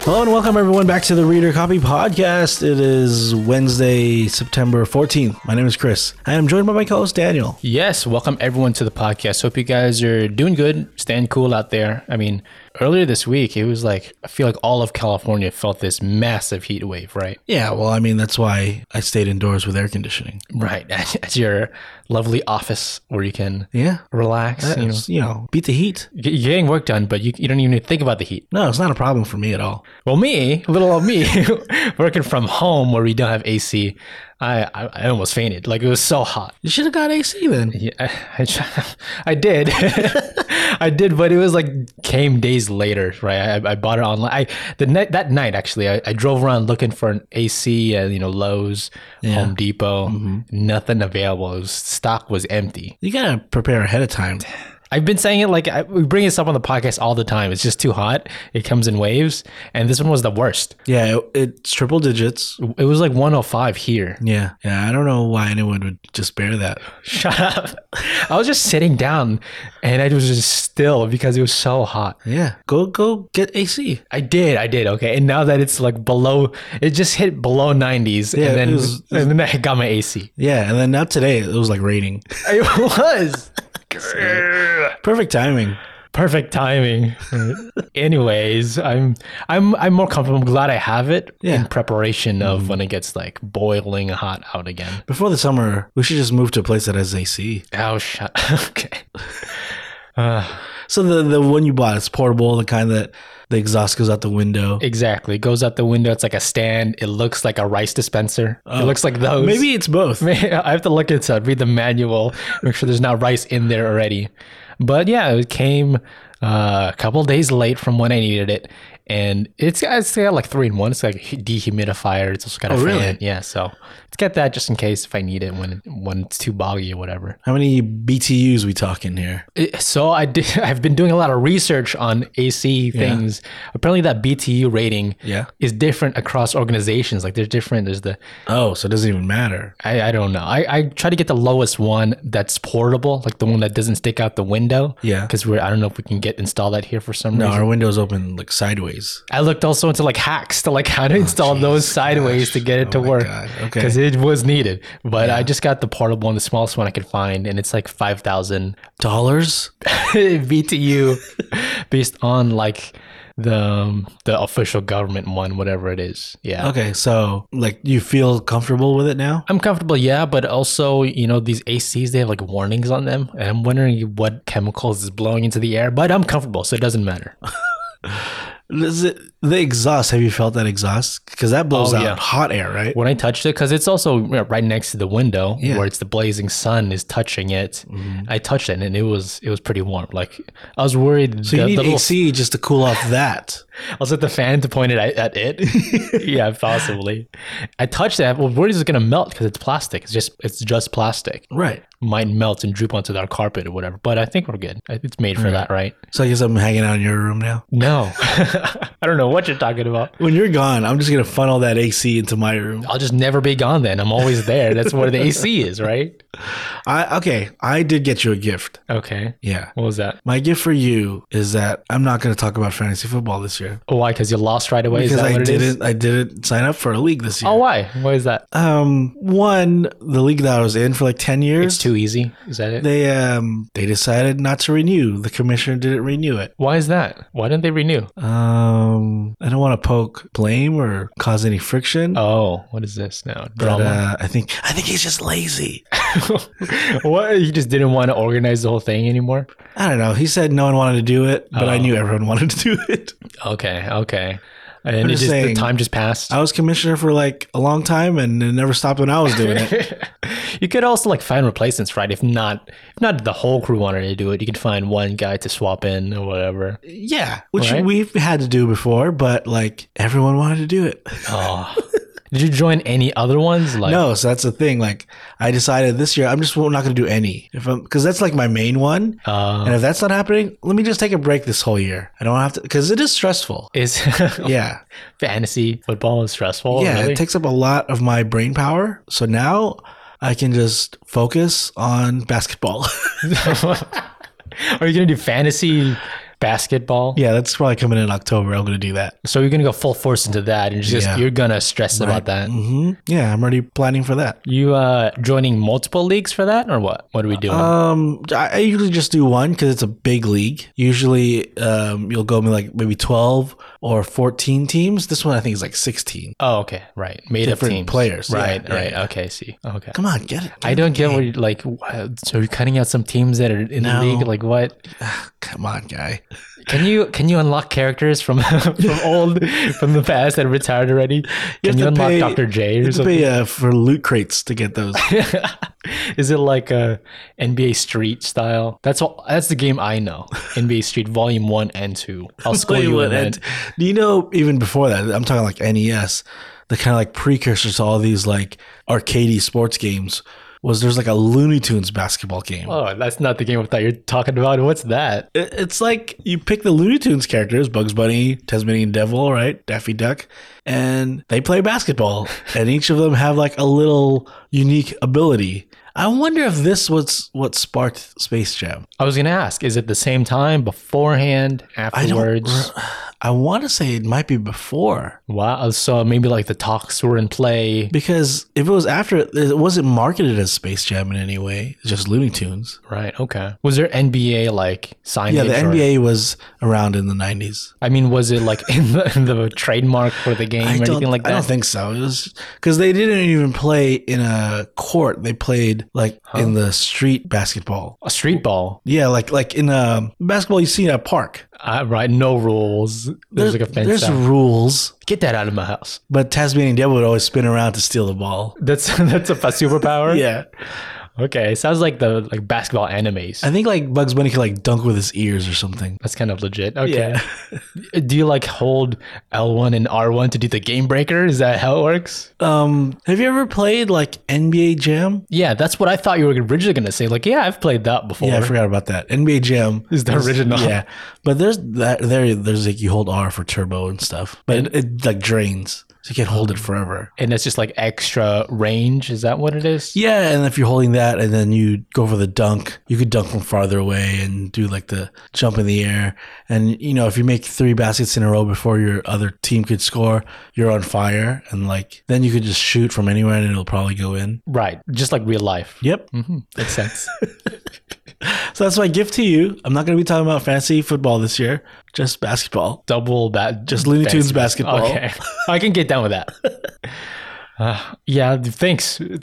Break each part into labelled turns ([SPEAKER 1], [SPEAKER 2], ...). [SPEAKER 1] Hello and welcome everyone back to the Reader Copy Podcast. It is Wednesday, September 14th. My name is Chris. I am joined by my co-host Daniel.
[SPEAKER 2] Yes, welcome everyone to the podcast. Hope you guys are doing good, staying cool out there. I mean, earlier this week, it was like, I feel like all of California felt this massive heat wave, right?
[SPEAKER 1] Yeah, well, I mean that's why I stayed indoors with air conditioning.
[SPEAKER 2] Right. At, at your lovely office where you can
[SPEAKER 1] Yeah.
[SPEAKER 2] relax, you know,
[SPEAKER 1] It's, you know, beat the heat.
[SPEAKER 2] get- you're getting work done, but you, you don't even need to think about the heat.
[SPEAKER 1] No, it's not a problem for me at all.
[SPEAKER 2] Well, me, little old me, working from home where we don't have AC, I, I, I almost fainted. Like, it was so hot.
[SPEAKER 1] You should have got AC then.
[SPEAKER 2] Yeah, I, I, tr- I did. I did, but it was like came days later, right? I, I bought it online. I the night that night actually, I, I drove around looking for an AC, uh, you know, Lowe's, Home Depot, nothing available. It was, stock was empty.
[SPEAKER 1] You gotta prepare ahead of time.
[SPEAKER 2] I've been saying it like I, we bring this up on the podcast all the time. It's just too hot. It comes in waves, and this one was the worst.
[SPEAKER 1] Yeah, it, it's triple digits.
[SPEAKER 2] It was like 105 here.
[SPEAKER 1] Yeah, yeah. I don't know why anyone would just bear that.
[SPEAKER 2] Shut up. I was just sitting down, and I was just still because it was so hot.
[SPEAKER 1] Yeah, go go get AC.
[SPEAKER 2] I did, I did. Okay, and now that it's like below, it just hit below nineties,
[SPEAKER 1] Yeah,
[SPEAKER 2] and then
[SPEAKER 1] it was-
[SPEAKER 2] and then I got my AC.
[SPEAKER 1] Yeah, and then not today. It was like raining.
[SPEAKER 2] It was
[SPEAKER 1] Perfect timing.
[SPEAKER 2] perfect timing. Anyways, I'm I'm I'm more comfortable. I'm glad I have it
[SPEAKER 1] Yeah. Mm-hmm.
[SPEAKER 2] in preparation of when it gets like boiling hot out again.
[SPEAKER 1] Before the summer, we should just move to a place that has AC.
[SPEAKER 2] Oh shut. Okay.
[SPEAKER 1] So the the one you bought, it's portable, the kind that the exhaust goes out the window.
[SPEAKER 2] Exactly. It goes out the window. It's like a stand. It looks like a rice dispenser. it looks like
[SPEAKER 1] Oh.
[SPEAKER 2] those.
[SPEAKER 1] Maybe it's both.
[SPEAKER 2] I have to look inside, read the manual, make sure there's not rice in there already. But yeah, it came uh, a couple days late from when I needed it, and it's got, it's got like three in one. It's like dehumidifier. It's also got a
[SPEAKER 1] Oh,
[SPEAKER 2] fan.
[SPEAKER 1] really?
[SPEAKER 2] Yeah, so it's got that just in case if I need it when when it's too boggy or whatever.
[SPEAKER 1] How many BTUs we talking here?
[SPEAKER 2] It- So I did. I've been doing a lot of research on AC things. Apparently, that BTU rating
[SPEAKER 1] Yeah.
[SPEAKER 2] is different across organizations. Like there's different. There's the
[SPEAKER 1] Oh, so it doesn't even matter.
[SPEAKER 2] I, I don't know. I, I try to get the lowest one that's portable, like the one that doesn't stick out the window.
[SPEAKER 1] Yeah.
[SPEAKER 2] Because we're I don't know if we can get install that here for some
[SPEAKER 1] No,
[SPEAKER 2] reason.
[SPEAKER 1] our windows open like sideways.
[SPEAKER 2] I looked also into like hacks to like
[SPEAKER 1] Oh,
[SPEAKER 2] how to install those sideways to get it to
[SPEAKER 1] my
[SPEAKER 2] work.
[SPEAKER 1] God. Okay.
[SPEAKER 2] Because it was needed. But I just got the portable one, the smallest one I could find, and it's like five thousand
[SPEAKER 1] Dollars?
[SPEAKER 2] BTU based on like the um, the official government one, whatever it is. Yeah.
[SPEAKER 1] Okay, so like you feel comfortable with it now?
[SPEAKER 2] I'm comfortable, yeah, but also, you know, these ACs, they have like warnings on them. And I'm wondering what chemicals is blowing into the air, but I'm comfortable, so it doesn't matter.
[SPEAKER 1] Is it, the exhaust, have you felt that exhaust? Because that blows
[SPEAKER 2] Oh,
[SPEAKER 1] out
[SPEAKER 2] yeah.
[SPEAKER 1] hot air, right?
[SPEAKER 2] When I touched it, because it's also you know, right next to the window
[SPEAKER 1] Yeah. Mm-hmm.
[SPEAKER 2] where it's the blazing sun is touching it. I touched it and it was it was pretty warm. Like I was worried
[SPEAKER 1] So you need AC just to cool off that.
[SPEAKER 2] I was at the fan to point it at, at it. yeah, possibly. I touched that. Well, where is it gonna melt? Because it's plastic. It's just it's just plastic.
[SPEAKER 1] Right.
[SPEAKER 2] Might melt and droop onto our carpet or whatever. But I think we're good. I- It's made for that, right?
[SPEAKER 1] So I guess I'm hanging out in your room now.
[SPEAKER 2] No, I don't know what you're talking about.
[SPEAKER 1] When you're gone, I'm just gonna funnel that AC into my room.
[SPEAKER 2] I'll just never be gone then. I'm always there. That's where the AC is, right?
[SPEAKER 1] I okay, I did get you a gift.
[SPEAKER 2] Okay.
[SPEAKER 1] Yeah.
[SPEAKER 2] What was that?
[SPEAKER 1] My gift for you is that I'm not going to talk about fantasy football this year
[SPEAKER 2] Oh, Why? Because you lost right away. is
[SPEAKER 1] because
[SPEAKER 2] that
[SPEAKER 1] I
[SPEAKER 2] what it is?
[SPEAKER 1] didn't I didn't sign up for a league this year.
[SPEAKER 2] Oh, why? Why is that?
[SPEAKER 1] Um one the league that I was in for like 10
[SPEAKER 2] It's
[SPEAKER 1] years
[SPEAKER 2] too easy. Is that it?
[SPEAKER 1] they um they decided not to renew. The commissioner didn't renew it.
[SPEAKER 2] why is that? Why didn't they renew?
[SPEAKER 1] Um I don't want to poke blame or cause any friction.
[SPEAKER 2] Oh, what is this now?
[SPEAKER 1] But
[SPEAKER 2] Drama.
[SPEAKER 1] uh, I think I think he's just lazy.
[SPEAKER 2] what? You just didn't want to organize the whole thing anymore?
[SPEAKER 1] I don't know. He said no one wanted to do it, but
[SPEAKER 2] Oh.
[SPEAKER 1] I knew everyone wanted to do it.
[SPEAKER 2] Okay. Okay. And it
[SPEAKER 1] just
[SPEAKER 2] just, the
[SPEAKER 1] saying-
[SPEAKER 2] time just passed.
[SPEAKER 1] I was commissioner for like a long time and it never stopped when I was doing it.
[SPEAKER 2] you could also like find replacements, right? If not, if not the whole crew wanted to do it, you could find one guy to swap in or whatever.
[SPEAKER 1] Yeah, which
[SPEAKER 2] Right?
[SPEAKER 1] we've had to do before, but like everyone wanted to do it.
[SPEAKER 2] Oh, did you join any other ones? Like,
[SPEAKER 1] No, so that's the thing. Like I decided this year, I'm just not going to do any if I'm because that's like my main one.
[SPEAKER 2] uh,
[SPEAKER 1] and if that's not happening, let me just take a break this whole year. I don't have to because it is stressful.
[SPEAKER 2] is
[SPEAKER 1] Yeah,
[SPEAKER 2] fantasy football is stressful?
[SPEAKER 1] yeah,
[SPEAKER 2] really?
[SPEAKER 1] it takes up a lot of my brain power. So now I can just focus on basketball.
[SPEAKER 2] Are you gonna do fantasy basketball.
[SPEAKER 1] Yeah, that's probably coming in October. I'm gonna do that.
[SPEAKER 2] So you're gonna go full force into that, and just
[SPEAKER 1] Yeah.
[SPEAKER 2] you're gonna stress about that.
[SPEAKER 1] hmm Yeah, I'm already planning for that.
[SPEAKER 2] You uh joining multiple leagues for that, or what? What are we doing?
[SPEAKER 1] Um, I I usually just do one because it's a big league. Usually, um, you'll go with like maybe twelve or fourteen teams. This one I think is like sixteen.
[SPEAKER 2] oh, okay, right. Made up
[SPEAKER 1] different
[SPEAKER 2] teams.
[SPEAKER 1] players. Yeah,
[SPEAKER 2] Right,
[SPEAKER 1] yeah,
[SPEAKER 2] right. Okay, I see. Okay.
[SPEAKER 1] Come on, get it.
[SPEAKER 2] I don't get what you like. wha- So you're cutting out some teams that are in
[SPEAKER 1] No.
[SPEAKER 2] the league. Like what?
[SPEAKER 1] Come on, guy.
[SPEAKER 2] Can you can you unlock characters from from old from the past that retired already? Can
[SPEAKER 1] have
[SPEAKER 2] you,
[SPEAKER 1] to
[SPEAKER 2] unlock
[SPEAKER 1] pay-
[SPEAKER 2] Doctor J
[SPEAKER 1] You
[SPEAKER 2] or
[SPEAKER 1] have to
[SPEAKER 2] something?
[SPEAKER 1] pay uh, for loot crates to get those.
[SPEAKER 2] Is it like a NBA Street style? That's all. That's the game I know. NBA Street Volume One and Two. I'll score you in
[SPEAKER 1] And
[SPEAKER 2] that.
[SPEAKER 1] do you know even before that? I'm talking like NES, the kind of like precursors to all these like arcadey sports games. Was there's like a Looney Tunes basketball game?
[SPEAKER 2] Oh, that's not the game I thought you were talking about. What's that?
[SPEAKER 1] It- It's like you pick the Looney Tunes characters, Bugs Bunny, Tasmanian Devil, right? Daffy Duck, and they play basketball. and each of them have like a little unique ability. I wonder if this was what sparked Space Jam.
[SPEAKER 2] I was gonna ask. Is it the same time beforehand,
[SPEAKER 1] I don't.
[SPEAKER 2] afterwards?
[SPEAKER 1] re- I want to say it might be before
[SPEAKER 2] Wow. So maybe like the talks were in play,
[SPEAKER 1] because if it was after, it wasn't marketed as Space Jam in any way. It's just Looney Tunes.
[SPEAKER 2] right? Okay. Was there NBA like signage?
[SPEAKER 1] Yeah, the
[SPEAKER 2] or-
[SPEAKER 1] NBA was around in the nineties.
[SPEAKER 2] I mean, was it like in the, in the trademark for the game
[SPEAKER 1] I
[SPEAKER 2] or
[SPEAKER 1] don't,
[SPEAKER 2] anything like that?
[SPEAKER 1] I don't think so. It was because they didn't even play in a court. They played like in the street basketball.
[SPEAKER 2] a street ball,
[SPEAKER 1] Yeah, like like in a basketball you see in a park.
[SPEAKER 2] uh, right? No rules. There's like a fence.
[SPEAKER 1] There's
[SPEAKER 2] out.
[SPEAKER 1] rules,
[SPEAKER 2] Get that out of my house.
[SPEAKER 1] but Tasmanian Devil would always spin around to steal the ball.
[SPEAKER 2] That's that's a fa- superpower.
[SPEAKER 1] Yeah,
[SPEAKER 2] Okay. It sounds like the like basketball animes.
[SPEAKER 1] I think like Bugs Bunny could like dunk with his ears or something.
[SPEAKER 2] That's kind of legit. Okay.
[SPEAKER 1] Yeah.
[SPEAKER 2] Do you like hold L1 and R1 to do the game breaker? Is that how it works?
[SPEAKER 1] Um, have you ever played like NBA Jam?
[SPEAKER 2] Yeah, that's what I thought you were originally gonna say. Like, yeah, I've played that before.
[SPEAKER 1] Yeah, I forgot about that. NBA Jam
[SPEAKER 2] Is the original.
[SPEAKER 1] Yeah, but there's that there. There's like you hold R for turbo and stuff, but it, it like drains, so you can't hold it forever.
[SPEAKER 2] And it's just like extra range. Is that what it is?
[SPEAKER 1] Yeah, and if you're holding that and then you go for the dunk, you could dunk from farther away and do like the jump in the air. And you know, if you make three baskets in a row before your other team could score, you're on fire. And like then you could just shoot from anywhere and it'll probably go in.
[SPEAKER 2] Right. Just like real life.
[SPEAKER 1] Yep.
[SPEAKER 2] hmm Makes sense.
[SPEAKER 1] So that's my gift to you. I'm not going to be talking about fantasy football this year, just basketball.
[SPEAKER 2] Double bat.
[SPEAKER 1] Just Looney Tunes basketball.
[SPEAKER 2] Okay. I can get down with that. Uh, yeah. Thanks. Th-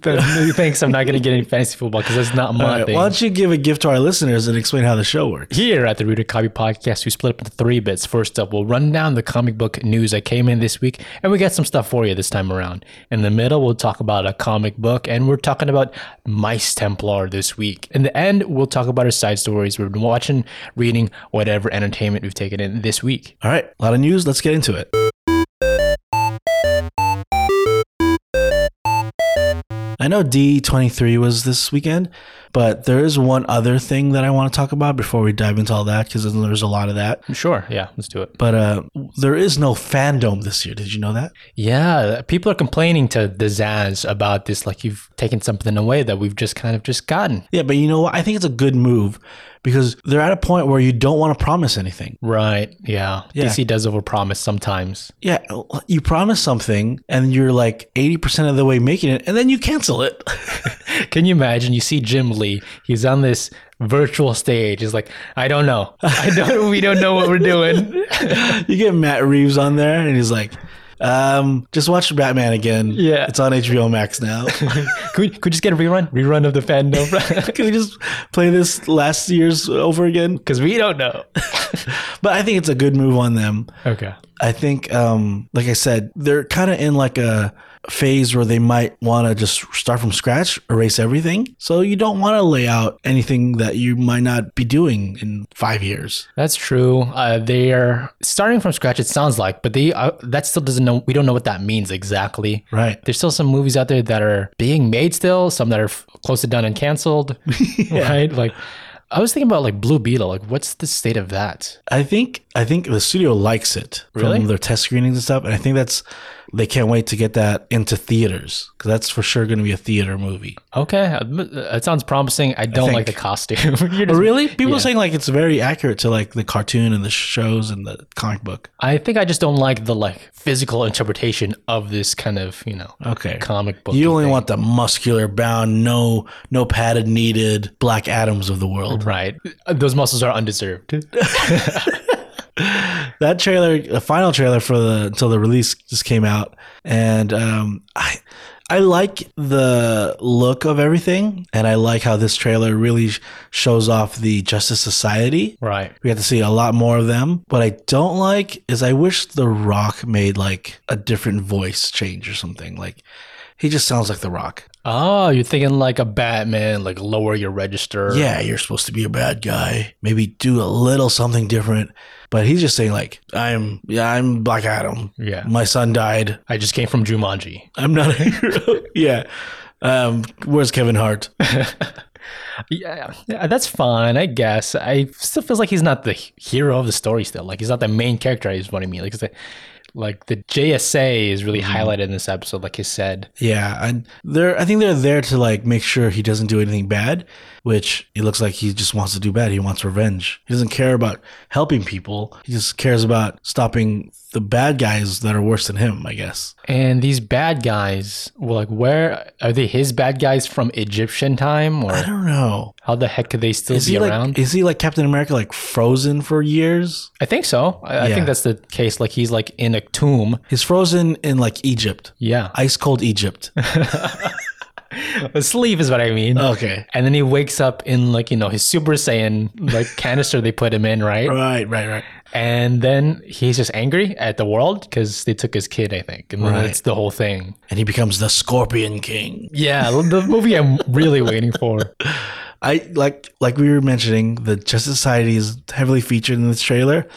[SPEAKER 2] thanks. I'm not gonna get any fantasy football because that's not
[SPEAKER 1] All
[SPEAKER 2] my
[SPEAKER 1] right,
[SPEAKER 2] thing.
[SPEAKER 1] why don't you give a gift to our listeners and explain how the show works?
[SPEAKER 2] Here at the Reader Copy Podcast, we split up into three bits. First up, we'll run down the comic book news that came in this week, and we got some stuff for you this time around. In the middle, we'll talk about a comic book, and we're talking about Mice Templar this week. In the end, we'll talk about our side stories we've been watching, reading, whatever entertainment we've taken in this week.
[SPEAKER 1] All right, a lot of news. Let's get into it. I know D23 was this weekend, but there is one other thing that I want to talk about before we dive into all that because there's a lot of that.
[SPEAKER 2] Sure, yeah, let's do it.
[SPEAKER 1] But uh, there is no fandom this year. Did you know that?
[SPEAKER 2] Yeah, people are complaining to the Zaz about this, like you've taken something away that we've just kind of just gotten.
[SPEAKER 1] Yeah, but you know what? I think it's a good move because they're at a point where you don't want to promise anything.
[SPEAKER 2] Right, yeah.
[SPEAKER 1] Yeah.
[SPEAKER 2] DC does overpromise sometimes.
[SPEAKER 1] Yeah, you promise something and you're like 80% of the way making it, and then you cancel it.
[SPEAKER 2] Can you imagine? You see Jim Lee. He's on this virtual stage. He's like, I don't know. I don't. We don't know what we're doing.
[SPEAKER 1] you get Matt Reeves on there, and he's like, um, just watch Batman again.
[SPEAKER 2] Yeah.
[SPEAKER 1] It's on HBO Max now. Can
[SPEAKER 2] could, we, could we just get a rerun? Rerun of the fandom
[SPEAKER 1] we just play this last year's over again?
[SPEAKER 2] because we don't know.
[SPEAKER 1] But I think it's a good move on them.
[SPEAKER 2] Okay.
[SPEAKER 1] I think, um, like I said, they're kind of in like a phase where they might want to just start from scratch, erase everything. So you don't want to lay out anything that you might not be doing in five years.
[SPEAKER 2] That's true. Uh, they're starting from scratch. It sounds like, but they uh, that still doesn't know. We don't know what that means exactly.
[SPEAKER 1] Right.
[SPEAKER 2] There's still some movies out there that are being made still. Some that are f- close to done and canceled. Right. Like, I was thinking about like Blue Beetle. Like, what's the state of that?
[SPEAKER 1] I think I think the studio likes it
[SPEAKER 2] Really?
[SPEAKER 1] from their test screenings and stuff, and I think that's they can't wait to get that into theaters because that's for sure going to be a theater movie.
[SPEAKER 2] Okay, uh, it sounds promising. I don't like the
[SPEAKER 1] think.
[SPEAKER 2] costume. You're
[SPEAKER 1] But
[SPEAKER 2] just-
[SPEAKER 1] Oh, really, people
[SPEAKER 2] yeah.
[SPEAKER 1] are saying like it's very accurate to like the cartoon and the shows and the comic book.
[SPEAKER 2] I think I just don't like the like physical interpretation of this kind of you know
[SPEAKER 1] Okay.
[SPEAKER 2] comic book.
[SPEAKER 1] You only want the muscular bound, no no padded needed Black Adams of the world.
[SPEAKER 2] right. Uh, Those muscles are undeserved.
[SPEAKER 1] That trailer, the final trailer for the until the release just came out, and um, I I like the look of everything, and I like how this trailer really sh- shows off the Justice Society.
[SPEAKER 2] right.
[SPEAKER 1] We got to see a lot more of them. What I don't like is I wish The Rock made like a different voice change or something. Like he just sounds like The Rock.
[SPEAKER 2] Oh, you're thinking like a Batman, like lower your register.
[SPEAKER 1] yeah, you're supposed to be a bad guy. Maybe do a little something different. But he's just saying like, I'm yeah, I'm Black Adam.
[SPEAKER 2] Yeah.
[SPEAKER 1] My son died.
[SPEAKER 2] I just came from Jumanji.
[SPEAKER 1] I'm not a hero. yeah. Um, where's Kevin Hart?
[SPEAKER 2] Yeah, yeah, that's fine, I guess. I still feels like he's not the he- hero of the story still. Like he's not the main character. Is what I mean. Like it's the, like the JSA is really
[SPEAKER 1] Mm-hmm.
[SPEAKER 2] highlighted in this episode. Like you said,
[SPEAKER 1] Yeah, and they're I think they're there to like make sure he doesn't do anything bad, which it looks like he just wants to do bad. He wants revenge. He doesn't care about helping people. He just cares about stopping the bad guys that are worse than him, I guess.
[SPEAKER 2] and these bad guys. Well, like where are they? His bad guys from Egyptian time,
[SPEAKER 1] I
[SPEAKER 2] or
[SPEAKER 1] don't know.
[SPEAKER 2] how the heck could they still
[SPEAKER 1] Is
[SPEAKER 2] be
[SPEAKER 1] he
[SPEAKER 2] around?
[SPEAKER 1] like is he like Captain America like frozen for years?
[SPEAKER 2] I think so. I, I
[SPEAKER 1] Yeah.
[SPEAKER 2] think that's the case. Like he's like in a tomb.
[SPEAKER 1] He's frozen in like Egypt.
[SPEAKER 2] Yeah,
[SPEAKER 1] Ice cold Egypt.
[SPEAKER 2] asleep is what I mean.
[SPEAKER 1] Okay.
[SPEAKER 2] and then he wakes up in like you know his Super Saiyan like canister they put him in, right?
[SPEAKER 1] Right, right, right.
[SPEAKER 2] And then he's just angry at the world because they took his kid, I think, and
[SPEAKER 1] Right.
[SPEAKER 2] that's the whole thing.
[SPEAKER 1] And he becomes the Scorpion King.
[SPEAKER 2] Yeah, the movie I'm really waiting for.
[SPEAKER 1] I like like we were mentioning the Justice Society is heavily featured in this trailer.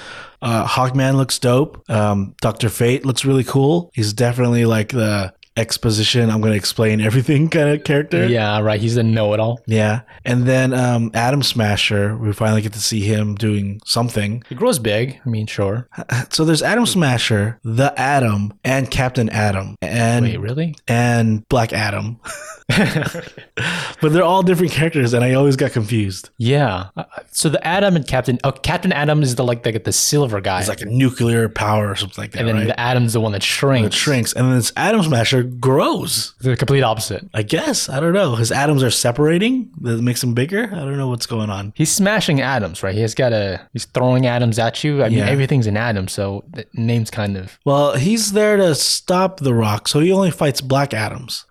[SPEAKER 1] Uh, Hawkman looks dope. Um, Doctor Fate looks really cool. He's definitely like the exposition. I'm going to explain everything kind of character.
[SPEAKER 2] Yeah, right. He's a know-it-all.
[SPEAKER 1] Yeah. And then um, Adam Smasher, we finally get to see him doing something.
[SPEAKER 2] He grows big. I mean, sure.
[SPEAKER 1] So there's Adam Smasher, the Atom, and Captain Atom, and
[SPEAKER 2] Wait, really?
[SPEAKER 1] and Black Adam. but they're all different characters, and I always got confused.
[SPEAKER 2] Yeah. Uh, So the Adam and Captain. Oh, Captain Adam is the like the, the silver guy,
[SPEAKER 1] It's like a nuclear power or something like that,
[SPEAKER 2] and then
[SPEAKER 1] right?
[SPEAKER 2] the Adam's the one that shrinks.
[SPEAKER 1] it shrinks, and then this atom smasher grows.
[SPEAKER 2] the complete opposite.
[SPEAKER 1] I guess I don't know. His atoms are separating. That makes him bigger. I don't know what's going on.
[SPEAKER 2] He's smashing atoms, right? He's got a. He's throwing atoms at you. I mean,
[SPEAKER 1] Yeah.
[SPEAKER 2] everything's an atom, so the name's kind of.
[SPEAKER 1] Well, he's there to stop the Rock, so he only fights Black Atoms.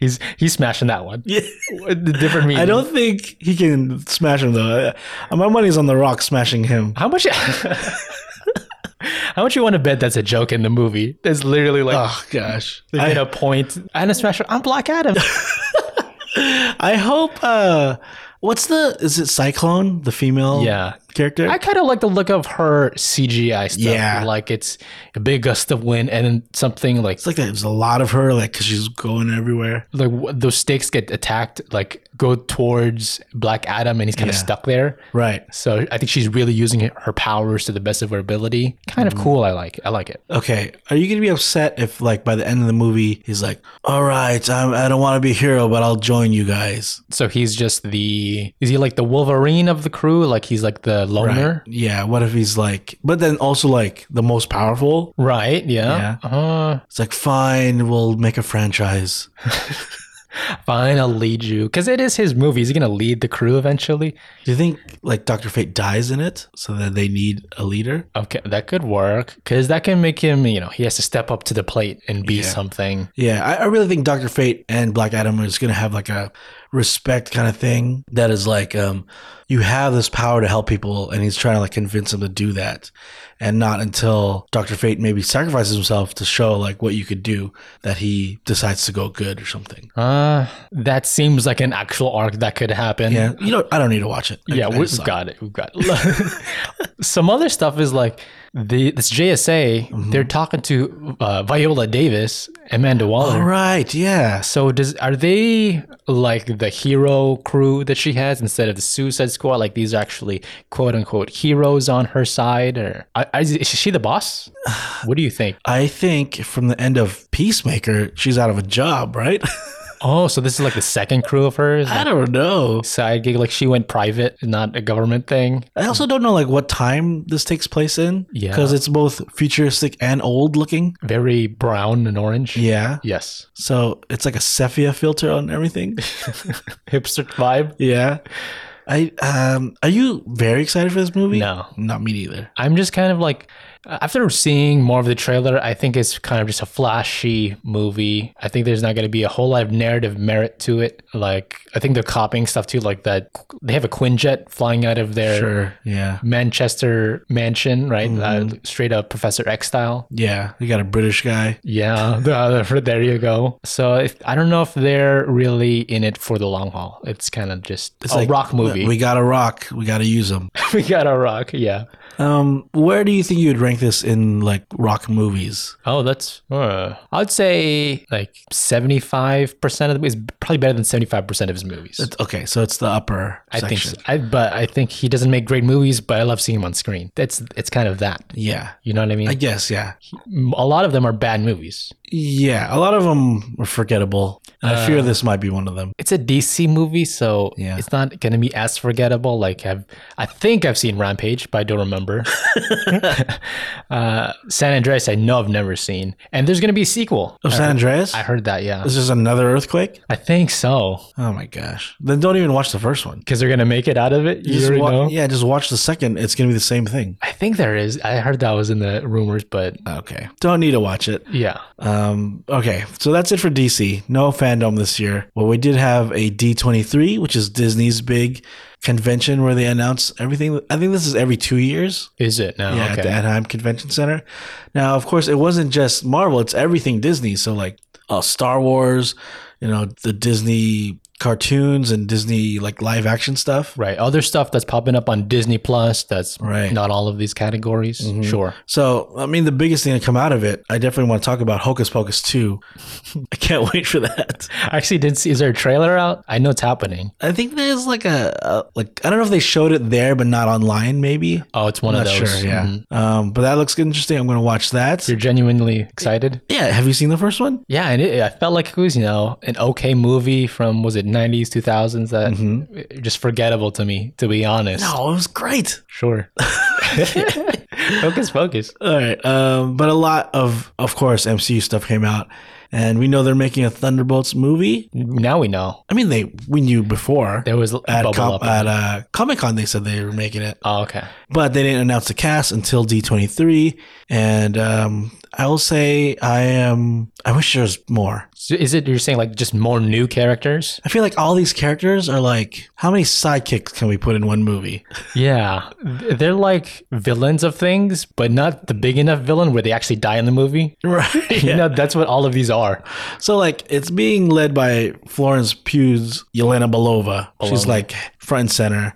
[SPEAKER 2] He's he's smashing that one.
[SPEAKER 1] Yeah.
[SPEAKER 2] The different meaning.
[SPEAKER 1] I don't think he can smash him though. Uh, My money's on the Rock smashing him.
[SPEAKER 2] How much? How much you want to bet that's a joke in the movie? That's literally like
[SPEAKER 1] Oh gosh,
[SPEAKER 2] they made a point. Anna Smasher, I'm Black Adam.
[SPEAKER 1] I hope. uh What's the? Is it Cyclone, the female
[SPEAKER 2] Yeah.
[SPEAKER 1] character?
[SPEAKER 2] I kind of like the look of her CGI stuff.
[SPEAKER 1] Yeah.
[SPEAKER 2] like it's a big gust of wind and then something like
[SPEAKER 1] it's like there's a lot of her, like because she's going everywhere.
[SPEAKER 2] like wh- those stakes get attacked, like go towards Black Adam, and he's kind of
[SPEAKER 1] Yeah.
[SPEAKER 2] stuck there.
[SPEAKER 1] Right.
[SPEAKER 2] So I think she's really using her powers to the best of her ability. Kind of cool. I like. I like it.
[SPEAKER 1] Okay, are you gonna be upset if, like, by the end of the movie, he's like, "All right, I'm, I don't want to be a hero, but I'll join you guys."
[SPEAKER 2] So he's just the is he like the Wolverine of the crew? Like he's like the loner?
[SPEAKER 1] Yeah. What if he's like, but then also like the most powerful?
[SPEAKER 2] Right, yeah. Uh,
[SPEAKER 1] It's like, fine, we'll make a franchise.
[SPEAKER 2] fine, I'll lead you. Cause it is his movie. Is he gonna lead the crew eventually?
[SPEAKER 1] Do you think like Doctor Fate dies in it, so that they need a leader?
[SPEAKER 2] Okay, that could work. Cause that can make him, you know, he has to step up to the plate and be
[SPEAKER 1] Yeah.
[SPEAKER 2] something.
[SPEAKER 1] Yeah, I, I really think Doctor Fate and Black Adam is gonna have like a respect kind of thing that is like, um, you have this power to help people, and he's trying to like convince him to do that, and not until Doctor Fate maybe sacrifices himself to show like what you could do that he decides to go good or something.
[SPEAKER 2] Uh that seems like an actual arc that could happen.
[SPEAKER 1] Yeah, you know, I don't need to watch it. I-
[SPEAKER 2] Yeah,
[SPEAKER 1] I
[SPEAKER 2] we've
[SPEAKER 1] just saw it.
[SPEAKER 2] got it. We've got it. Some other stuff is like the this JSA,
[SPEAKER 1] Mm-hmm.
[SPEAKER 2] they're talking to uh, Viola Davis, Amanda Waller.
[SPEAKER 1] All right, yeah.
[SPEAKER 2] So does are they like the hero crew that she has instead of the Suicide Squad? Like these are actually quote unquote heroes on her side, or I- I- is she the boss? What do you think?
[SPEAKER 1] I think from the end of Peacemaker, she's out of a job, right?
[SPEAKER 2] Oh, so this is like the second crew of hers,
[SPEAKER 1] I don't know.
[SPEAKER 2] side gig. Like she went private, not a government thing.
[SPEAKER 1] I also don't know like what time this takes place in.
[SPEAKER 2] Yeah.
[SPEAKER 1] Because it's both futuristic and old looking.
[SPEAKER 2] Very brown and orange.
[SPEAKER 1] Yeah.
[SPEAKER 2] Yes,
[SPEAKER 1] So it's like a sepia filter on everything.
[SPEAKER 2] hipster vibe.
[SPEAKER 1] yeah. I um are you very excited for this movie?
[SPEAKER 2] No.
[SPEAKER 1] Not me neither.
[SPEAKER 2] I'm just kind of like after seeing more of the trailer, I think it's kind of just a flashy movie. I think there's not going to be a whole lot of narrative merit to it. Like I think they're copying stuff too, like that they have a Quinjet flying out of their
[SPEAKER 1] Sure. Yeah.
[SPEAKER 2] Manchester mansion, right?
[SPEAKER 1] Mm-hmm.
[SPEAKER 2] Uh, straight up Professor X style.
[SPEAKER 1] Yeah. You got a British guy.
[SPEAKER 2] Yeah, the- there you go. So if, I don't know if they're really in it for the long haul. It's kind of just
[SPEAKER 1] It's
[SPEAKER 2] a
[SPEAKER 1] like,
[SPEAKER 2] rock movie.
[SPEAKER 1] We got a rock. We got to use them.
[SPEAKER 2] we got a rock, yeah.
[SPEAKER 1] Um, where do you think you would rank this in like rock movies?
[SPEAKER 2] Oh, that's. Uh, I'd say like seventy-five percent of the is probably better than seventy-five percent of his movies.
[SPEAKER 1] It's, okay, so it's the upper
[SPEAKER 2] I think,
[SPEAKER 1] section.
[SPEAKER 2] so. I, but I think he doesn't make great movies. But I love seeing him on screen. That's it's kind of that.
[SPEAKER 1] Yeah,
[SPEAKER 2] You know what I mean?
[SPEAKER 1] I guess. Yeah,
[SPEAKER 2] a lot of them are bad movies.
[SPEAKER 1] yeah. A lot of them are forgettable. And I
[SPEAKER 2] Uh,
[SPEAKER 1] fear this might be one of them.
[SPEAKER 2] It's a DC movie, so
[SPEAKER 1] Yeah.
[SPEAKER 2] it's not gonna be as forgettable. Like I've, I think I've seen Rampage, but I don't remember. uh, San Andreas, I know I've never seen, and there's gonna be a sequel.
[SPEAKER 1] Of San Andreas,
[SPEAKER 2] I heard that, yeah.
[SPEAKER 1] is this another earthquake?
[SPEAKER 2] I think so,
[SPEAKER 1] Oh my gosh! Then don't even watch the first one.
[SPEAKER 2] because they're gonna make it out of it. You
[SPEAKER 1] Just
[SPEAKER 2] already
[SPEAKER 1] wa-
[SPEAKER 2] know?
[SPEAKER 1] Yeah, just watch the second. It's gonna be the same thing.
[SPEAKER 2] I think there is. I heard that was in the rumors, but
[SPEAKER 1] Okay, don't need to watch it.
[SPEAKER 2] yeah.
[SPEAKER 1] Um, okay, so that's it for DC. No fandom this year. Well, we did have a D23, which is Disney's big convention where they announce everything. I think this is every two years
[SPEAKER 2] Is it now?
[SPEAKER 1] yeah, at the
[SPEAKER 2] Oh, okay.
[SPEAKER 1] Anaheim Convention Center. Now, of course, it wasn't just Marvel, it's everything Disney. So, like uh, Star Wars, you know, the Disney cartoons and Disney like live action stuff.
[SPEAKER 2] Right. Other stuff that's popping up on Disney Plus that's
[SPEAKER 1] Right. Mm-hmm.
[SPEAKER 2] not all of these categories. Sure.
[SPEAKER 1] So, I mean, the biggest thing to come out of it, I definitely want to talk about Hocus Pocus 2. I can't wait for that.
[SPEAKER 2] I actually didn't see. Is there a trailer out? I know it's happening.
[SPEAKER 1] I think there's like a, a like I don't know if they showed it there, but not online. Maybe
[SPEAKER 2] Oh, it's one
[SPEAKER 1] I'm
[SPEAKER 2] of
[SPEAKER 1] not
[SPEAKER 2] those.
[SPEAKER 1] sure. Yeah,
[SPEAKER 2] Mhm.
[SPEAKER 1] um, but that looks interesting. I'm gonna watch that.
[SPEAKER 2] You're genuinely excited?
[SPEAKER 1] yeah, have you seen the first one?
[SPEAKER 2] Yeah. And it, I felt like it was, you know, an okay movie from, was it 90s, 2000s that
[SPEAKER 1] Mm-hmm.
[SPEAKER 2] just forgettable to me, to be honest.
[SPEAKER 1] No, it was great.
[SPEAKER 2] Sure. focus, focus.
[SPEAKER 1] All right, um, but a lot of of course MCU stuff came out, and we know they're making a Thunderbolts movie.
[SPEAKER 2] Now we know.
[SPEAKER 1] I mean, they we knew before
[SPEAKER 2] There was
[SPEAKER 1] at
[SPEAKER 2] bubble
[SPEAKER 1] com-
[SPEAKER 2] up.
[SPEAKER 1] at uh, Comic Con they said they were making it,
[SPEAKER 2] oh, okay.
[SPEAKER 1] but they didn't announce the cast until D23. And um, I will say I am I wish there was more.
[SPEAKER 2] So is it you're saying like just more new characters?
[SPEAKER 1] I feel like all these characters are like, how many sidekicks can we put in one movie?
[SPEAKER 2] Yeah, they're like villains of things, but not the big enough villain where they actually die in the movie.
[SPEAKER 1] Right.
[SPEAKER 2] You know, that's what all of these are.
[SPEAKER 1] So like, it's being led by Florence Pugh's Yelena Belova. She's like front and center,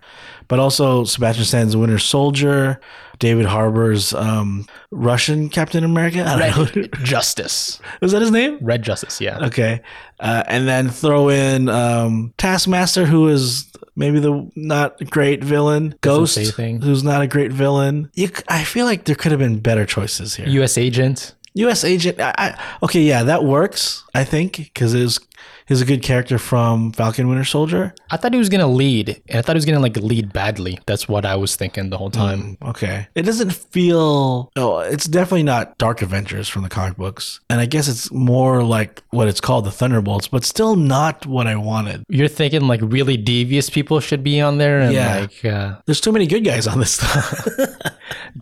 [SPEAKER 1] but also Sebastian Stan's Winter Soldier, David Harbour's um, Russian Captain America. I don't know.
[SPEAKER 2] Justice,
[SPEAKER 1] Was that his name?
[SPEAKER 2] Red Justice. Yeah,
[SPEAKER 1] Okay, uh, and then throw in um, Taskmaster, who is maybe the not great villain. Ghost,
[SPEAKER 2] say anything.
[SPEAKER 1] who's not a great villain. You, c- I feel like there could have been better choices here.
[SPEAKER 2] U.S. agent.
[SPEAKER 1] U.S. agent. I, I, okay, yeah, that works. I think because it was he's a good character from Falcon Winter Soldier.
[SPEAKER 2] I thought he was gonna lead, and I thought he was gonna like lead badly. That's what I was thinking the whole
[SPEAKER 1] Mm.
[SPEAKER 2] time.
[SPEAKER 1] Okay, it doesn't feel. Oh, it's definitely not Dark Avengers from the comic books, and I guess it's more like what it's called, the Thunderbolts, but still not what I wanted.
[SPEAKER 2] You're thinking like really devious people should be on there, and
[SPEAKER 1] Yeah.
[SPEAKER 2] like, uh,
[SPEAKER 1] There's too many good guys on this.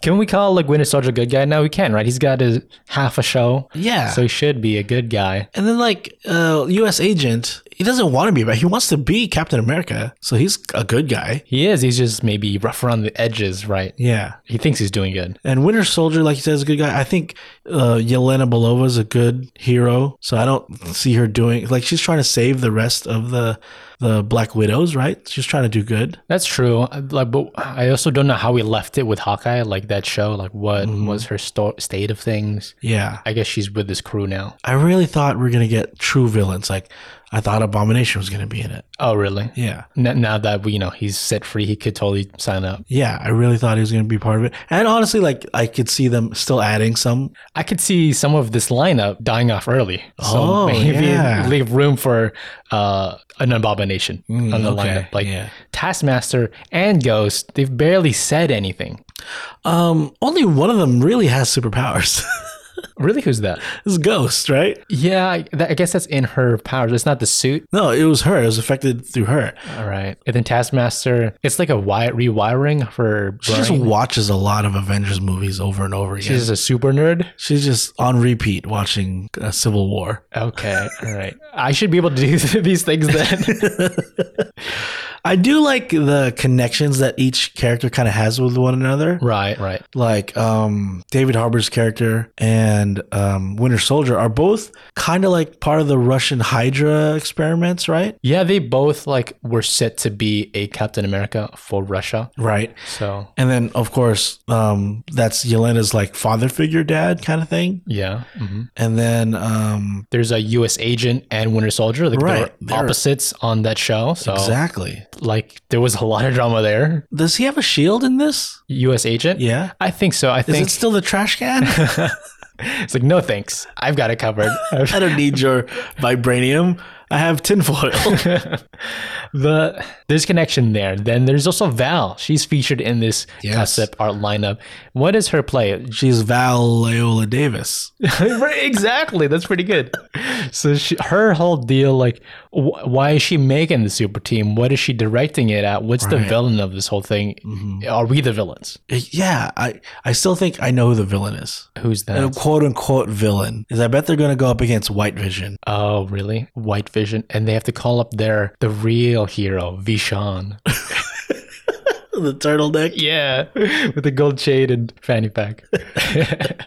[SPEAKER 2] can we call like Winter Soldier a good guy? No, we can, right? He's got his half a show,
[SPEAKER 1] yeah.
[SPEAKER 2] so he should be a good guy.
[SPEAKER 1] and then like uh, U.S. agent, he doesn't want to be, but he wants to be Captain America, so he's a good guy.
[SPEAKER 2] He is. He's just maybe rough around the edges, right?
[SPEAKER 1] Yeah.
[SPEAKER 2] He thinks he's doing good.
[SPEAKER 1] And Winter Soldier, like you said, is a good guy. I think uh, Yelena Belova is a good hero, so I don't see her doing like she's trying to save the rest of the the Black Widows, right? She's trying to do good.
[SPEAKER 2] Uh, That's true. Like, but I also don't know how we left it with Hawkeye. Like, like that show, like what
[SPEAKER 1] Mm-hmm.
[SPEAKER 2] was her sto- state of things.
[SPEAKER 1] Yeah.
[SPEAKER 2] I guess she's with this crew now.
[SPEAKER 1] I really thought we were gonna get true villains. Like I thought Abomination was gonna be in it.
[SPEAKER 2] Oh, really?
[SPEAKER 1] Yeah.
[SPEAKER 2] N- now that we, you know he's set free, he could totally sign up.
[SPEAKER 1] Yeah, I really thought he was gonna be part of it. And honestly, like I could see them still adding some.
[SPEAKER 2] I could see some of this lineup dying off early. So
[SPEAKER 1] Oh,
[SPEAKER 2] maybe
[SPEAKER 1] yeah.
[SPEAKER 2] leave room for uh, an abomination on the
[SPEAKER 1] Mm, okay,
[SPEAKER 2] lineup. Like
[SPEAKER 1] yeah.
[SPEAKER 2] Taskmaster and Ghost, they've barely said anything.
[SPEAKER 1] Um, only one of them really has superpowers.
[SPEAKER 2] Really, who's that?
[SPEAKER 1] it's Ghost, right?
[SPEAKER 2] Yeah, I, that, I guess that's in her powers. It's not the suit.
[SPEAKER 1] No, it was her. It was affected through her.
[SPEAKER 2] All right. And then Taskmaster, it's like a wi- rewiring for
[SPEAKER 1] She just
[SPEAKER 2] brain.
[SPEAKER 1] watches a lot of Avengers movies over and over again.
[SPEAKER 2] She's just a super nerd.
[SPEAKER 1] She's just on repeat watching uh, Civil War.
[SPEAKER 2] Okay. All right. I should be able to do these things then.
[SPEAKER 1] I do like the connections that each character kind of has with one another.
[SPEAKER 2] right, right.
[SPEAKER 1] Like um, David Harbour's character and um, Winter Soldier are both kind of like part of the Russian Hydra experiments, right?
[SPEAKER 2] Yeah, they both like were set to be a Captain America for Russia.
[SPEAKER 1] Right.
[SPEAKER 2] So
[SPEAKER 1] And then, of course, um, that's Yelena's like father figure dad kind of thing.
[SPEAKER 2] yeah, hmm
[SPEAKER 1] And then um,
[SPEAKER 2] there's a U.S. agent and Winter Soldier. Like
[SPEAKER 1] Right,
[SPEAKER 2] they were
[SPEAKER 1] they're-
[SPEAKER 2] opposites on that show. So
[SPEAKER 1] exactly,
[SPEAKER 2] like there was a lot of drama there.
[SPEAKER 1] does he have a shield in this?
[SPEAKER 2] U.S. agent.
[SPEAKER 1] Yeah.
[SPEAKER 2] I think so. I
[SPEAKER 1] Is
[SPEAKER 2] think
[SPEAKER 1] it still the trash can?
[SPEAKER 2] it's like no thanks. I've got it covered.
[SPEAKER 1] I don't need your vibranium. I have tinfoil.
[SPEAKER 2] the there's connection there. Then there's also Val. She's featured in this
[SPEAKER 1] Yes.
[SPEAKER 2] concept art lineup. What is her play?
[SPEAKER 1] She's Val Leola Davis.
[SPEAKER 2] Right, exactly. That's pretty good. So she, her whole deal, like, wh- why is she making the super team? What is she directing it at? What's the
[SPEAKER 1] Right. Mm-hmm.
[SPEAKER 2] villain of this whole thing? Are we the villains?
[SPEAKER 1] Yeah, I, I still think I know who the villain is.
[SPEAKER 2] Who's that?
[SPEAKER 1] A quote unquote villain is I bet they're going to go up against White Vision.
[SPEAKER 2] Oh, really? White Vision, and they have to call up their the real hero, Vishan.
[SPEAKER 1] The turtleneck.
[SPEAKER 2] yeah, with the gold chain and fanny pack.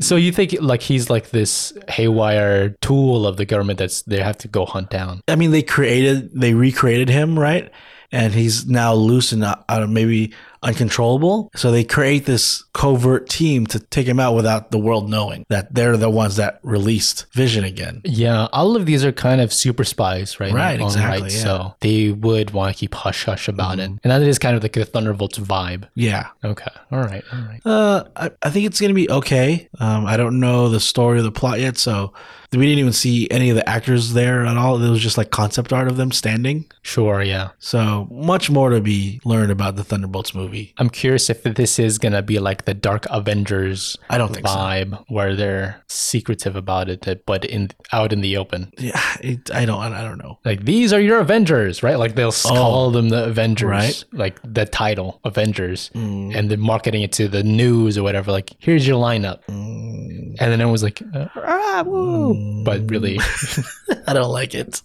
[SPEAKER 2] so you think like he's like this haywire tool of the government that's they have to go hunt down?
[SPEAKER 1] I mean, they created, they recreated him, right? And he's now loose and uh, uh, maybe uncontrollable. So they create this covert team to take him out without the world knowing that they're the ones that released Vision again.
[SPEAKER 2] Yeah, all of these are kind of super spies, right? in
[SPEAKER 1] Right,
[SPEAKER 2] their own
[SPEAKER 1] exactly, yeah. Mm-hmm.
[SPEAKER 2] So they would want to keep hush hush about it, and that is kind of like the Thunderbolts vibe.
[SPEAKER 1] Yeah.
[SPEAKER 2] Okay, all right, all right.
[SPEAKER 1] Uh, I, I think it's gonna be okay. Um, I don't know the story or the plot yet, so we didn't even see any of the actors there at all. It was just like concept art of them standing.
[SPEAKER 2] Sure, yeah.
[SPEAKER 1] So much more to be learned about the Thunderbolts movie.
[SPEAKER 2] I'm curious if this is gonna be like the Dark Avengers
[SPEAKER 1] I don't think so.
[SPEAKER 2] vibe, where they're secretive about it, but in out in the open.
[SPEAKER 1] Yeah, it, I don't. I don't know.
[SPEAKER 2] Like these are your Avengers, right? Like they'll call them the Avengers,
[SPEAKER 1] right.
[SPEAKER 2] Like the title Avengers, and they're marketing it to the news or whatever. Like here's your lineup, and then everyone's like, uh, ah, woo. but really, uh,
[SPEAKER 1] I don't like it.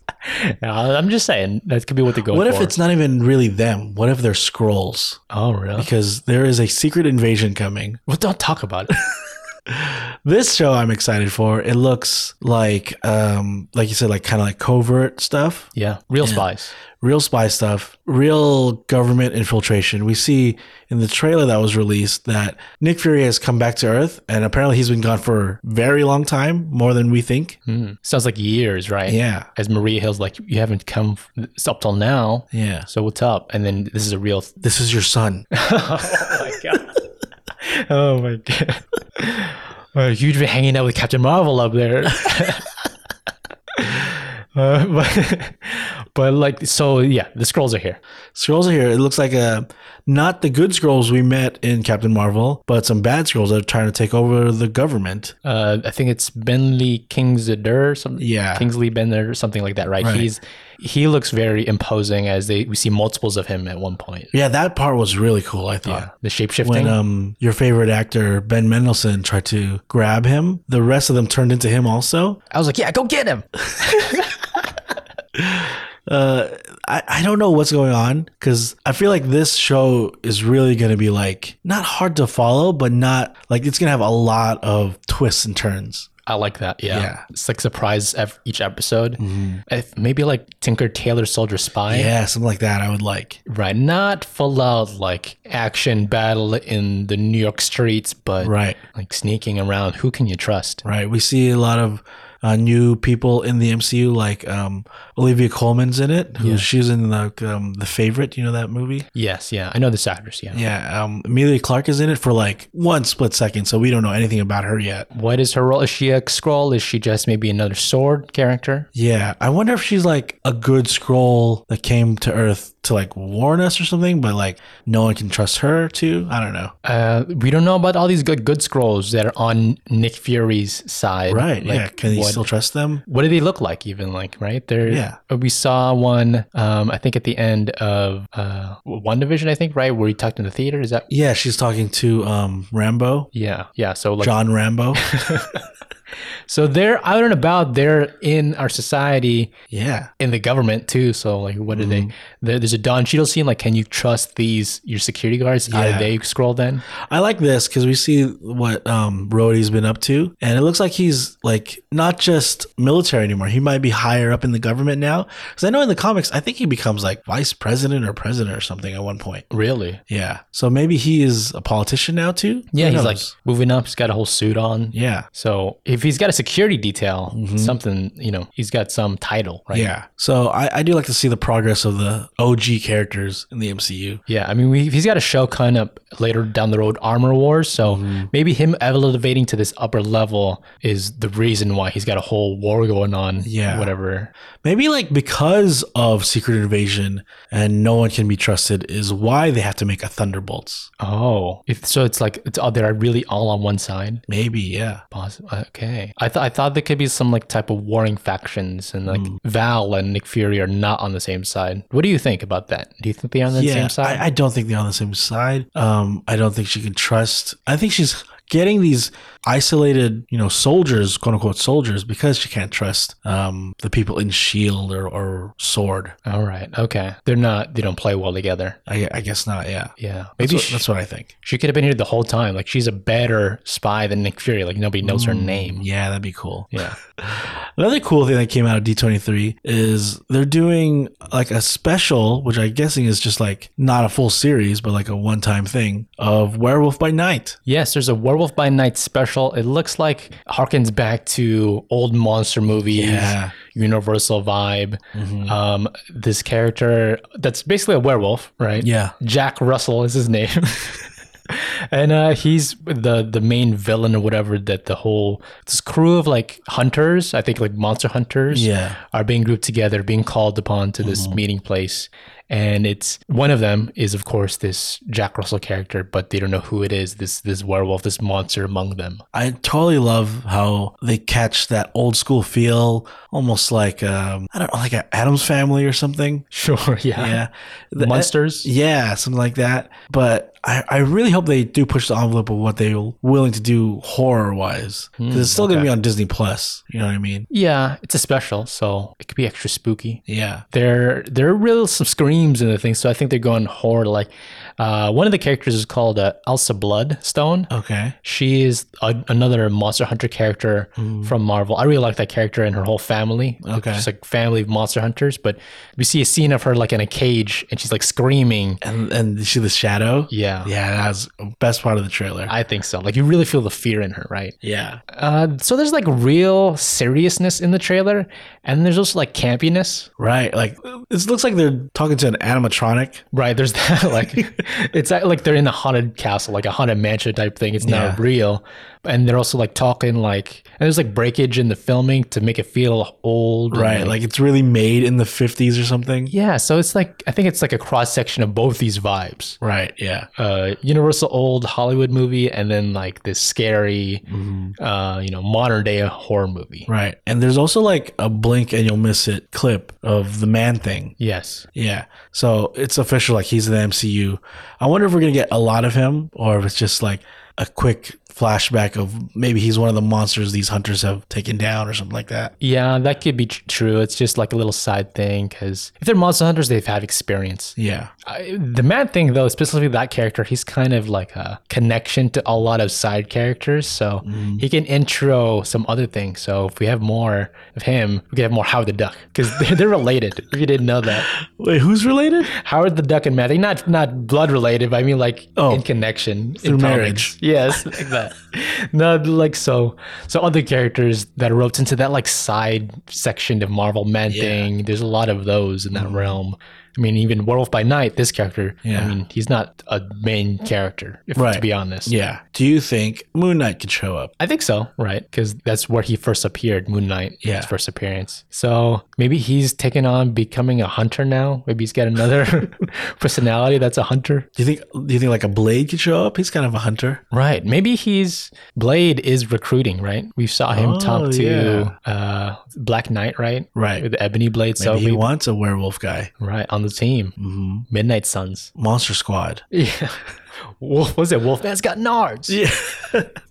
[SPEAKER 2] I'm just saying that could be what they go
[SPEAKER 1] What
[SPEAKER 2] for.
[SPEAKER 1] if it's not even really them? What if they're scrolls?
[SPEAKER 2] oh really?
[SPEAKER 1] Because there is a secret invasion coming.
[SPEAKER 2] Well, don't talk about it.
[SPEAKER 1] This show I'm excited for. It looks like, um, like you said, like kind of like covert stuff.
[SPEAKER 2] yeah, real spies.
[SPEAKER 1] real spy stuff, real government infiltration. We see in the trailer that was released that Nick Fury has come back to Earth, and apparently he's been gone for a very long time, more than we think.
[SPEAKER 2] Hmm. Sounds like years, right?
[SPEAKER 1] Yeah,
[SPEAKER 2] As Maria Hill's like, you haven't come f- it's up till now.
[SPEAKER 1] yeah.
[SPEAKER 2] So what's up? And then this is a real. Th-
[SPEAKER 1] This is your son.
[SPEAKER 2] oh my god. oh my god. Uh, you'd be hanging out with Captain Marvel up there. Uh, but, but like so yeah the scrolls are here
[SPEAKER 1] Scrolls are here. It looks like a not the good scrolls we met in Captain Marvel, but some bad scrolls that are trying to take over the government.
[SPEAKER 2] uh, i think it's benley kingsleder something
[SPEAKER 1] Yeah.
[SPEAKER 2] kingsley benley or something like that right?
[SPEAKER 1] Right.
[SPEAKER 2] he's he looks very imposing as they we see multiples of him at one point
[SPEAKER 1] Yeah, that part was really cool. I thought.
[SPEAKER 2] the shapeshifting
[SPEAKER 1] When um your favorite actor Ben Mendelsohn tried to grab him, the rest of them turned into him also.
[SPEAKER 2] i was like yeah go get him
[SPEAKER 1] uh, I, I don't know what's going on because I feel like this show is really going to be like not hard to follow, but not like it's going to have a lot of twists and turns.
[SPEAKER 2] I like that. Yeah.
[SPEAKER 1] Yeah.
[SPEAKER 2] It's like surprise ev- each episode.
[SPEAKER 1] Mhm.
[SPEAKER 2] If maybe like Tinker Tailor Soldier Spy.
[SPEAKER 1] Yeah, something like that. I would like.
[SPEAKER 2] Right. Not full out like action battle in the New York streets, but
[SPEAKER 1] Right,
[SPEAKER 2] like sneaking around. Who can you trust?
[SPEAKER 1] right. We see a lot of uh, new people in the MCU, like um, Olivia Coleman's in it. Who
[SPEAKER 2] Yeah.
[SPEAKER 1] she's in the um, the favorite. You know that movie.
[SPEAKER 2] Yes. Yeah. I know this actress. Yeah.
[SPEAKER 1] Yeah, um, Amelia Clark is in it for like one split second, so we don't know anything about her yet.
[SPEAKER 2] What is her role? Is she a scroll? Is she just maybe another sword character?
[SPEAKER 1] Yeah, I wonder if she's like a good scroll that came to Earth to like warn us or something, but like no one can trust her too. I don't know.
[SPEAKER 2] Uh, we don't know about all these good good scrolls that are on Nick Fury's side.
[SPEAKER 1] Right?
[SPEAKER 2] Like,
[SPEAKER 1] yeah. Can you
[SPEAKER 2] what,
[SPEAKER 1] still trust them?
[SPEAKER 2] what do they look like? Even like right there.
[SPEAKER 1] Yeah.
[SPEAKER 2] We saw one. Um, I think at the end of uh, One Division. I think right where he talked in the theater. Is that?
[SPEAKER 1] Yeah, she's talking to um Rambo,
[SPEAKER 2] Yeah. Yeah. So like.
[SPEAKER 1] John Rambo.
[SPEAKER 2] So they're out and about. They're in our society,
[SPEAKER 1] yeah.
[SPEAKER 2] in the government too. So like, what do they?
[SPEAKER 1] Mm-hmm.
[SPEAKER 2] There, there's a Don Cheadle scene. Like, can you trust these your security guards?
[SPEAKER 1] Yeah.
[SPEAKER 2] Are they scroll then?
[SPEAKER 1] I like this because we see what um, Rhodey's been up to, and it looks like he's like not just military anymore. He might be higher up in the government now. Because I know in the comics, I think he becomes like vice president or president or something at one point.
[SPEAKER 2] Really?
[SPEAKER 1] Yeah, so maybe he is a politician now too.
[SPEAKER 2] Yeah.
[SPEAKER 1] Who
[SPEAKER 2] He's
[SPEAKER 1] knows?
[SPEAKER 2] like moving up. He's got a whole suit on.
[SPEAKER 1] yeah,
[SPEAKER 2] So if he's got a security detail, something you know, he's got some title, right?
[SPEAKER 1] Mm-hmm. yeah. So I, I do like to see the progress of the OG characters in the MCU.
[SPEAKER 2] Yeah, I mean, we, he's got a show coming up later down the road, Armor Wars. So
[SPEAKER 1] Mm-hmm.
[SPEAKER 2] maybe him elevating to this upper level is the reason why he's got a whole war going on.
[SPEAKER 1] Yeah.
[SPEAKER 2] whatever.
[SPEAKER 1] Maybe like because of Secret Invasion and no one can be trusted is why they have to make a Thunderbolts.
[SPEAKER 2] Oh, if, so it's like it's all they're really all on one side.
[SPEAKER 1] Maybe yeah.
[SPEAKER 2] Possible. Okay, I thought I thought there could be some like type of warring factions, and
[SPEAKER 1] Hmm.
[SPEAKER 2] like Val and Nick Fury are not on the same side. What do you think about that? Do you think they're on the same side?
[SPEAKER 1] I, I don't think they're on the same side. Um, I don't think she can trust. I think she's getting these isolated, you know, soldiers, quote unquote soldiers, because she can't trust um, the people in Shield or, or Sword.
[SPEAKER 2] All right. Okay. They're not. They don't play well together.
[SPEAKER 1] I, I guess not. Yeah,
[SPEAKER 2] Yeah.
[SPEAKER 1] that's
[SPEAKER 2] Maybe
[SPEAKER 1] what,
[SPEAKER 2] she,
[SPEAKER 1] that's what I think.
[SPEAKER 2] she could have been here the whole time. Like she's a better spy than Nick Fury. Like nobody knows
[SPEAKER 1] Hmm.
[SPEAKER 2] her name.
[SPEAKER 1] Mm, Yeah, that'd be cool.
[SPEAKER 2] Yeah.
[SPEAKER 1] Another cool thing that came out of D23 is they're doing like a special, which I'm guessing is just like not a full series, but like a one time thing of Werewolf by Night.
[SPEAKER 2] Yes. There's a Werewolf by Night special. It looks like harkens back to old monster movies.
[SPEAKER 1] Yeah.
[SPEAKER 2] Universal vibe.
[SPEAKER 1] Mm-hmm.
[SPEAKER 2] Um, this character that's basically a werewolf, right?
[SPEAKER 1] Yeah.
[SPEAKER 2] Jack Russell is his name. and uh, he's the the main villain or whatever that the whole this crew of like hunters, I think like monster hunters,
[SPEAKER 1] Yeah. Mm-hmm.
[SPEAKER 2] are being grouped together, being called upon to this meeting place. And it's one of them is of course this Jack Russell character, but they don't know who it is. This this werewolf, this monster among them.
[SPEAKER 1] I totally love how they catch that old school feel, almost like um, I don't know, like an Adams Family or something.
[SPEAKER 2] Sure,
[SPEAKER 1] Yeah, Uh-huh. The- uh,
[SPEAKER 2] Monsters.
[SPEAKER 1] yeah, something like that. But I, I really hope they do push the envelope of what they're willing to do horror wise, because
[SPEAKER 2] Hmm,
[SPEAKER 1] it's still gonna be on Disney Plus. You know what I mean?
[SPEAKER 2] yeah, it's a special, so it could be extra spooky.
[SPEAKER 1] Yeah.
[SPEAKER 2] there there are real some screams in the thing so i think they're going horror like uh, one of the characters is called uh, elsa bloodstone
[SPEAKER 1] Okay.
[SPEAKER 2] she is a, another monster hunter character from marvel i really like that character and her whole family
[SPEAKER 1] Okay.
[SPEAKER 2] just like family of monster hunters but we see a scene of her like in a cage and she's like screaming
[SPEAKER 1] And and you see the shadow.
[SPEAKER 2] yeah,
[SPEAKER 1] Yeah, that was the best part of the trailer.
[SPEAKER 2] i think so like you really feel the fear in her right
[SPEAKER 1] yeah.
[SPEAKER 2] uh, so there's like real seriousness in the trailer and there's also like campiness
[SPEAKER 1] Right. Like it looks like they're talking to an animatronic.
[SPEAKER 2] Right, there's that like it's a- like they're in a haunted castle, like a haunted mansion type thing. It's
[SPEAKER 1] Yeah.
[SPEAKER 2] not real. And they're also like talking like and there's like breakage in the filming to make it feel old. and,
[SPEAKER 1] Right. Like it's really made in the fifties or something.
[SPEAKER 2] Mm-hmm. Yeah, so it's like I think it's like a cross section of both these vibes.
[SPEAKER 1] Right. Yeah.
[SPEAKER 2] Uh universal old Hollywood movie and then like this scary
[SPEAKER 1] Mm-hmm.
[SPEAKER 2] uh you know modern day horror movie.
[SPEAKER 1] Right. And there's also like a blink and you'll miss it clip of the man thing.
[SPEAKER 2] Yes.
[SPEAKER 1] Yeah. So it's official. Like he's in the MCU. I wonder if we're going to get a lot of him or if it's just like a quick flashback of maybe he's one of the monsters these hunters have taken down or something like that.
[SPEAKER 2] Yeah, that could be tr- true. It's just like a little side thing because if they're monster hunters, they've had experience.
[SPEAKER 1] Yeah.
[SPEAKER 2] I, the mad thing though, specifically that character, he's kind of like a connection to a lot of side characters, so he can intro some other things. So if we have more of him, we can have more Howard the Duck because they're, they're related. If you didn't know that,
[SPEAKER 1] Wait, who's related?
[SPEAKER 2] Howard the Duck and Mad Thing, not not blood related, but I mean like
[SPEAKER 1] Oh.
[SPEAKER 2] in connection
[SPEAKER 1] Through
[SPEAKER 2] in
[SPEAKER 1] marriage.
[SPEAKER 2] comics. Yes, like that. no, like so. So other characters that roped into that like side section of Marvel Man
[SPEAKER 1] Yeah. Mm-hmm.
[SPEAKER 2] Thing. There's a lot of those in that realm. I mean, even Werewolf by Night. This character.
[SPEAKER 1] Yeah.
[SPEAKER 2] I mean, he's not a main character. If,
[SPEAKER 1] Right.
[SPEAKER 2] To be honest.
[SPEAKER 1] Yeah. Do you think Moon Knight could show up?
[SPEAKER 2] I think so, right? Because that's where he first appeared, Moon Knight,
[SPEAKER 1] Yeah.
[SPEAKER 2] his first appearance. So maybe he's taken on becoming a hunter now. Maybe he's got another personality that's a hunter.
[SPEAKER 1] Do you think do you think like a blade could show up? He's kind of a hunter.
[SPEAKER 2] Right. Maybe he's Blade is recruiting, right? We saw him
[SPEAKER 1] Oh,
[SPEAKER 2] talk to
[SPEAKER 1] yeah.
[SPEAKER 2] uh, Black Knight, right?
[SPEAKER 1] Right.
[SPEAKER 2] With the Ebony Blade.
[SPEAKER 1] Maybe
[SPEAKER 2] so
[SPEAKER 1] he
[SPEAKER 2] we,
[SPEAKER 1] wants a werewolf guy.
[SPEAKER 2] right on the team,
[SPEAKER 1] Mm-hmm.
[SPEAKER 2] Midnight Suns.
[SPEAKER 1] Monster Squad.
[SPEAKER 2] Yeah. Wolf was it? Wolfman's got nards.
[SPEAKER 1] Yeah.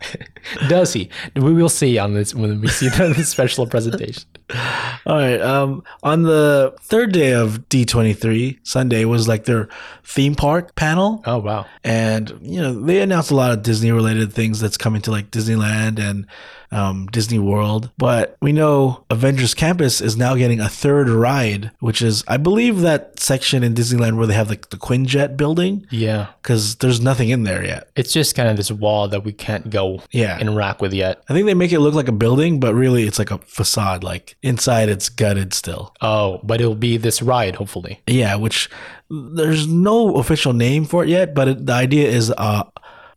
[SPEAKER 2] Does he? We will see on this when we see the special presentation.
[SPEAKER 1] All right. Um, on the third day of D23, Sunday was like their theme park panel.
[SPEAKER 2] Oh wow.
[SPEAKER 1] And, you know, they announced a lot of Disney related things that's coming to like Disneyland and um, Disney World. But we know Avengers Campus is now getting a third ride, which is, I believe, that section in Disneyland where they have like the Quinjet building
[SPEAKER 2] Yeah.
[SPEAKER 1] because there's nothing in there yet.
[SPEAKER 2] It's just kind of this wall that we can't go
[SPEAKER 1] Yeah.
[SPEAKER 2] and rock with yet.
[SPEAKER 1] I think they make it look like a building, but really it's like a facade. Like inside, it's gutted still.
[SPEAKER 2] Oh, but it'll be this ride, hopefully.
[SPEAKER 1] Yeah, which there's no official name for it yet, but it, the idea is uh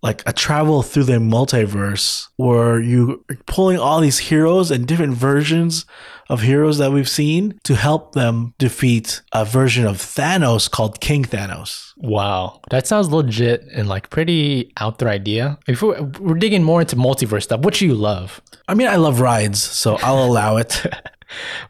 [SPEAKER 1] like a travel through the multiverse where you are pulling all these heroes and different versions of heroes that we've seen to help them defeat a version of Thanos called King Thanos.
[SPEAKER 2] Wow. That sounds legit and like pretty out there idea. If we're, we're digging more into multiverse stuff, which you love,
[SPEAKER 1] I mean, I love rides, so I'll allow it.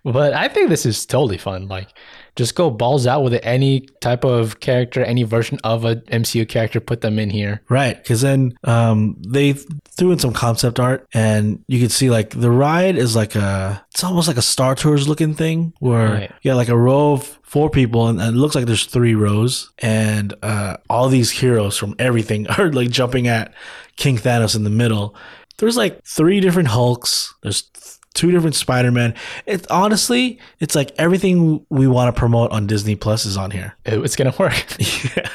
[SPEAKER 2] but I think this is totally fun. Like, just go balls out with any type of character, any version of a MCU character, put them in here.
[SPEAKER 1] Right, because then um, they threw in some concept art, and you could see like the ride is like a it's almost like a Star Tours looking thing where
[SPEAKER 2] Right.
[SPEAKER 1] you got like a row of four people, and, and it looks like there's three rows, and uh, all these heroes from everything are like jumping at King Thanos in the middle. There's like three different Hulks. There's th- two different Spider Men. It's honestly, it's like everything we want to promote on Disney Plus is on here.
[SPEAKER 2] It- It's gonna work.
[SPEAKER 1] yeah.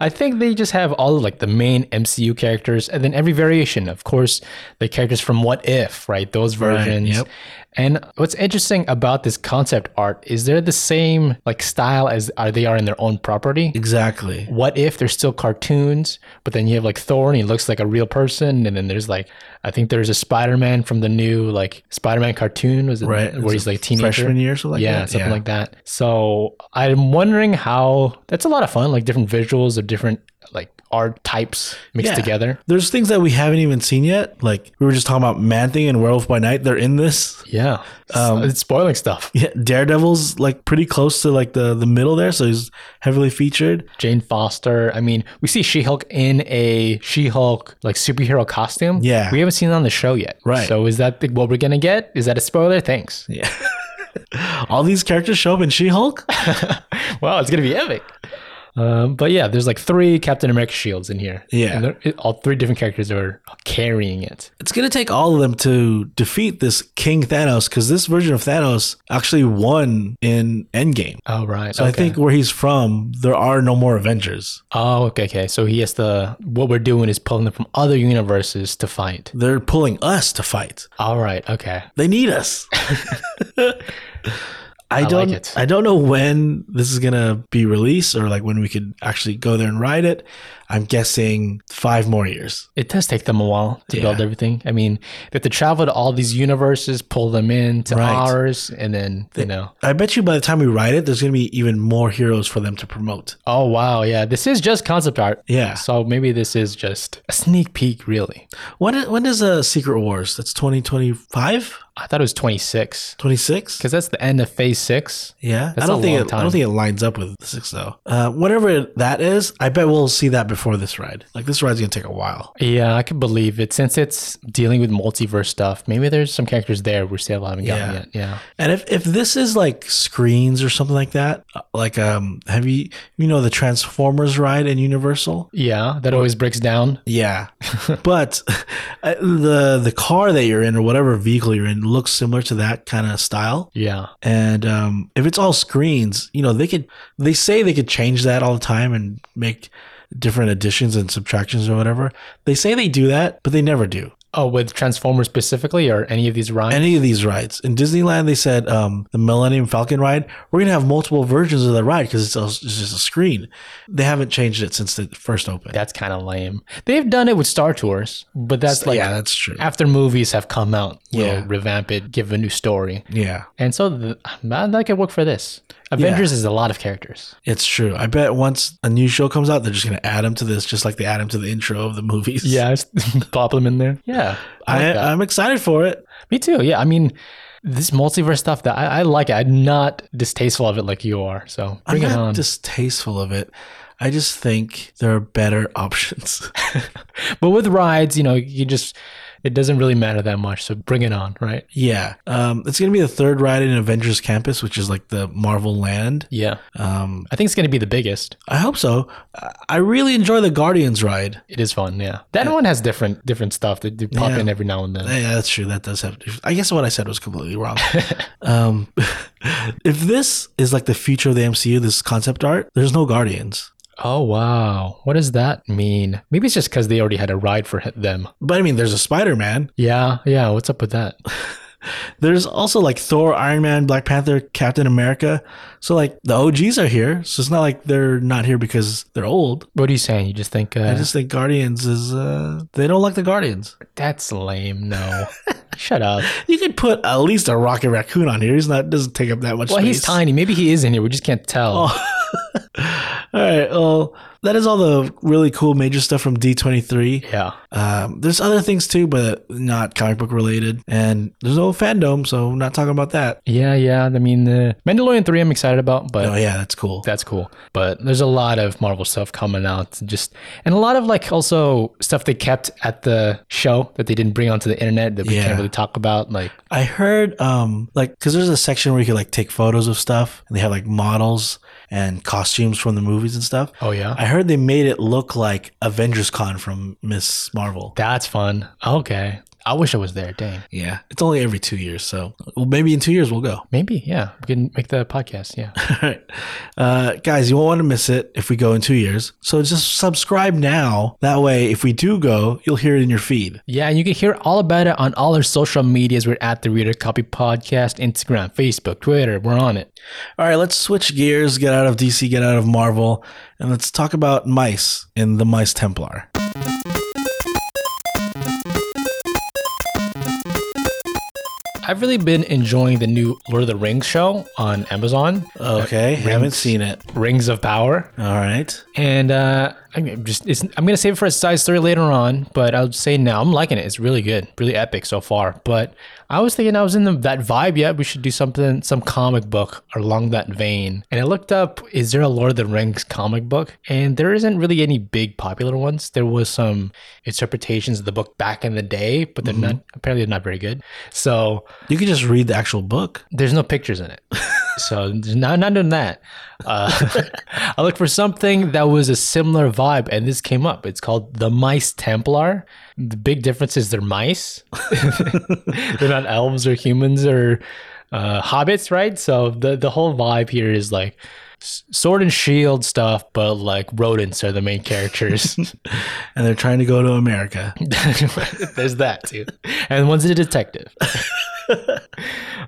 [SPEAKER 2] I think they just have all of like the main MCU characters and then every variation. Of course, the characters from What If, right? Those versions.
[SPEAKER 1] yep.
[SPEAKER 2] And what's interesting about this concept art is they're the same like style as are they are in their own property.
[SPEAKER 1] Exactly.
[SPEAKER 2] What if they're still cartoons, but then you have like Thor and he looks like a real person, and then there's like I think there's a Spider Man from the new like Spider Man cartoon was it
[SPEAKER 1] Right.
[SPEAKER 2] where he's like teenager
[SPEAKER 1] Freshman year, or something like
[SPEAKER 2] yeah,
[SPEAKER 1] that.
[SPEAKER 2] something like that. So I'm wondering how that's a lot of fun, like different visuals of different like art types mixed
[SPEAKER 1] Yeah.
[SPEAKER 2] together.
[SPEAKER 1] There's things that we haven't even seen yet. Like we were just talking about Man Thing and Werewolf by Night. They're in this.
[SPEAKER 2] Yeah,
[SPEAKER 1] Um,
[SPEAKER 2] So it's spoiling stuff.
[SPEAKER 1] Yeah, Daredevil's like pretty close to like the the middle there, so he's heavily featured.
[SPEAKER 2] Jane Foster. I mean, we see She-Hulk in a She-Hulk like superhero costume.
[SPEAKER 1] Yeah.
[SPEAKER 2] we haven't seen it on the show yet.
[SPEAKER 1] Right.
[SPEAKER 2] So is that the, what we're gonna get? Is that a spoiler? Thanks.
[SPEAKER 1] Yeah. All these characters show up in She-Hulk.
[SPEAKER 2] wow, it's gonna be epic. Um, but yeah, there's like three Captain America shields in here.
[SPEAKER 1] Yeah.
[SPEAKER 2] and they're- all three different characters are carrying it.
[SPEAKER 1] It's gonna take all of them to defeat this King Thanos because this version of Thanos actually won in Endgame.
[SPEAKER 2] Oh right.
[SPEAKER 1] So I think where he's from, there are no more Avengers.
[SPEAKER 2] Oh, okay, okay. So he has to. What we're doing is pulling them from other universes to fight.
[SPEAKER 1] They're pulling us to fight.
[SPEAKER 2] All right, okay.
[SPEAKER 1] They need us. I
[SPEAKER 2] like
[SPEAKER 1] don't.
[SPEAKER 2] it.
[SPEAKER 1] I don't know when this is gonna be released or like when we could actually go there and ride it. I'm guessing five more years.
[SPEAKER 2] It does take them a while to
[SPEAKER 1] Yeah.
[SPEAKER 2] build everything. I mean, they have to travel to all these universes, pull them in to
[SPEAKER 1] Right.
[SPEAKER 2] ours, and then you know.
[SPEAKER 1] I bet you by the time we ride it, there's gonna be even more heroes for them to promote.
[SPEAKER 2] Oh wow, yeah. This is just concept art.
[SPEAKER 1] Yeah.
[SPEAKER 2] So maybe this is just a sneak peek, really.
[SPEAKER 1] uh, When when is a Secret Wars? That's 2025.
[SPEAKER 2] I thought it was 26
[SPEAKER 1] Twenty six.
[SPEAKER 2] because that's the end of phase six.
[SPEAKER 1] Yeah, I
[SPEAKER 2] That's
[SPEAKER 1] don't
[SPEAKER 2] a
[SPEAKER 1] think
[SPEAKER 2] long
[SPEAKER 1] it, I don't
[SPEAKER 2] time.
[SPEAKER 1] think it lines up with six though. Uh, whatever that is, I bet we'll see that before this ride. Like this ride's gonna take a while.
[SPEAKER 2] Yeah, I can believe it since it's dealing with multiverse stuff. Maybe there's some characters there we still haven't gotten
[SPEAKER 1] Yeah.
[SPEAKER 2] yet. Yeah.
[SPEAKER 1] And if, if this is like screens or something like that, uh, like um, have you you know the Transformers ride in Universal?
[SPEAKER 2] Yeah, that always breaks down.
[SPEAKER 1] Yeah, but uh, the the car that you're in or whatever vehicle you're in looks similar to that kind of style.
[SPEAKER 2] Yeah.
[SPEAKER 1] And um, if it's all screens, you know they could they say they could change that all the time and make different additions and subtractions or whatever. They say they do that, but they never do.
[SPEAKER 2] Oh, with Transformers specifically or any of these rides?
[SPEAKER 1] Any of these rides in Disneyland, they said um, the Millennium Falcon ride, we're gonna have multiple versions of that ride because it's, also- it's just a screen. They haven't changed it since it first opened.
[SPEAKER 2] that's kind of lame. They've done it with Star Tours, but that's like
[SPEAKER 1] yeah, that's true.
[SPEAKER 2] after movies have come out, we'll
[SPEAKER 1] Yeah.
[SPEAKER 2] revamp it, give a new story.
[SPEAKER 1] Yeah.
[SPEAKER 2] And so th- that that could work for this. Avengers is a lot of characters.
[SPEAKER 1] It's true. I bet once a new show comes out, they're just going to add him to this, just like they add him to the intro of the movies.
[SPEAKER 2] pop them in there. Yeah. I
[SPEAKER 1] I,
[SPEAKER 2] like that.
[SPEAKER 1] I'm excited for it.
[SPEAKER 2] Me too. Yeah. I mean, this multiverse stuff that I, I like it. I'm not distasteful of it like you are. So bring
[SPEAKER 1] I'm
[SPEAKER 2] it
[SPEAKER 1] not
[SPEAKER 2] on.
[SPEAKER 1] distasteful of it. I just think there are better options.
[SPEAKER 2] but with rides, you know, you just, it doesn't really matter that much. So bring it on, right?
[SPEAKER 1] yeah. Um, it's going to be the third ride in Avengers Campus, which is like the Marvel land.
[SPEAKER 2] Yeah.
[SPEAKER 1] Um,
[SPEAKER 2] I think it's going to be the biggest.
[SPEAKER 1] I hope so. I- I really enjoy the Guardians ride.
[SPEAKER 2] It is fun, yeah. That one has different different stuff that they pop
[SPEAKER 1] Yeah.
[SPEAKER 2] in every now and then.
[SPEAKER 1] Yeah, that's true. That does have. I guess what I said was completely wrong. um, if this is like the future of the MCU, this concept art, there's no Guardians.
[SPEAKER 2] Oh wow, what does that mean? Maybe it's just because they already had a ride for h- them.
[SPEAKER 1] But I mean, there's a Spider Man.
[SPEAKER 2] Yeah, yeah. What's up with that?
[SPEAKER 1] There's also like Thor, Iron Man, Black Panther, Captain America. So like the OGs are here. So it's not like they're not here because they're old.
[SPEAKER 2] What are you saying? You just think uh,
[SPEAKER 1] I just think Guardians is uh they don't like the Guardians.
[SPEAKER 2] that's lame? No, shut up.
[SPEAKER 1] You could put at least a Rocket Raccoon on here. He's not doesn't take up that much
[SPEAKER 2] Well,
[SPEAKER 1] space.
[SPEAKER 2] he's tiny. Maybe he is in here. We just can't
[SPEAKER 1] Oh.
[SPEAKER 2] tell.
[SPEAKER 1] All right. Well, that is all the really cool major stuff from D23.
[SPEAKER 2] Yeah,
[SPEAKER 1] Um, there's other things too, but not comic book related. And there's no fandom, so not talking about that.
[SPEAKER 2] yeah, yeah. I mean, uh, Mandalorian three, I'm excited about, but
[SPEAKER 1] Oh yeah, that's cool.
[SPEAKER 2] that's cool. But there's a lot of Marvel stuff coming out, just and a lot of like also stuff they kept at the show that they didn't bring onto the internet that we
[SPEAKER 1] Yeah.
[SPEAKER 2] can't really talk about, like.
[SPEAKER 1] I heard um like because there's a section where you could like take photos of stuff, and they have like models and costumes from the movies and stuff.
[SPEAKER 2] Oh yeah,
[SPEAKER 1] I heard they made it look like Avengers Con from Miss Marvel.
[SPEAKER 2] that's fun. Okay, I wish I was there. Dang,
[SPEAKER 1] Yeah, it's only every two years, so well, maybe in two years we'll go.
[SPEAKER 2] maybe yeah, we can make the podcast. Yeah,
[SPEAKER 1] All right, uh, guys, you won't want to miss it if we go in two years. So just subscribe now. That way, if we do go, you'll hear it in your feed.
[SPEAKER 2] yeah, and you can hear all about it on all our social medias. We're at the Reader Copy Podcast, Instagram, Facebook, Twitter. We're on it.
[SPEAKER 1] All right, let's switch gears, get out of DC, get out of Marvel, and let's talk about mice in the Mice Templar.
[SPEAKER 2] I've really been enjoying the new Lord of the Rings show on Amazon,
[SPEAKER 1] Okay, haven't seen it.
[SPEAKER 2] Rings of Power,
[SPEAKER 1] All right.
[SPEAKER 2] and uh, I'm just it's, I'm gonna save it for a side story later on, but I'll say now I'm liking it. It's really good, really epic so far. But I was thinking I was in the, that vibe yet. We should do something, some comic book along that vein. And I looked up, is there a Lord of the Rings comic book? And there isn't really any big popular ones. There was some interpretations of the book back in the day, but they're not apparently they're not very good. So
[SPEAKER 1] You could just read the actual book.
[SPEAKER 2] there's no pictures in it. So there's not not doing that. Uh, I looked for something that was a similar vibe, and this came up. It's called the Mice Templar. The big difference is they're mice. they're not elves or humans or uh, hobbits, right? So the the whole vibe here is like s- sword and shield stuff, but like rodents are the main characters.
[SPEAKER 1] And they're trying to go to America.
[SPEAKER 2] There's that too. And one's a detective.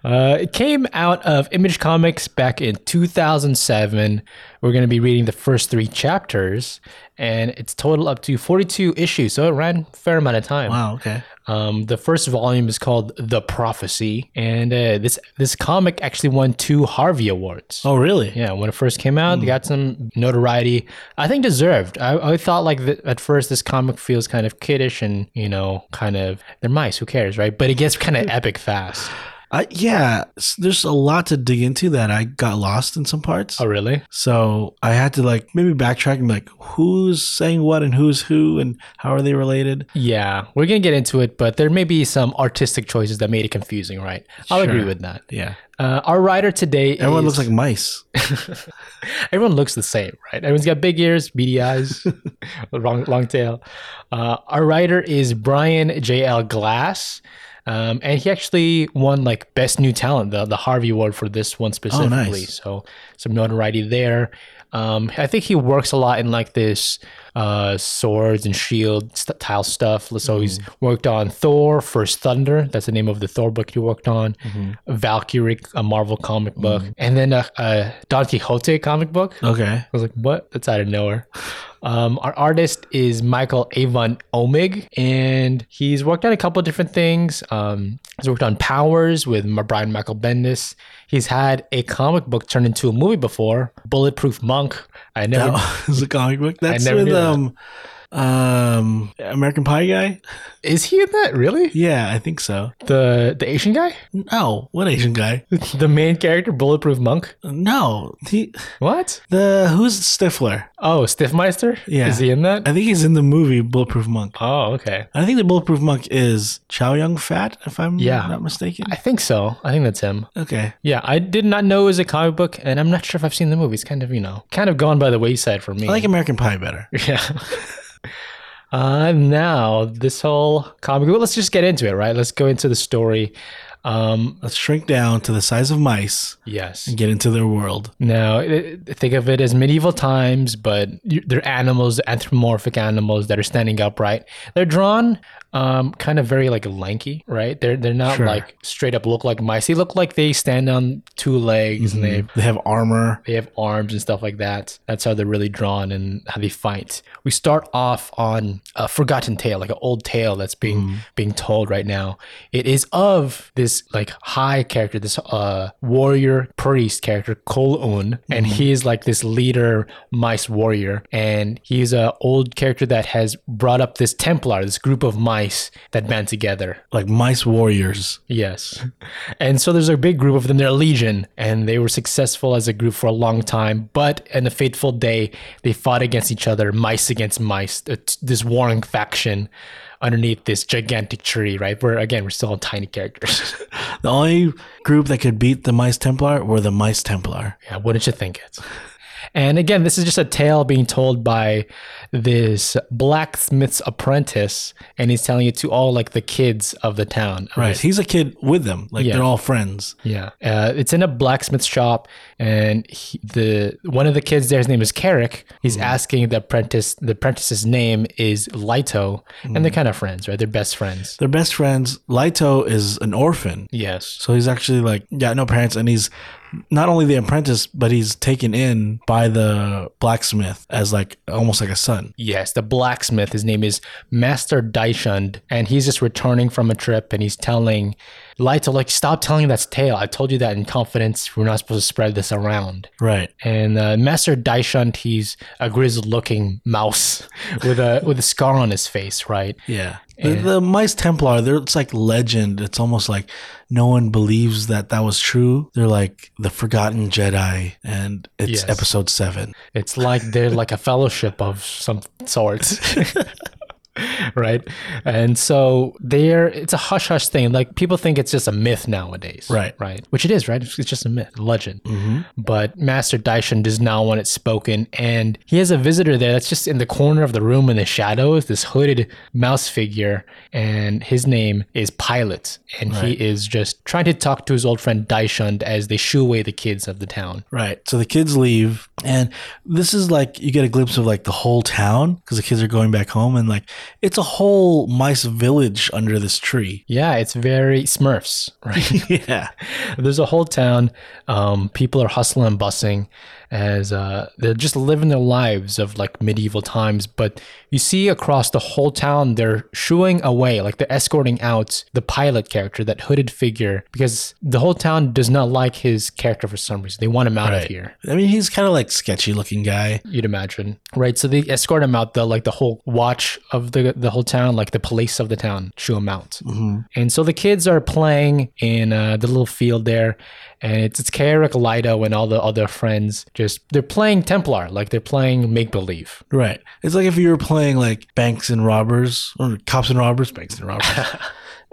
[SPEAKER 2] uh, it came out of Image Comics back in 2007 We're going to be reading the first three chapters, and it's total up to 42 issues. So it ran a fair amount of time.
[SPEAKER 1] Wow. Okay.
[SPEAKER 2] Um, the first volume is called The Prophecy, and uh, this this comic actually won two Harvey Awards.
[SPEAKER 1] Oh, really?
[SPEAKER 2] Yeah, when it first came out,
[SPEAKER 1] Hmm.
[SPEAKER 2] they got some notoriety. I think deserved. I, I thought like th- at first this comic feels kind of kiddish and you know kind of they're mice. Who cares, right? But it gets kind of epic fast.
[SPEAKER 1] I, yeah. s- There's a lot to dig into that I got lost in some parts.
[SPEAKER 2] Oh, really?
[SPEAKER 1] So I had to like maybe backtrack and be like who's saying what and who's who and how are they related?
[SPEAKER 2] Yeah, we're gonna get into it, but there may be some artistic choices that made it confusing, right? I'll agree
[SPEAKER 1] Sure.
[SPEAKER 2] with that.
[SPEAKER 1] Yeah.
[SPEAKER 2] Uh, our writer today,
[SPEAKER 1] Everyone
[SPEAKER 2] is-
[SPEAKER 1] looks like mice.
[SPEAKER 2] Everyone looks the same, right? Everyone's got big ears, beady eyes, long, long tail. Uh, our writer is Brian J.L. Glass. Um, and he actually won like best new talent, the, the Harvey Award for this one specifically. So some notoriety there. Um, I think he works a lot in like this uh, swords and shield st- tile stuff. So he's worked on Thor, First Thunder. That's the name of the Thor book he worked on. Valkyrie, a Marvel comic book, and then a, a Don Quixote comic book.
[SPEAKER 1] Okay.
[SPEAKER 2] I was like, what? That's out of nowhere. Um, our artist is Michael Avon Omig, and he's worked on a couple of different things. Um, he's worked on Powers with M- Brian Michael Bendis. He's had a comic book turned into a movie before, Bulletproof Monk. I never.
[SPEAKER 1] That was a comic book. That's
[SPEAKER 2] never
[SPEAKER 1] with
[SPEAKER 2] knew that.
[SPEAKER 1] um um American Pie guy?
[SPEAKER 2] Is he in that really?
[SPEAKER 1] Yeah, I think so.
[SPEAKER 2] The the Asian guy,
[SPEAKER 1] No, what Asian guy?
[SPEAKER 2] the main character, Bulletproof Monk.
[SPEAKER 1] No, he
[SPEAKER 2] What?
[SPEAKER 1] the who's Stifler?
[SPEAKER 2] Oh, Stiffmeister.
[SPEAKER 1] Yeah.
[SPEAKER 2] Is he in that?
[SPEAKER 1] I think he's in the movie Bulletproof Monk.
[SPEAKER 2] Oh, okay.
[SPEAKER 1] I think the Bulletproof Monk is Chow Yun Fat, if I'm
[SPEAKER 2] Yeah.
[SPEAKER 1] not mistaken.
[SPEAKER 2] I think so. I think that's him.
[SPEAKER 1] Okay,
[SPEAKER 2] Yeah, I did not know it was a comic book, and I'm not sure if I've seen the movie. It's kind of, you know, kind of gone by the wayside for me.
[SPEAKER 1] I like American Pie better.
[SPEAKER 2] Yeah. uh, now, this whole comic well, let's just get into it, right? Let's go into the story. Um,
[SPEAKER 1] Let's shrink down to the size of mice
[SPEAKER 2] yes.
[SPEAKER 1] and get into their world.
[SPEAKER 2] Now, i- i- think of it as medieval times, but you- they're animals, anthropomorphic animals that are standing upright. They're drawn um, kind of very like lanky, right? They're they're not
[SPEAKER 1] Sure.
[SPEAKER 2] like straight up look like mice. They look like they stand on two legs and they
[SPEAKER 1] They have armor.
[SPEAKER 2] They have arms and stuff like that. That's how they're really drawn and how they fight. We start off on a forgotten tale, like an old tale that's being being told right now. It is of this like high character, this uh warrior priest character, Kol-Un, and he is like this leader mice warrior, and he's a old character that has brought up this Templar, this group of mice that band together.
[SPEAKER 1] Like mice warriors.
[SPEAKER 2] Yes. And so there's a big group of them, they're a legion, and they were successful as a group for a long time. But in a fateful day, they fought against each other, mice against mice, uh, t- this warring faction underneath this gigantic tree, right? Where again, we're still on tiny characters.
[SPEAKER 1] The only group that could beat the mice Templar were the mice Templar.
[SPEAKER 2] yeah, wouldn't you think it? And again, this is just a tale being told by this blacksmith's apprentice, and he's telling it to all like the kids of the town. of
[SPEAKER 1] Right. He's a kid with them. Like
[SPEAKER 2] Yeah.
[SPEAKER 1] they're all friends.
[SPEAKER 2] Yeah, uh, it's in a blacksmith shop, and he, the one of the kids there, his name is Carrick. He's asking the apprentice. The apprentice's name is Lito, and they're kind of friends, right? They're best friends.
[SPEAKER 1] They're best friends. Lito is an orphan.
[SPEAKER 2] Yes.
[SPEAKER 1] So he's actually like got no parents and he's not only the apprentice, but he's taken in by the blacksmith as like almost like a son.
[SPEAKER 2] Yes, the blacksmith. His name is Master Daishund, and he's just returning from a trip, and he's telling Lito, like, stop telling that tale. I told you that in confidence. We're not supposed to spread this around.
[SPEAKER 1] Right.
[SPEAKER 2] and uh, Master Daishunt, he's a grizzled-looking mouse with a with a scar on his face, right?
[SPEAKER 1] Yeah. The, the Mice Templar, they're it's like legend. It's almost like no one believes that that was true. They're like the forgotten Jedi, and it's
[SPEAKER 2] Yes.
[SPEAKER 1] episode seven.
[SPEAKER 2] It's like they're like a fellowship of some sort. right and so there it's a hush-hush thing like people think it's just a myth nowadays
[SPEAKER 1] Right.
[SPEAKER 2] right which it is right it's, it's just a myth a legend but master daishin does not want it spoken and he has a visitor there that's just in the corner of the room in the shadows this hooded mouse figure and his name is pilot and he is just trying to talk to his old friend daishund as they shoo away the kids of the town
[SPEAKER 1] Right. So the kids leave, and this is like you get a glimpse of like the whole town because the kids are going back home, and like it's a whole mice village under this tree.
[SPEAKER 2] Yeah, it's very Smurfs, right?
[SPEAKER 1] yeah.
[SPEAKER 2] There's a whole town. Um, people are hustling and bussing as uh, they're just living their lives of like medieval times. But you see across the whole town, they're shooing away, like they're escorting out the pilot character, that hooded figure, because the whole town does not like his character for some reason. They want him out of here.
[SPEAKER 1] I mean, he's kind of like sketchy looking guy.
[SPEAKER 2] You'd imagine, right? So they escort him out. The like the whole watch of the the whole town, like the police of the town, shoo him out.
[SPEAKER 1] Mm-hmm.
[SPEAKER 2] And so the kids are playing in uh, the little field there, and it's it's Kairic, Lido, and all the other friends. Just they're playing Templar, like they're playing make believe.
[SPEAKER 1] Right. It's like if you were playing like banks and robbers or cops and robbers, banks and robbers,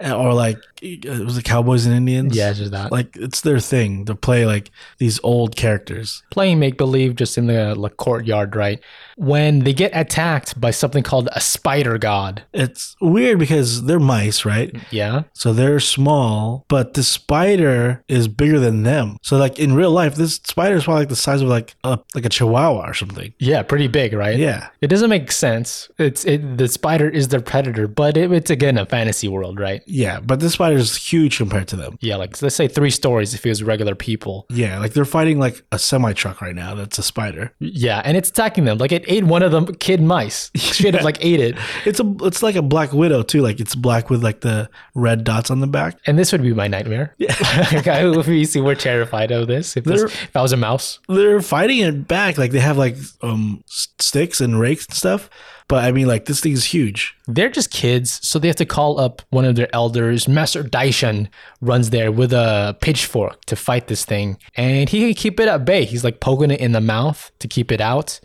[SPEAKER 1] or like it was the cowboys and Indians.
[SPEAKER 2] Yeah, just that.
[SPEAKER 1] Like it's their thing to play like these old characters.
[SPEAKER 2] playing make believe just in the like courtyard, right? When they get attacked by something called a spider god.
[SPEAKER 1] It's weird because they're mice, right?
[SPEAKER 2] Yeah.
[SPEAKER 1] So they're small, but the spider is bigger than them. So like in real life, this spider is probably like the size of like a like a chihuahua or something.
[SPEAKER 2] Yeah, pretty big, right?
[SPEAKER 1] Yeah.
[SPEAKER 2] It doesn't make sense. It's it, the spider is their predator, but it, it's again a fantasy world, right?
[SPEAKER 1] Yeah, but this spider is huge compared to them.
[SPEAKER 2] Yeah, like let's say three stories if it was regular people.
[SPEAKER 1] Yeah, like they're fighting like a semi truck right now. That's a spider.
[SPEAKER 2] Yeah, and it's attacking them. Like it ate one of them kid mice. Straight up, like ate it.
[SPEAKER 1] It's a it's like a black widow too. Like it's black with like the red dots on the back.
[SPEAKER 2] And this would be my nightmare. Yeah, I would be see, we're terrified of this. If, this,
[SPEAKER 1] There-
[SPEAKER 2] if I was a mouse,
[SPEAKER 1] They're fighting it back. Like they have like um s- sticks and rakes and stuff. But I mean, like this thing's huge.
[SPEAKER 2] they're just kids, so they have to call up one of their elders. Master Daishan runs there with a pitchfork to fight this thing, and he can keep it at bay. He's like poking it in the mouth to keep it out,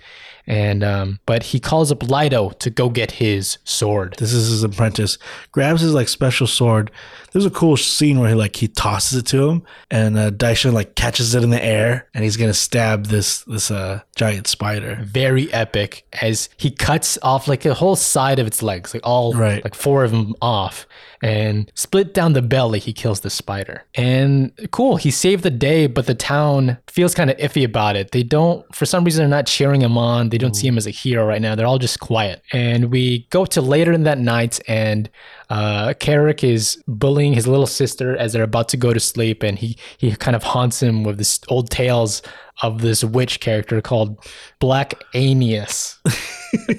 [SPEAKER 2] and um, but he calls up Lido to go get his sword.
[SPEAKER 1] This is his apprentice. Grabs his like special sword. There's a cool scene where he like he tosses it to him, and uh, Daishin like catches it in the air, and he's gonna stab this this uh giant spider.
[SPEAKER 2] very epic as he cuts off like a whole side of its legs, like all
[SPEAKER 1] Right.
[SPEAKER 2] like four of them off, and split down the belly. He kills the spider, and cool, he saved the day. But the town feels kind of iffy about it. They don't, for some reason, they're not cheering him on. They don't see him as a hero right now. They're all just quiet. And we go to later in that night, and uh, Carrick is bullying his little sister as they're about to go to sleep, and he he kind of haunts him with this old tales of this witch character called Black Aeneas.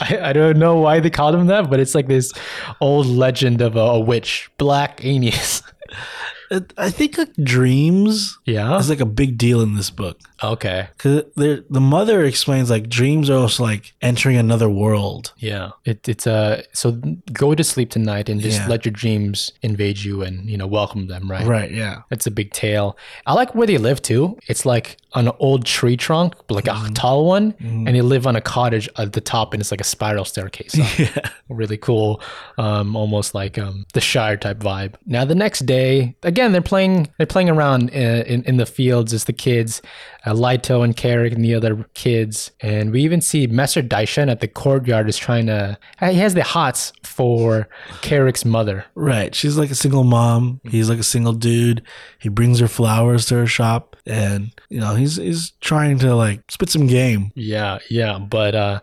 [SPEAKER 2] I, I don't know why they called him that, but it's like this old legend of a, a witch, Black Aeneas.
[SPEAKER 1] It, I think like dreams
[SPEAKER 2] Yeah.
[SPEAKER 1] is like a big deal in this book.
[SPEAKER 2] Okay.
[SPEAKER 1] Cause they're- the mother explains like dreams are also like entering another world.
[SPEAKER 2] Yeah. It, it's uh, so go to sleep tonight and just
[SPEAKER 1] Yeah.
[SPEAKER 2] let your dreams invade you and you know welcome them, right?
[SPEAKER 1] Right. Yeah.
[SPEAKER 2] That's a big tale. I like where they live too. It's like an old tree trunk, but like a tall one,
[SPEAKER 1] Mm-hmm.
[SPEAKER 2] and they live on a cottage at the top, and it's like a spiral staircase. up. Really cool, um, almost like um, the Shire type vibe. Now the next day, again they're playing they're playing around uh, in in, in the fields as the kids, uh, Lito and Carrick and the other kids, and we even see Master Daishan at the courtyard is trying to. He has the hots for Carrick's mother.
[SPEAKER 1] Right. She's like a single mom. He's like a single dude. He brings her flowers to her shop, and you know he's he's trying to like spit some game.
[SPEAKER 2] Yeah, yeah, but uh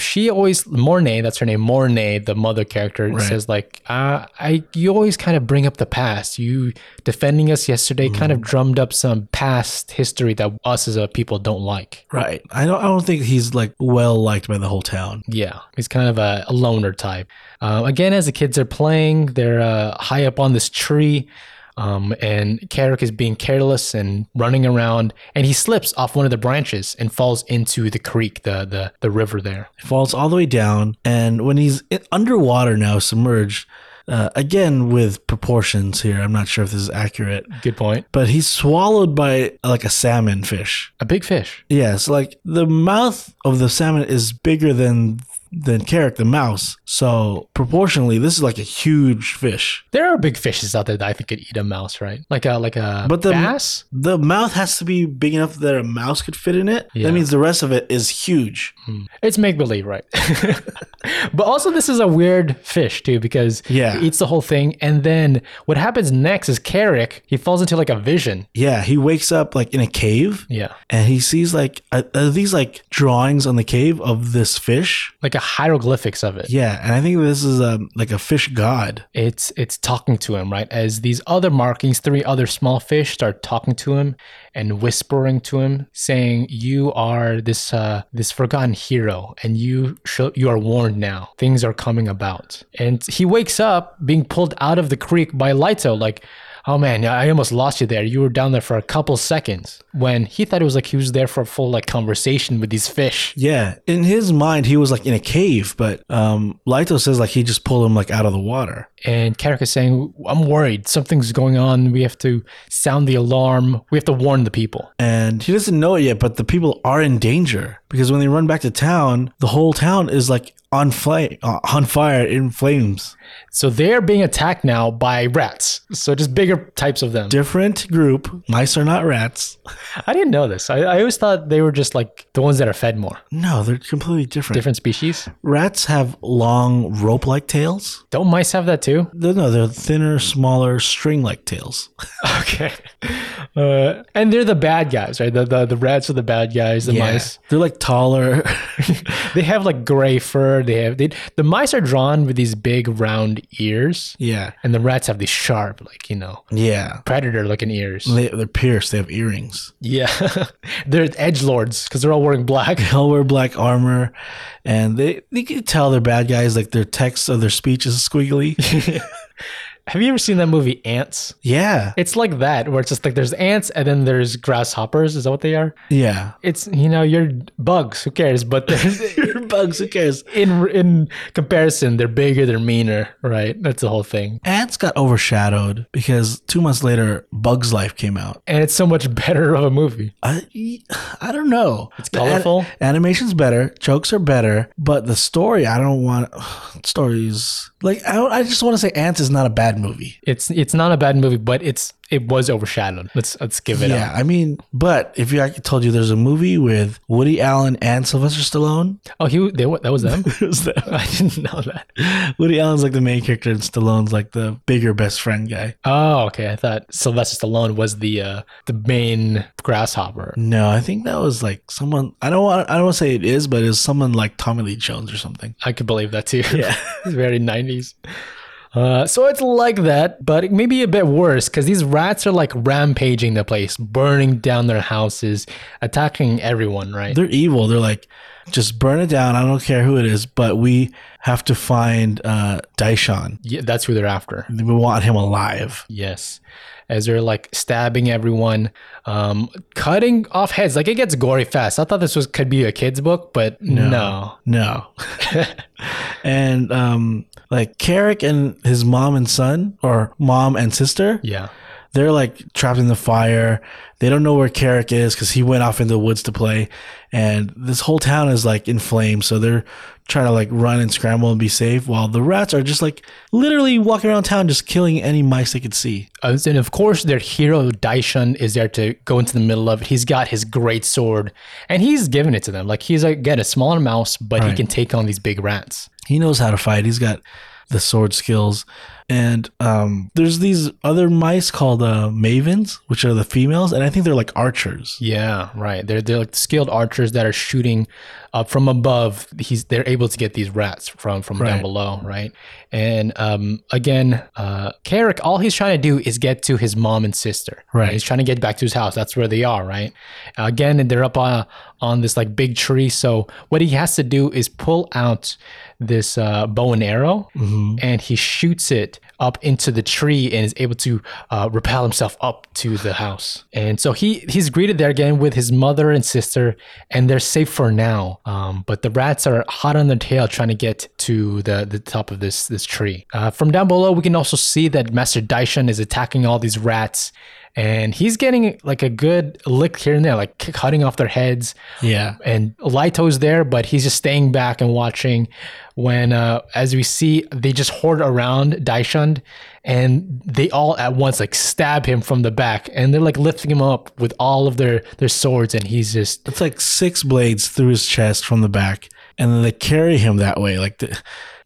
[SPEAKER 2] she always Mornay, that's her name, Mornay, the mother character
[SPEAKER 1] Right.
[SPEAKER 2] says like, uh, I you always kind of bring up the past. You defending us yesterday kind of drummed up some past history that us as a people don't like.
[SPEAKER 1] Right. I don't I don't think he's like well liked by the whole town.
[SPEAKER 2] Yeah, he's kind of a, a loner type. Uh, again, as the kids are playing, they're uh, high up on this tree, um, and Carrick is being careless and running around, and he slips off one of the branches and falls into the creek, the the, the river there.
[SPEAKER 1] He falls all the way down, and when he's i- underwater now, submerged. Uh, again, with proportions here, I'm not sure if this is accurate,
[SPEAKER 2] Good point.
[SPEAKER 1] but he's swallowed by like a salmon fish.
[SPEAKER 2] A big fish.
[SPEAKER 1] Yes, like the mouth of the salmon is bigger than than Carrick the mouse. So proportionally, this is like a huge fish.
[SPEAKER 2] There are big fishes out there that I think could eat a mouse, right? Like a like a
[SPEAKER 1] But the-
[SPEAKER 2] bass.
[SPEAKER 1] The mouth has to be big enough that a mouse could fit in it.
[SPEAKER 2] Yeah.
[SPEAKER 1] That means the rest of it is huge.
[SPEAKER 2] It's make believe, right? but also, this is a weird fish too because
[SPEAKER 1] Yeah.
[SPEAKER 2] he eats the whole thing, and then what happens next is Carrick he falls into like a vision.
[SPEAKER 1] Yeah, he wakes up like in a cave
[SPEAKER 2] Yeah,
[SPEAKER 1] and he sees like are, are these like drawings on the cave of this fish.
[SPEAKER 2] like a hieroglyphics of it.
[SPEAKER 1] Yeah, and I think this is um, like a fish god.
[SPEAKER 2] It's it's talking to him, right? As these other markings, three other small fish start talking to him and whispering to him, saying, "You are this uh, this forgotten hero, and you shall you are warned now. Things are coming about." And he wakes up being pulled out of the creek by Lito, like. Oh man, I almost lost you there. You were down there for a couple seconds when he thought it was like he was there for a full like conversation with these fish.
[SPEAKER 1] Yeah, in his mind, he was like in a cave, but um, Lito says like he just pulled him like out of the water.
[SPEAKER 2] And Carrick is saying, I'm worried. Something's going on. We have to sound the alarm. We have to warn the people.
[SPEAKER 1] and he doesn't know it yet, but the people are in danger because when they run back to town, the whole town is like on flame, uh, on fire, in flames.
[SPEAKER 2] So they're being attacked now by rats. So just bigger types of them.
[SPEAKER 1] Different group. Mice are not rats.
[SPEAKER 2] I didn't know this. I, I always thought they were just like the ones that are fed more.
[SPEAKER 1] No, they're completely different.
[SPEAKER 2] Different species.
[SPEAKER 1] Rats have long rope-like tails.
[SPEAKER 2] Don't mice have that too?
[SPEAKER 1] No, no, they're thinner, smaller, string-like tails.
[SPEAKER 2] Okay. Uh, and they're the bad guys, right? The, the, the rats are the bad guys, the mice.
[SPEAKER 1] They're like taller.
[SPEAKER 2] they have like gray fur. They have they, the mice are drawn with these big round ears,
[SPEAKER 1] yeah,
[SPEAKER 2] and the rats have these sharp, like you know,
[SPEAKER 1] yeah.
[SPEAKER 2] predator looking ears.
[SPEAKER 1] They, they're pierced. They have earrings.
[SPEAKER 2] Yeah, they're edge lords because they're all wearing black.
[SPEAKER 1] They all wear black armor, and they you can tell they're bad guys. Like their text of their speech is squiggly.
[SPEAKER 2] Have you ever seen that movie Ants?
[SPEAKER 1] yeah,
[SPEAKER 2] It's like that where it's just like there's ants and then there's grasshoppers. Is that what they are?
[SPEAKER 1] yeah.
[SPEAKER 2] It's you know you're bugs. Who cares? But there's-
[SPEAKER 1] bugs. Who cares?
[SPEAKER 2] in in comparison, they're bigger, they're meaner, right? That's the whole thing.
[SPEAKER 1] Ants got overshadowed because two months later, Bugs Life came out.
[SPEAKER 2] And it's so much better of a movie.
[SPEAKER 1] I, I don't know. It's
[SPEAKER 2] colorful.
[SPEAKER 1] animation's better. Jokes are better, but the story I don't want stories like I, don't, I just want to say Ants is not a bad movie.
[SPEAKER 2] It's it's not a bad movie, but it's it was overshadowed. Let's let's give it
[SPEAKER 1] Yeah, I mean, but if you I told you there's a movie with Woody Allen and Sylvester Stallone,
[SPEAKER 2] up. Oh, he they that was them.
[SPEAKER 1] it was the,
[SPEAKER 2] I didn't know that.
[SPEAKER 1] Woody Allen's like the main character and Stallone's like the bigger best friend guy.
[SPEAKER 2] Oh, okay. I thought Sylvester Stallone was the uh, the main grasshopper.
[SPEAKER 1] No, I think that was like someone. I don't want. I don't want to say it is, but it's someone like Tommy Lee Jones or something.
[SPEAKER 2] I could believe that too. Yeah, it's very nineties. Uh, so it's like that, but maybe a bit worse because these rats are like rampaging the place, burning down their houses, attacking everyone. Right?
[SPEAKER 1] They're evil. They're like, just burn it down. I don't care who it is, but we have to find uh, Daishan.
[SPEAKER 2] yeah, that's who they're after.
[SPEAKER 1] We want him alive.
[SPEAKER 2] Yes. As they're like stabbing everyone, um, cutting off heads. Like it gets gory fast. I thought this was could be a kid's book, but no.
[SPEAKER 1] No. and um, like Carrick and his mom and son, or mom and sister,
[SPEAKER 2] Yeah.
[SPEAKER 1] they're like trapped in the fire. They don't know where Carrick is because he went off into the woods to play, and this whole town is like in flames. So they're trying to like run and scramble and be safe, while the rats are just like literally walking around town, just killing any mice they could see.
[SPEAKER 2] Uh, and of course, their hero Daishun is there to go into the middle of it. He's got his great sword, and he's giving it to them. Like he's again a smaller mouse, but he
[SPEAKER 1] Right.
[SPEAKER 2] can take on these big rats.
[SPEAKER 1] He knows how to fight. He's got the sword skills, and um, there's these other mice called uh, mavens, which are the females, and I think they're like archers.
[SPEAKER 2] Yeah, right. They're they're like skilled archers that are shooting up from above. He's they're able to get these rats from from down
[SPEAKER 1] Right.
[SPEAKER 2] below, right? And um, again, uh, Carrick, all he's trying to do is get to his mom and sister.
[SPEAKER 1] Right.
[SPEAKER 2] He's trying to get back to his house. That's where they are, right? Again, they're up on on this like big tree. So what he has to do is pull out this uh, bow and arrow,
[SPEAKER 1] Mm-hmm.
[SPEAKER 2] and he shoots it up into the tree and is able to uh, repel himself up to the house. And so he he's greeted there again with his mother and sister, and they're safe for now. Um, but the rats are hot on their tail trying to get to the, the top of this this tree. Uh, from down below, we can also see that Master Daishan is attacking all these rats. And he's getting like a good lick here and there, like cutting off their heads,
[SPEAKER 1] Yeah.
[SPEAKER 2] and Lito's there, but he's just staying back and watching. When, uh, as we see, they just hoard around Daishund, and they all at once like stab him from the back, and they're like lifting him up with all of their their swords, and he's just
[SPEAKER 1] It's like six blades through his chest from the back, and then they carry him that way, like the,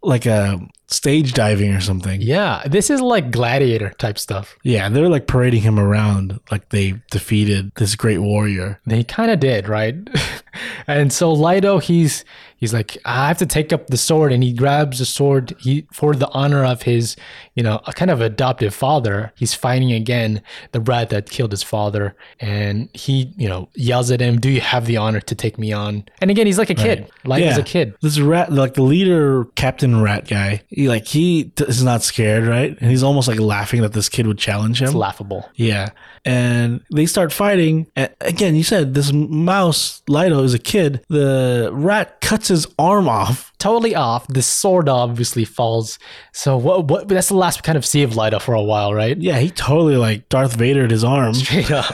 [SPEAKER 1] like a stage diving or something.
[SPEAKER 2] Yeah, this is like gladiator type stuff.
[SPEAKER 1] Yeah, they're like parading him around like they defeated this great warrior.
[SPEAKER 2] They kind of did, right? and so Lido, he's he's like, I have to take up the sword, and he grabs the sword. He for the honor of his, you know, a kind of adoptive father. He's fighting again the brat that killed his father, and he, you know, yells at him, "Do you have the honor to take me on?" And again, he's like a kid. Lido's
[SPEAKER 1] yeah.
[SPEAKER 2] a kid.
[SPEAKER 1] This rat, like the leader, Captain Rat guy, he like he t- is not scared, right? And he's almost like laughing that this kid would challenge him.
[SPEAKER 2] It's laughable.
[SPEAKER 1] Yeah. And they start fighting. And again, you said this mouse, Lido, is a kid. The rat cuts his arm off.
[SPEAKER 2] totally off. The sword obviously falls. So what? What? That's the last we kind of see of Lyda for a while, right?
[SPEAKER 1] Yeah, he totally like Darth Vadered his arm.
[SPEAKER 2] Straight up.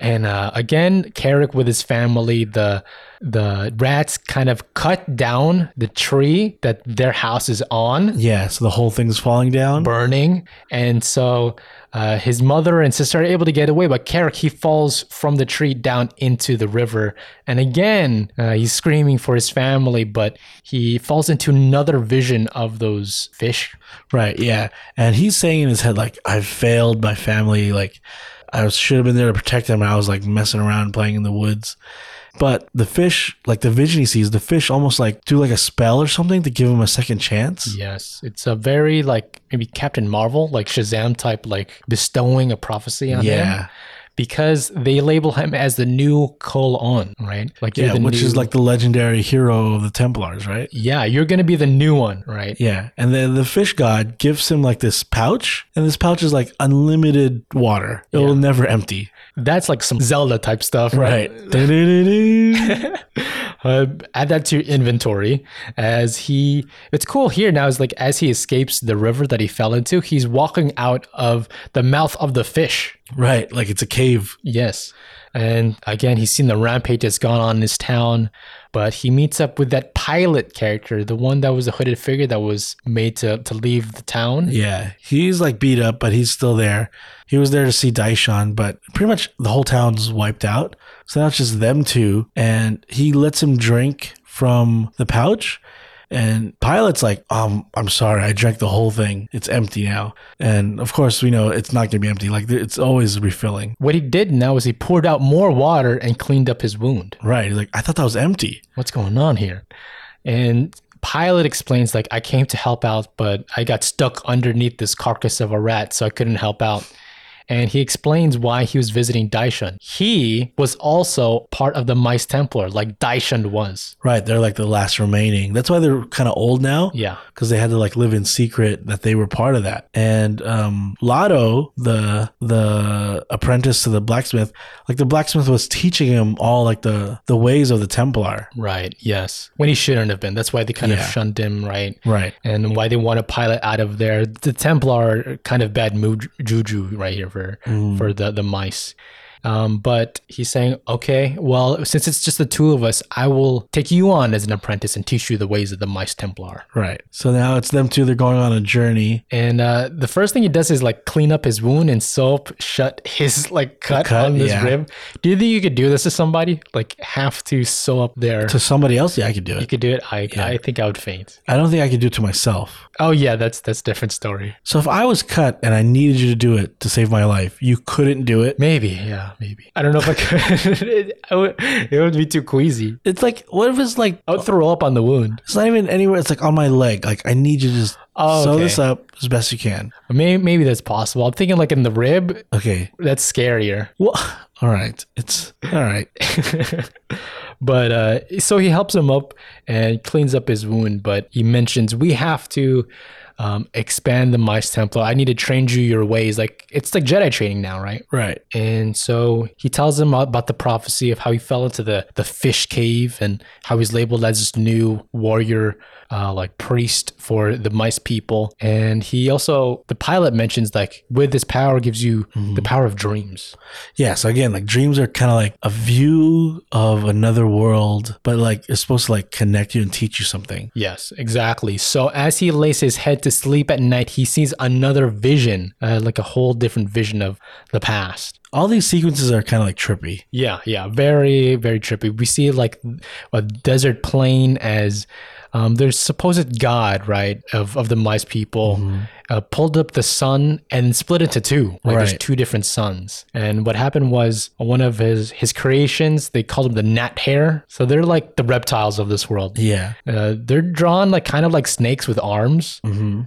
[SPEAKER 2] and uh, again, Carrick with his family, the the rats kind of cut down the tree that their house is on,
[SPEAKER 1] Yeah, so the whole thing's falling down.
[SPEAKER 2] burning. And so uh, his mother and sister are able to get away, but Carrick he falls from the tree down into the river. And again, uh, he's screaming for his family, but he falls into another vision of those fish
[SPEAKER 1] Right, yeah. And he's saying in his head, like, I failed my family. Like, I was- should have been there to protect them. And I was like messing around playing in the woods. But the fish, like the vision he sees, the fish almost like do like a spell or something to give him a second chance.
[SPEAKER 2] Yes, it's a very like maybe Captain Marvel, like Shazam type, like bestowing a prophecy on him
[SPEAKER 1] Yeah.
[SPEAKER 2] because they label him as the new Kol-On, right? Like you're
[SPEAKER 1] Yeah,
[SPEAKER 2] the
[SPEAKER 1] which
[SPEAKER 2] new-
[SPEAKER 1] is like the legendary hero of the Templars, right?
[SPEAKER 2] yeah, you're gonna be the new one, right?
[SPEAKER 1] Yeah. And then the fish god gives him like this pouch, and this pouch is like unlimited water. It will never empty.
[SPEAKER 2] That's like some Zelda type stuff,
[SPEAKER 1] Right. Du-du-du-du.
[SPEAKER 2] Uh, add that to your inventory as he it's cool here now is like as he escapes the river that he fell into he's walking out of the mouth of the fish
[SPEAKER 1] right. Like it's a cave.
[SPEAKER 2] Yes. And again, he's seen the rampage that's gone on in his town, but he meets up with that pilot character, the one that was a hooded figure that was made to, to leave the town.
[SPEAKER 1] Yeah. He's like beat up, but he's still there. He was there to see Daishan, but pretty much the whole town's wiped out. So now it's just them two. And he lets him drink from the pouch. And Pilot's like, um, I'm sorry, I drank the whole thing. It's empty now. And of course, we know it's not going to be empty. Like, it's always refilling.
[SPEAKER 2] What he did now is he poured out more water and cleaned up his wound.
[SPEAKER 1] Right. He's like, I thought that was empty.
[SPEAKER 2] What's going on here? And Pilot explains, like, I came to help out, but I got stuck underneath this carcass of a rat, so I couldn't help out. And he explains why he was visiting Daishun. He was also part of the Mice Templar, like Daishun was.
[SPEAKER 1] Right. They're like the last remaining. That's why they're kind of old now.
[SPEAKER 2] Yeah.
[SPEAKER 1] because they had to like live in secret that they were part of that. And um, Lotto, the the apprentice to the blacksmith, like the blacksmith was teaching him all like the the ways of the Templar.
[SPEAKER 2] Right. Yes. When he shouldn't have been. That's why they kind
[SPEAKER 1] Yeah.
[SPEAKER 2] of shunned him, right?
[SPEAKER 1] Right.
[SPEAKER 2] And why they want to pilot out of there. The Templar are kind of bad mood juju right here for
[SPEAKER 1] Mm.
[SPEAKER 2] for the the mice. Um, but he's saying, okay, well, since it's just the two of us, I will take you on as an apprentice and teach you the ways of the Mice Templar.
[SPEAKER 1] Right. So now it's them two. They're going on a journey.
[SPEAKER 2] And uh, the first thing he does is like clean up his wound and soap, shut his like cut,
[SPEAKER 1] cut,
[SPEAKER 2] on this
[SPEAKER 1] yeah.
[SPEAKER 2] rib. Do you think you could do this to somebody? Like have to sew up their?
[SPEAKER 1] To somebody else, yeah, I could do
[SPEAKER 2] you
[SPEAKER 1] it.
[SPEAKER 2] could do it. I I think I would faint.
[SPEAKER 1] I don't think I could do it to myself.
[SPEAKER 2] Oh yeah, that's that's different story.
[SPEAKER 1] So if I was cut and I needed you to do it to save my life, you couldn't do it.
[SPEAKER 2] Maybe, yeah, maybe. I don't know if I could. it, I would, it would be too queasy.
[SPEAKER 1] It's like what if it's like
[SPEAKER 2] I would throw up on the wound.
[SPEAKER 1] it's not even anywhere. It's like on my leg. Like I need you to just
[SPEAKER 2] Oh,
[SPEAKER 1] sew
[SPEAKER 2] okay.
[SPEAKER 1] this up as best you can.
[SPEAKER 2] Maybe, maybe that's possible. I'm thinking like in the rib.
[SPEAKER 1] Okay.
[SPEAKER 2] That's scarier.
[SPEAKER 1] Well, all right. It's all right.
[SPEAKER 2] But uh, so he helps him up and cleans up his wound. But he mentions we have to um, expand the Mice Templar. I need to train you your ways. Like it's like Jedi training now, right?
[SPEAKER 1] Right.
[SPEAKER 2] And so he tells him about the prophecy of how he fell into the, the fish cave and how he's labeled as this new warrior, uh, like priest for the mice people. And he also, the pilot mentions, like, with this power gives you the power of dreams.
[SPEAKER 1] Yeah. So again, like dreams are kind of like a view of another world, but like it's supposed to like connect you and teach you something.
[SPEAKER 2] Yes, exactly. So as he lays his head to sleep at night, he sees another vision, uh, like a whole different vision of the past.
[SPEAKER 1] All these sequences are kind of like trippy.
[SPEAKER 2] Yeah, yeah, very, very trippy. We see like a desert plain as um, their supposed god, right, of, of the mice people, uh, pulled up the sun and split into two. Like there's
[SPEAKER 1] Right.
[SPEAKER 2] two different suns. And what happened was uh, one of his his creations. They called him the gnat hair. So they're like the reptiles of this world.
[SPEAKER 1] Yeah.
[SPEAKER 2] Uh, they're drawn like kind of like snakes with arms,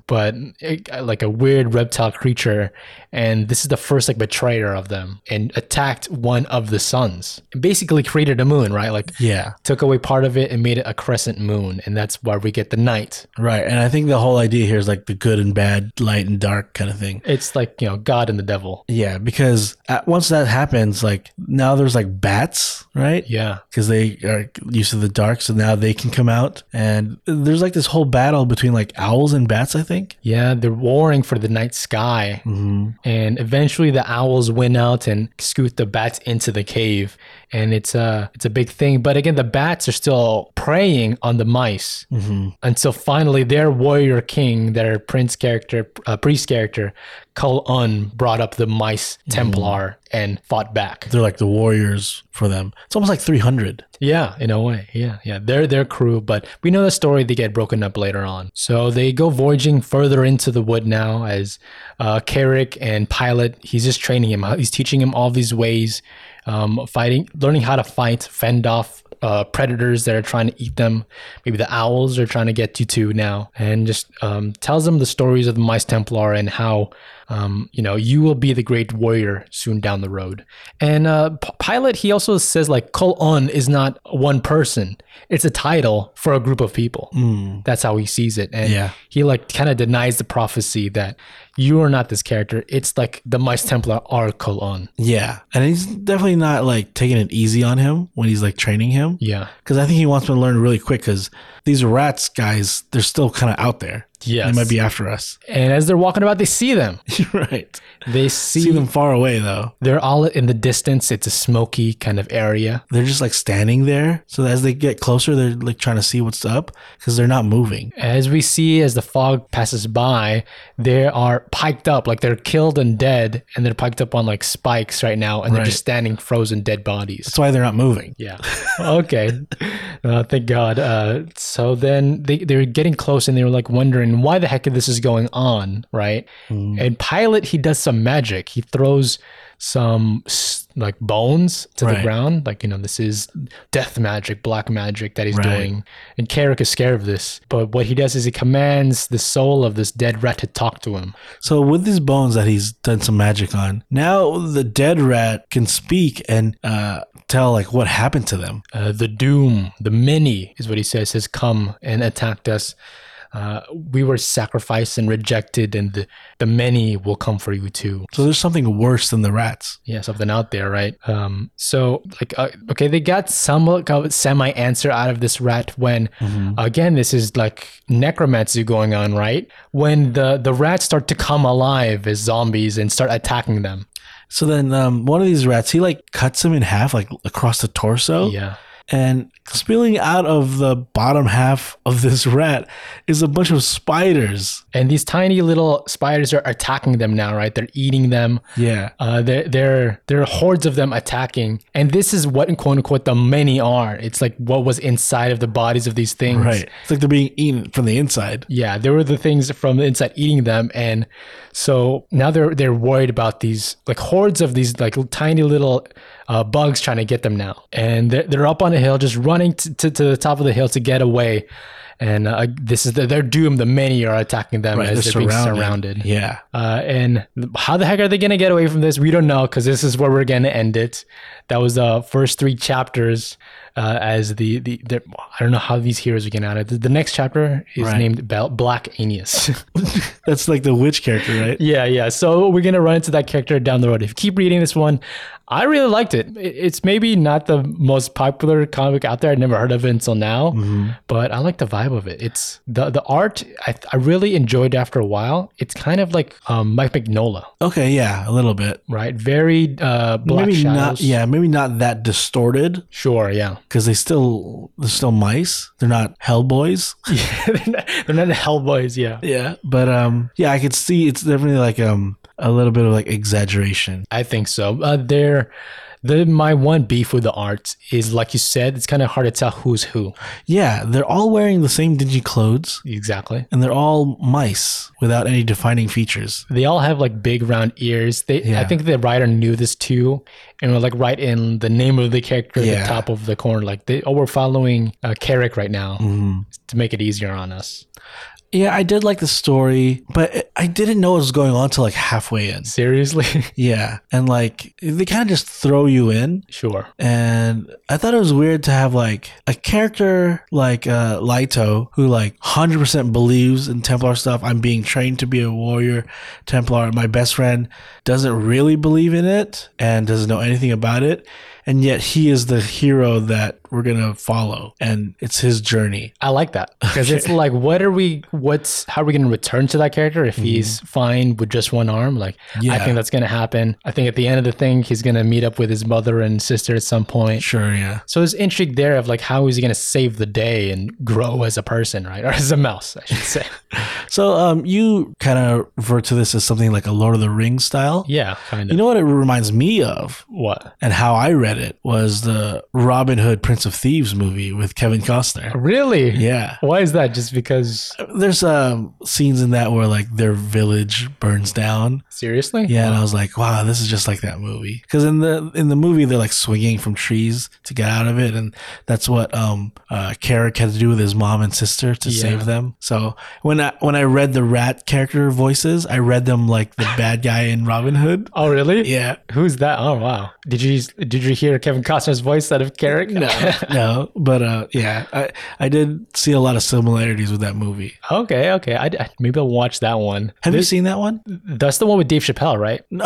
[SPEAKER 2] but it, like a weird reptile creature. And this is the first like betrayer of them and attacked one of the suns. Basically created a moon, right? Like
[SPEAKER 1] Yeah.
[SPEAKER 2] took away part of it and made it a crescent moon, and that's why we get the night.
[SPEAKER 1] Right. And I think the whole idea here is like the good and bad, light and dark kind of thing.
[SPEAKER 2] It's like you know God and the devil.
[SPEAKER 1] Yeah, because at, once that happens, like now there's like bats, right?
[SPEAKER 2] Yeah,
[SPEAKER 1] because they are used to the dark, so now they can come out. And there's like this whole battle between like owls and bats, I think.
[SPEAKER 2] yeah, they're warring for the night sky,
[SPEAKER 1] Mm-hmm.
[SPEAKER 2] and eventually the owls win out and scoot the bats into the cave, and it's a it's a big thing. But again, the bats are still preying on the mice until finally their warrior king, their prince character, uh, priest character, Kul-Un, brought up the mice Templar and fought back.
[SPEAKER 1] They're like the warriors for them. It's almost like 300.
[SPEAKER 2] Yeah, in a way. Yeah, yeah. They're their crew, but we know the story. They get broken up later on. So they go voyaging further into the wood now as uh, Carrick and Pilot. He's just training him. He's teaching him all these ways, um, fighting, learning how to fight, fend off uh, predators that are trying to eat them. Maybe the owls are trying to get you too now, and just um, tells them the stories of the Mice Templar and how um, you know you will be the great warrior soon down the road. And uh, P- Pilot he also says like Kul Un is not one person; it's a title for a group of people. That's how he sees it, and
[SPEAKER 1] Yeah.
[SPEAKER 2] he like kind of denies the prophecy that you are not this character. It's like the Mice Templar are Kul Un.
[SPEAKER 1] Yeah. And he's definitely not like taking it easy on him when he's like training him.
[SPEAKER 2] Yeah,
[SPEAKER 1] Because I think he wants him to learn really quick because these rats guys, they're still kind of out there.
[SPEAKER 2] Yes.
[SPEAKER 1] They might be after us.
[SPEAKER 2] and as they're walking about, they see them.
[SPEAKER 1] right.
[SPEAKER 2] They see,
[SPEAKER 1] See them far away though.
[SPEAKER 2] They're all in the distance. It's a smoky kind of area.
[SPEAKER 1] They're just like standing there. So as they get closer, they're like trying to see what's up because they're not moving.
[SPEAKER 2] As we see, as the fog passes by, they are piked up, like they're killed and dead, and they're piked up on like spikes right now, and they're just standing frozen dead bodies.
[SPEAKER 1] That's why they're not moving.
[SPEAKER 2] Yeah. Okay. Uh, thank God. Uh, so then they, they were getting close and they were like wondering why the heck this is going on, right?
[SPEAKER 1] Mm.
[SPEAKER 2] And Pilot, he does some magic. He throws some s- like bones to the
[SPEAKER 1] Right.
[SPEAKER 2] ground. Like, you know, this is death magic, black magic that he's
[SPEAKER 1] Right.
[SPEAKER 2] doing. And Carrick is scared of this. But what he does is he commands the soul of this dead rat to talk to him.
[SPEAKER 1] So with these bones that he's done some magic on, now the dead rat can speak and uh, tell like what happened to them.
[SPEAKER 2] Uh, the doom, the many, is what he says, has come and attacked us. Uh, we were sacrificed and rejected, and the, the many will come for you too.
[SPEAKER 1] So there's something worse than the rats.
[SPEAKER 2] Yeah, something out there, right? Um, so, like, uh, okay, they got some like, uh, semi answer out of this rat when, again, this is like necromancy going on, right? When the the rats start to come alive as zombies and start attacking them.
[SPEAKER 1] So then um, one of these rats, he like cuts him in half, like across the torso,
[SPEAKER 2] Yeah.
[SPEAKER 1] and spilling out of the bottom half of this rat is a bunch of spiders.
[SPEAKER 2] And these tiny little spiders are attacking them now, right? They're eating them.
[SPEAKER 1] Yeah.
[SPEAKER 2] Uh, there, there, there are hordes of them attacking, and this is what, quote unquote, the many are. It's like what was inside of the bodies of these things.
[SPEAKER 1] Right. It's like they're being eaten from the inside.
[SPEAKER 2] Yeah, there were the things from the inside eating them, and so now they're they're worried about these like hordes of these like tiny little uh, bugs trying to get them now, and they're, they're up on a hill just running to, to, to the top of the hill to get away, and uh, this is the, their doom. The many are attacking them as they're, being surrounded.
[SPEAKER 1] Yeah.
[SPEAKER 2] Uh, and how the heck are they going to get away from this? We don't know because this is where we're going to end it. That was the first three chapters. Uh, as the, the the I don't know how these heroes are getting out of it. The, the next chapter is
[SPEAKER 1] Right.
[SPEAKER 2] named Bel- Black Aeneas.
[SPEAKER 1] That's like the witch character, right?
[SPEAKER 2] yeah, yeah. So we're gonna run into that character down the road. If you keep reading this one, I really liked it. It- It's maybe not the most popular comic out there. I'd never heard of it until now, but I like the vibe of it. It's the the art. I, I really enjoyed after a while. It's kind of like um, Mike Mignola
[SPEAKER 1] Okay. Yeah. A little bit.
[SPEAKER 2] right? Very uh, black
[SPEAKER 1] maybe
[SPEAKER 2] shadows.
[SPEAKER 1] not. Yeah. Maybe not that distorted.
[SPEAKER 2] Sure, yeah.
[SPEAKER 1] because they still they're still mice. They're not hellboys.
[SPEAKER 2] they're not they're not the Hellboys, yeah.
[SPEAKER 1] Yeah, but um, yeah, I could see it's definitely like um a little bit of like exaggeration.
[SPEAKER 2] I think so. Uh, they're The, my one beef with the arts is, like you said, it's kind of hard to tell who's who.
[SPEAKER 1] Yeah, they're all wearing the same dingy clothes
[SPEAKER 2] Exactly.
[SPEAKER 1] and they're all mice without any defining features.
[SPEAKER 2] They all have like big round ears. They, I
[SPEAKER 1] Yeah.
[SPEAKER 2] think the writer knew this too, and would like write in the name of the character at
[SPEAKER 1] Yeah.
[SPEAKER 2] the top of the corner. Like, they, oh, we're following uh, Carrick right now
[SPEAKER 1] Mhm.
[SPEAKER 2] to make it easier on us.
[SPEAKER 1] Yeah, I did like the story, but I didn't know what was going on till like halfway in.
[SPEAKER 2] Seriously,
[SPEAKER 1] Yeah, and like they kind of just throw you in.
[SPEAKER 2] sure.
[SPEAKER 1] And I thought it was weird to have like a character like uh, Lito, who like 100% believes in Templar stuff. I'm being trained to be a warrior Templar. and My best friend doesn't really believe in it and doesn't know anything about it. And yet he is the hero that we're going to follow. And it's his journey.
[SPEAKER 2] I like that because it's like, what are we? What's how are we going to return to that character if he's fine with just one arm? Like, I
[SPEAKER 1] Mm-hmm. Yeah.
[SPEAKER 2] think that's going to happen. I think at the end of the thing, he's going to meet up with his mother and sister at some point.
[SPEAKER 1] Sure, yeah.
[SPEAKER 2] So there's intrigue there of like, how is he going to save the day and grow as a person, right, or as a mouse, I should say.
[SPEAKER 1] So um, you kind of refer to this as something like a Lord of the Rings style.
[SPEAKER 2] yeah, kind of.
[SPEAKER 1] You know what it reminds me of?
[SPEAKER 2] what?
[SPEAKER 1] and how I read it was the Robin Hood Prince of Thieves movie with Kevin Costner.
[SPEAKER 2] Oh, Really?
[SPEAKER 1] Yeah.
[SPEAKER 2] Why is that? Just because?
[SPEAKER 1] There's um, scenes in that where like their village burns down.
[SPEAKER 2] Seriously?
[SPEAKER 1] Yeah, and I was like, wow, this is just like that movie. Because in the in the movie, they're like swinging from trees to get out of it, and that's what um uh, Carrick had to do with his mom and sister to
[SPEAKER 2] Yeah.
[SPEAKER 1] save them. So when I when I read the rat character voices, I read them like the bad guy in Robin Hood.
[SPEAKER 2] Oh, really?
[SPEAKER 1] Yeah,
[SPEAKER 2] Who's that? Oh, wow. Did you did you hear Kevin Costner's voice out of Carrick? No.
[SPEAKER 1] no, but uh, yeah, I I did see a lot of similarities with that movie.
[SPEAKER 2] okay, okay. I, I- maybe I'll watch that one.
[SPEAKER 1] Have you seen that one?
[SPEAKER 2] That's the one with Dave Chappelle, right?
[SPEAKER 1] No.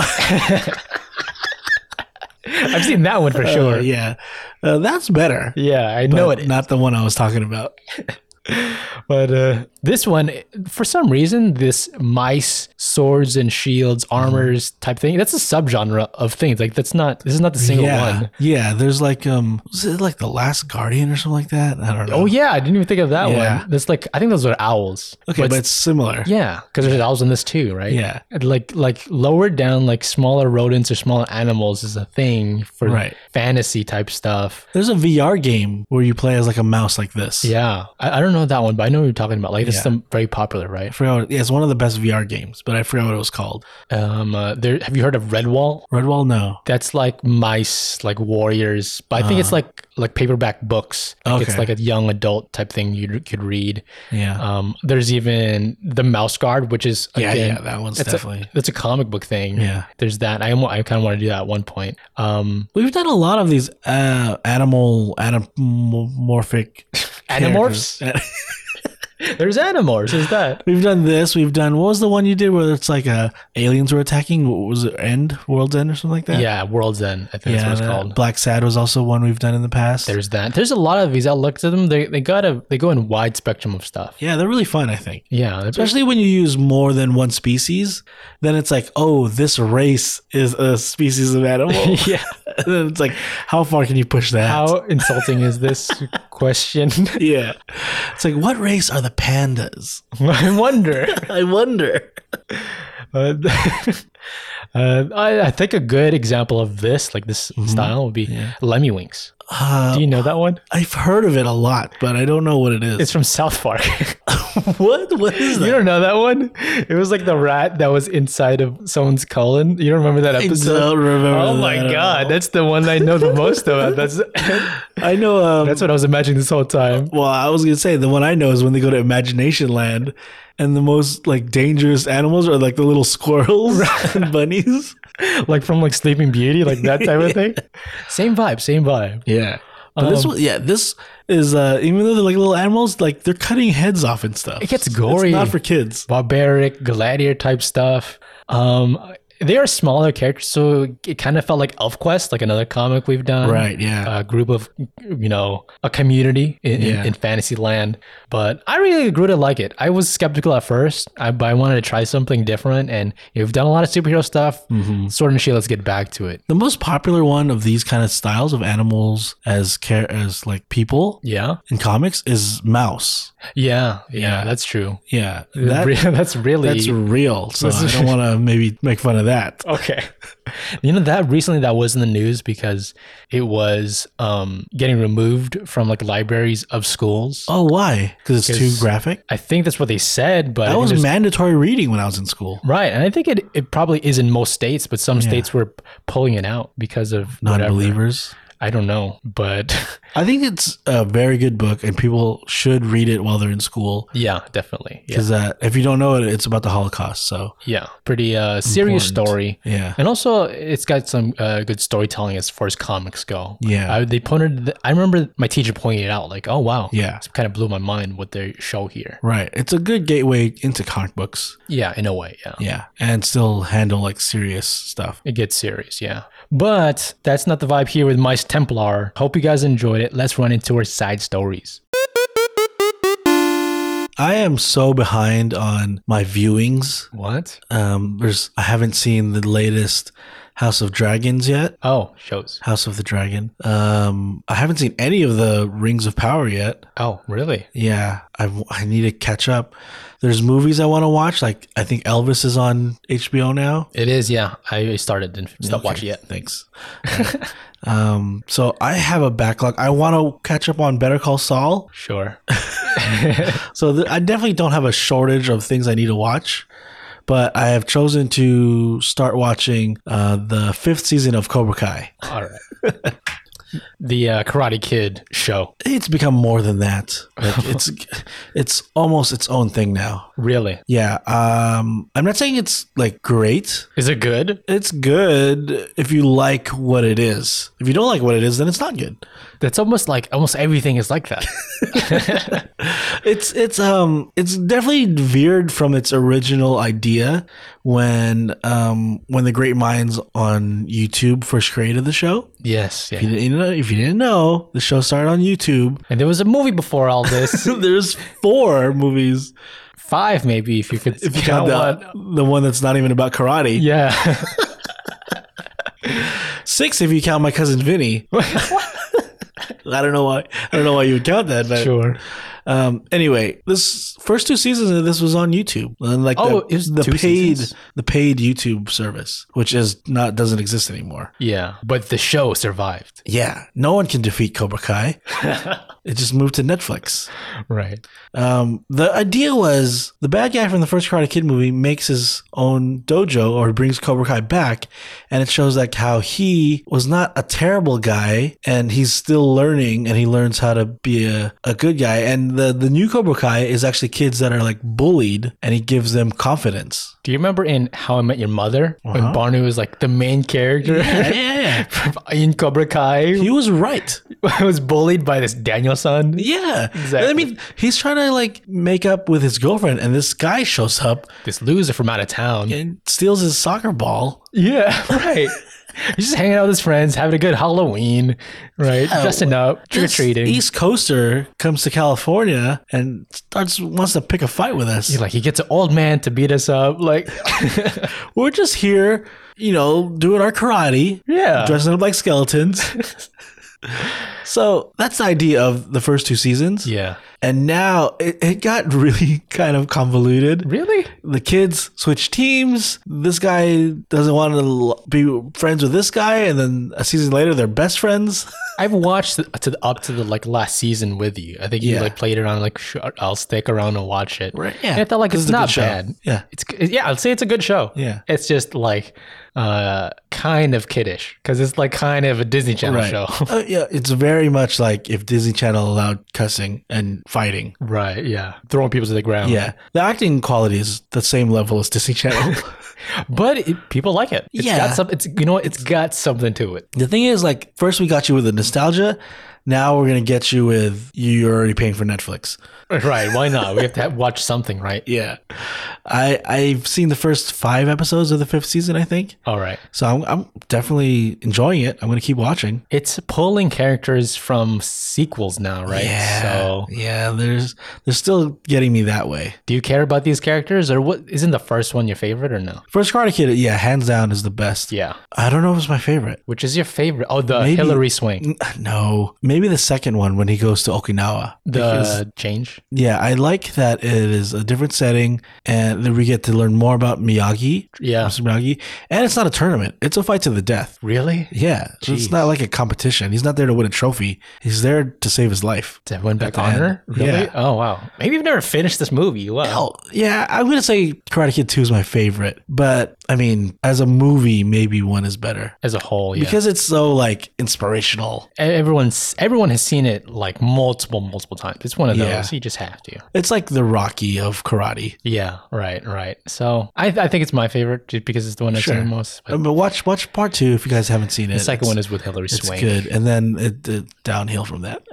[SPEAKER 2] I've seen that one for
[SPEAKER 1] Uh,
[SPEAKER 2] sure. yeah.
[SPEAKER 1] yeah, uh, that's better.
[SPEAKER 2] I know it.
[SPEAKER 1] not the one I was talking about.
[SPEAKER 2] But uh, this one, for some reason, this mice, swords
[SPEAKER 1] Mm-hmm.
[SPEAKER 2] and shields, armors type thing, that's a subgenre of things. Like, that's not, this is not the single
[SPEAKER 1] yeah,
[SPEAKER 2] one.
[SPEAKER 1] yeah. There's like um, was it like the Last Guardian or something like that? I don't know.
[SPEAKER 2] Oh, yeah. I didn't even think of that
[SPEAKER 1] Yeah.
[SPEAKER 2] one. That's like, I think those are owls.
[SPEAKER 1] okay, but, it's similar.
[SPEAKER 2] yeah, because there's owls in this too, right?
[SPEAKER 1] Yeah.
[SPEAKER 2] And Like, like lower down, like smaller rodents or smaller animals is a thing for
[SPEAKER 1] Right.
[SPEAKER 2] fantasy type stuff.
[SPEAKER 1] There's a VR game where you play as like a mouse like this.
[SPEAKER 2] Yeah, I, I don't know that one, but I know what you're talking about. Like, this is
[SPEAKER 1] Yeah.
[SPEAKER 2] some very popular, right?
[SPEAKER 1] I forgot. What, yeah, it's one of the best VR games, but I forgot what it was called.
[SPEAKER 2] Um, uh, there, have you heard of Redwall?
[SPEAKER 1] Redwall, no.
[SPEAKER 2] That's like mice, like warriors, but I think it's like like paperback books. Like It's
[SPEAKER 1] Uh-huh. Okay.
[SPEAKER 2] like a young adult type thing you could read.
[SPEAKER 1] Yeah,
[SPEAKER 2] Um, there's even the Mouse Guard, which is
[SPEAKER 1] yeah,
[SPEAKER 2] again,
[SPEAKER 1] yeah. That one's
[SPEAKER 2] that's
[SPEAKER 1] definitely.
[SPEAKER 2] a that's a comic book thing.
[SPEAKER 1] Yeah.
[SPEAKER 2] there's that. I am, I kind of want to do that at one point. Um,
[SPEAKER 1] We've done a lot of these uh, animal anamorphic
[SPEAKER 2] Animorphs?
[SPEAKER 1] characters.
[SPEAKER 2] there's Animorphs. Is that?
[SPEAKER 1] We've done this. We've done what was the one you did where it's like uh, aliens were attacking? What was it? End World's End or something like that.
[SPEAKER 2] Yeah, World's End. I think
[SPEAKER 1] yeah.
[SPEAKER 2] that's what
[SPEAKER 1] that-
[SPEAKER 2] it's called.
[SPEAKER 1] Black Sad was also one we've done in the past.
[SPEAKER 2] There's that. There's a lot of these. I looked at them. They they got a they go in wide spectrum of stuff.
[SPEAKER 1] yeah, they're really fun. I think,
[SPEAKER 2] Yeah, they're-
[SPEAKER 1] especially when you use more than one species, then it's like, oh, this race is a species of animal.
[SPEAKER 2] yeah.
[SPEAKER 1] and then it's like, how far can you push that?
[SPEAKER 2] How insulting is this question?
[SPEAKER 1] yeah, it's like, what race are the pandas?
[SPEAKER 2] I wonder.
[SPEAKER 1] I wonder.
[SPEAKER 2] Uh, uh, I, I think a good example of this, like this style, would be Lemmy Winks.
[SPEAKER 1] Uh,
[SPEAKER 2] Do you know that one?
[SPEAKER 1] I've heard of it a lot, but I don't know what it is.
[SPEAKER 2] It's from South Park.
[SPEAKER 1] what? What is
[SPEAKER 2] you
[SPEAKER 1] that?
[SPEAKER 2] don't know that one? It was like the rat that was inside of someone's colon. You remember that
[SPEAKER 1] I
[SPEAKER 2] episode?
[SPEAKER 1] don't remember.
[SPEAKER 2] Oh my
[SPEAKER 1] that at
[SPEAKER 2] god, that's the one I know the most about. That's
[SPEAKER 1] all. I know. Um,
[SPEAKER 2] that's what I was imagining this whole time.
[SPEAKER 1] well, I was gonna say the one I know is when they go to Imagination Land, and the most like dangerous animals are like the little squirrels and bunnies.
[SPEAKER 2] like from like Sleeping Beauty, like that type of thing. Same vibe, same vibe.
[SPEAKER 1] Yeah. But this
[SPEAKER 2] Um,
[SPEAKER 1] one, yeah, this is uh, even though they're like little animals, like they're cutting heads off and stuff.
[SPEAKER 2] It gets
[SPEAKER 1] It's
[SPEAKER 2] gory.
[SPEAKER 1] not for kids.
[SPEAKER 2] Barbaric, gladiator type stuff. Um, they are smaller characters, so it kind of felt like ElfQuest, like another comic we've done.
[SPEAKER 1] Right. Yeah.
[SPEAKER 2] A group of, you know, a community in, in-
[SPEAKER 1] Yeah.
[SPEAKER 2] in fantasy land. But I really grew to like it. I was skeptical at first, I, but I wanted to try something different. And you've done a lot of superhero stuff.
[SPEAKER 1] Mm-hmm.
[SPEAKER 2] Sword and Shield, let's get back to it.
[SPEAKER 1] the most popular one of these kind of styles of animals as care as like people
[SPEAKER 2] Yeah.
[SPEAKER 1] in comics is mouse.
[SPEAKER 2] Yeah. Yeah.
[SPEAKER 1] Yeah.
[SPEAKER 2] That's true.
[SPEAKER 1] Yeah, that,
[SPEAKER 2] that's really
[SPEAKER 1] that's real. So I don't want to maybe make fun of that.
[SPEAKER 2] Okay. You know that recently that was in the news because it was um, getting removed from like libraries of schools.
[SPEAKER 1] Oh, why? Because it's too
[SPEAKER 2] 'Cause
[SPEAKER 1] graphic.
[SPEAKER 2] I think that's what they said, but I
[SPEAKER 1] That
[SPEAKER 2] think
[SPEAKER 1] was
[SPEAKER 2] there's-
[SPEAKER 1] mandatory reading when I was in school.
[SPEAKER 2] right. And I think it, it probably is in most states, but some states were p- pulling it out because of whatever.
[SPEAKER 1] Non-believers.
[SPEAKER 2] I don't know, but
[SPEAKER 1] I think it's a very good book, and people should read it while they're in school.
[SPEAKER 2] yeah, definitely. Yeah,
[SPEAKER 1] Because uh, if you don't know it, it's about the Holocaust. So
[SPEAKER 2] yeah. pretty uh, serious
[SPEAKER 1] Important.
[SPEAKER 2] story.
[SPEAKER 1] yeah,
[SPEAKER 2] And also, it's got some uh, good storytelling as far as comics go.
[SPEAKER 1] Yeah.
[SPEAKER 2] I, they pointed. I remember my teacher pointing it out, like, "Oh wow,
[SPEAKER 1] yeah,
[SPEAKER 2] It kind of blew my mind what they show here.
[SPEAKER 1] right. It's a good gateway into comic books.
[SPEAKER 2] Yeah, in a way, yeah.
[SPEAKER 1] Yeah, and still handle like serious stuff.
[SPEAKER 2] It gets serious, yeah. But that's not the vibe here with Mice Templar. Hope you guys enjoyed it. Let's run into our side stories.
[SPEAKER 1] I am so behind on my viewings.
[SPEAKER 2] What?
[SPEAKER 1] Um, there's I haven't seen the latest House of Dragons yet.
[SPEAKER 2] Oh, shows.
[SPEAKER 1] House of the Dragon. Um, I haven't seen any of the Rings of Power yet.
[SPEAKER 2] Oh, really?
[SPEAKER 1] Yeah, I, I need to catch up. There's movies I want to watch. Like I think Elvis is on HBO now.
[SPEAKER 2] It is, yeah. I started and stopped watching yet.
[SPEAKER 1] Thanks. um, so I have a backlog. I want to catch up on Better Call Saul.
[SPEAKER 2] Sure.
[SPEAKER 1] So th- I definitely don't have a shortage of things I need to watch. But I have chosen to start watching uh, the fifth season of Cobra Kai.
[SPEAKER 2] All right. the uh, Karate Kid show.
[SPEAKER 1] It's become more than that. Like, it's it's almost its own thing now.
[SPEAKER 2] Really?
[SPEAKER 1] Yeah. Um, I'm not saying it's like great.
[SPEAKER 2] Is it good?
[SPEAKER 1] it's good if you like what it is. If you don't like what it is, then it's not good.
[SPEAKER 2] That's almost like almost everything is like that.
[SPEAKER 1] It's it's um it's definitely veered from its original idea when um when the great minds on YouTube first created the show.
[SPEAKER 2] yes.
[SPEAKER 1] If
[SPEAKER 2] Yeah.
[SPEAKER 1] you didn't know, if you didn't know the show started on YouTube.
[SPEAKER 2] And there was a movie before all this.
[SPEAKER 1] There's four movies
[SPEAKER 2] Five, maybe, if you could
[SPEAKER 1] if you
[SPEAKER 2] count
[SPEAKER 1] count
[SPEAKER 2] one.
[SPEAKER 1] the, the one that's not even about karate.
[SPEAKER 2] Yeah.
[SPEAKER 1] Six if you count my cousin Vinny. I don't know why I don't know why you would count that, but
[SPEAKER 2] sure.
[SPEAKER 1] Um, anyway, this first two seasons of this was on YouTube, and like
[SPEAKER 2] Oh,
[SPEAKER 1] the,
[SPEAKER 2] it was
[SPEAKER 1] the
[SPEAKER 2] two
[SPEAKER 1] paid
[SPEAKER 2] seasons?
[SPEAKER 1] the paid YouTube service, which is not doesn't exist anymore.
[SPEAKER 2] Yeah, but the show survived.
[SPEAKER 1] Yeah, no one can defeat Cobra Kai. it just moved to Netflix.
[SPEAKER 2] Right.
[SPEAKER 1] Um, the idea was the bad guy from the first Karate Kid movie makes his own dojo or brings Cobra Kai back, and it shows like how he was not a terrible guy and he's still learning and he learns how to be a, a good guy. And the, the new Cobra Kai is actually kids that are like bullied and he gives them confidence.
[SPEAKER 2] Do you remember in How I Met Your Mother when Barney was like the main character
[SPEAKER 1] yeah.
[SPEAKER 2] in Cobra Kai
[SPEAKER 1] He was right.
[SPEAKER 2] was bullied by this Daniel son?
[SPEAKER 1] Yeah.
[SPEAKER 2] Exactly.
[SPEAKER 1] I mean, he's trying to like make up with his girlfriend, and this guy shows up
[SPEAKER 2] This loser from out of town. Yeah,
[SPEAKER 1] and steals his soccer ball.
[SPEAKER 2] right. He's just hanging out with his friends, having a good Halloween, right? Dressing up, trick or
[SPEAKER 1] this
[SPEAKER 2] treating.
[SPEAKER 1] East Coaster comes to California and starts wants to pick a fight with us.
[SPEAKER 2] Like he gets an old man to beat us up. Like,
[SPEAKER 1] We're just here, you know, doing our karate,
[SPEAKER 2] yeah,
[SPEAKER 1] dressing up like skeletons. so that's the idea of the first two seasons.
[SPEAKER 2] yeah.
[SPEAKER 1] And now it, it got really kind of convoluted.
[SPEAKER 2] Really?
[SPEAKER 1] The kids switch teams. This guy doesn't want to l- be friends with this guy, and then a season later, they're best friends.
[SPEAKER 2] I've watched the- to the, up to the like last season with you. I think you
[SPEAKER 1] Yeah.
[SPEAKER 2] like played around. Like sure, I'll stick around and watch it.
[SPEAKER 1] Right, yeah.
[SPEAKER 2] And I felt like
[SPEAKER 1] 'Cause
[SPEAKER 2] it's
[SPEAKER 1] it's a good
[SPEAKER 2] not
[SPEAKER 1] show.
[SPEAKER 2] bad.
[SPEAKER 1] Yeah.
[SPEAKER 2] It's g- yeah. I'd say it's a good show.
[SPEAKER 1] Yeah.
[SPEAKER 2] It's just like uh kind of kiddish because it's like kind of a Disney Channel show.
[SPEAKER 1] Uh, yeah, it's very much like if Disney Channel allowed cussing and fighting.
[SPEAKER 2] right. Yeah. Throwing people to the ground.
[SPEAKER 1] Yeah, the acting quality is the same level as Disney Channel.
[SPEAKER 2] But it, people like it. It's
[SPEAKER 1] Yeah.
[SPEAKER 2] Got some, it's you know what? It's got something to it.
[SPEAKER 1] the thing is, like, first we got you with the nostalgia. Now we're gonna get you with you're already paying for Netflix.
[SPEAKER 2] Right. Why not? We have to have, watch something. Right.
[SPEAKER 1] Yeah, I I've seen the first five episodes of the fifth season, I think.
[SPEAKER 2] All right.
[SPEAKER 1] So I'm I'm definitely enjoying it. I'm gonna keep watching.
[SPEAKER 2] It's pulling characters from sequels now, right? So
[SPEAKER 1] yeah, there's they're still getting me that way.
[SPEAKER 2] Do you care about these characters, or what? Isn't the first one your favorite, or no?
[SPEAKER 1] First Karate Kid, yeah, hands down is the best.
[SPEAKER 2] Yeah.
[SPEAKER 1] I don't know if it's my favorite.
[SPEAKER 2] Which is your favorite? Oh, the
[SPEAKER 1] Maybe-
[SPEAKER 2] Hillary Swank.
[SPEAKER 1] N- No, maybe the second one when he goes to Okinawa.
[SPEAKER 2] The
[SPEAKER 1] Because-
[SPEAKER 2] change.
[SPEAKER 1] yeah, I like that it is a different setting and that we get to learn more about Miyagi,
[SPEAKER 2] Yeah.
[SPEAKER 1] Mr. Miyagi, and it's not a tournament. It's a fight to the death.
[SPEAKER 2] Really?
[SPEAKER 1] Yeah, so it's
[SPEAKER 2] Jeez.
[SPEAKER 1] not like a competition. He's not there to win a trophy. He's there to save his life.
[SPEAKER 2] That went back
[SPEAKER 1] the end.
[SPEAKER 2] honor? Really?
[SPEAKER 1] Yeah.
[SPEAKER 2] Oh wow. Maybe you've never finished this movie. Wow.
[SPEAKER 1] Hell, Oh, yeah, I'm gonna say Karate Kid Two is my favorite, but I mean, as a movie, maybe one is better
[SPEAKER 2] As a whole, yeah. E-,
[SPEAKER 1] because it's so like inspirational.
[SPEAKER 2] everyone's everyone has seen it like multiple, multiple times. It's one of
[SPEAKER 1] Yeah.
[SPEAKER 2] those. You just have to.
[SPEAKER 1] It's like the Rocky of karate.
[SPEAKER 2] Yeah. Right. Right. So I, I think it's my favorite just because it's the one I've
[SPEAKER 1] Sure.
[SPEAKER 2] seen the most. But
[SPEAKER 1] Uh, But watch watch part two if you guys haven't seen it.
[SPEAKER 2] the second one is with Hillary
[SPEAKER 1] it's
[SPEAKER 2] Swank.
[SPEAKER 1] good, and then it, it downhill from that.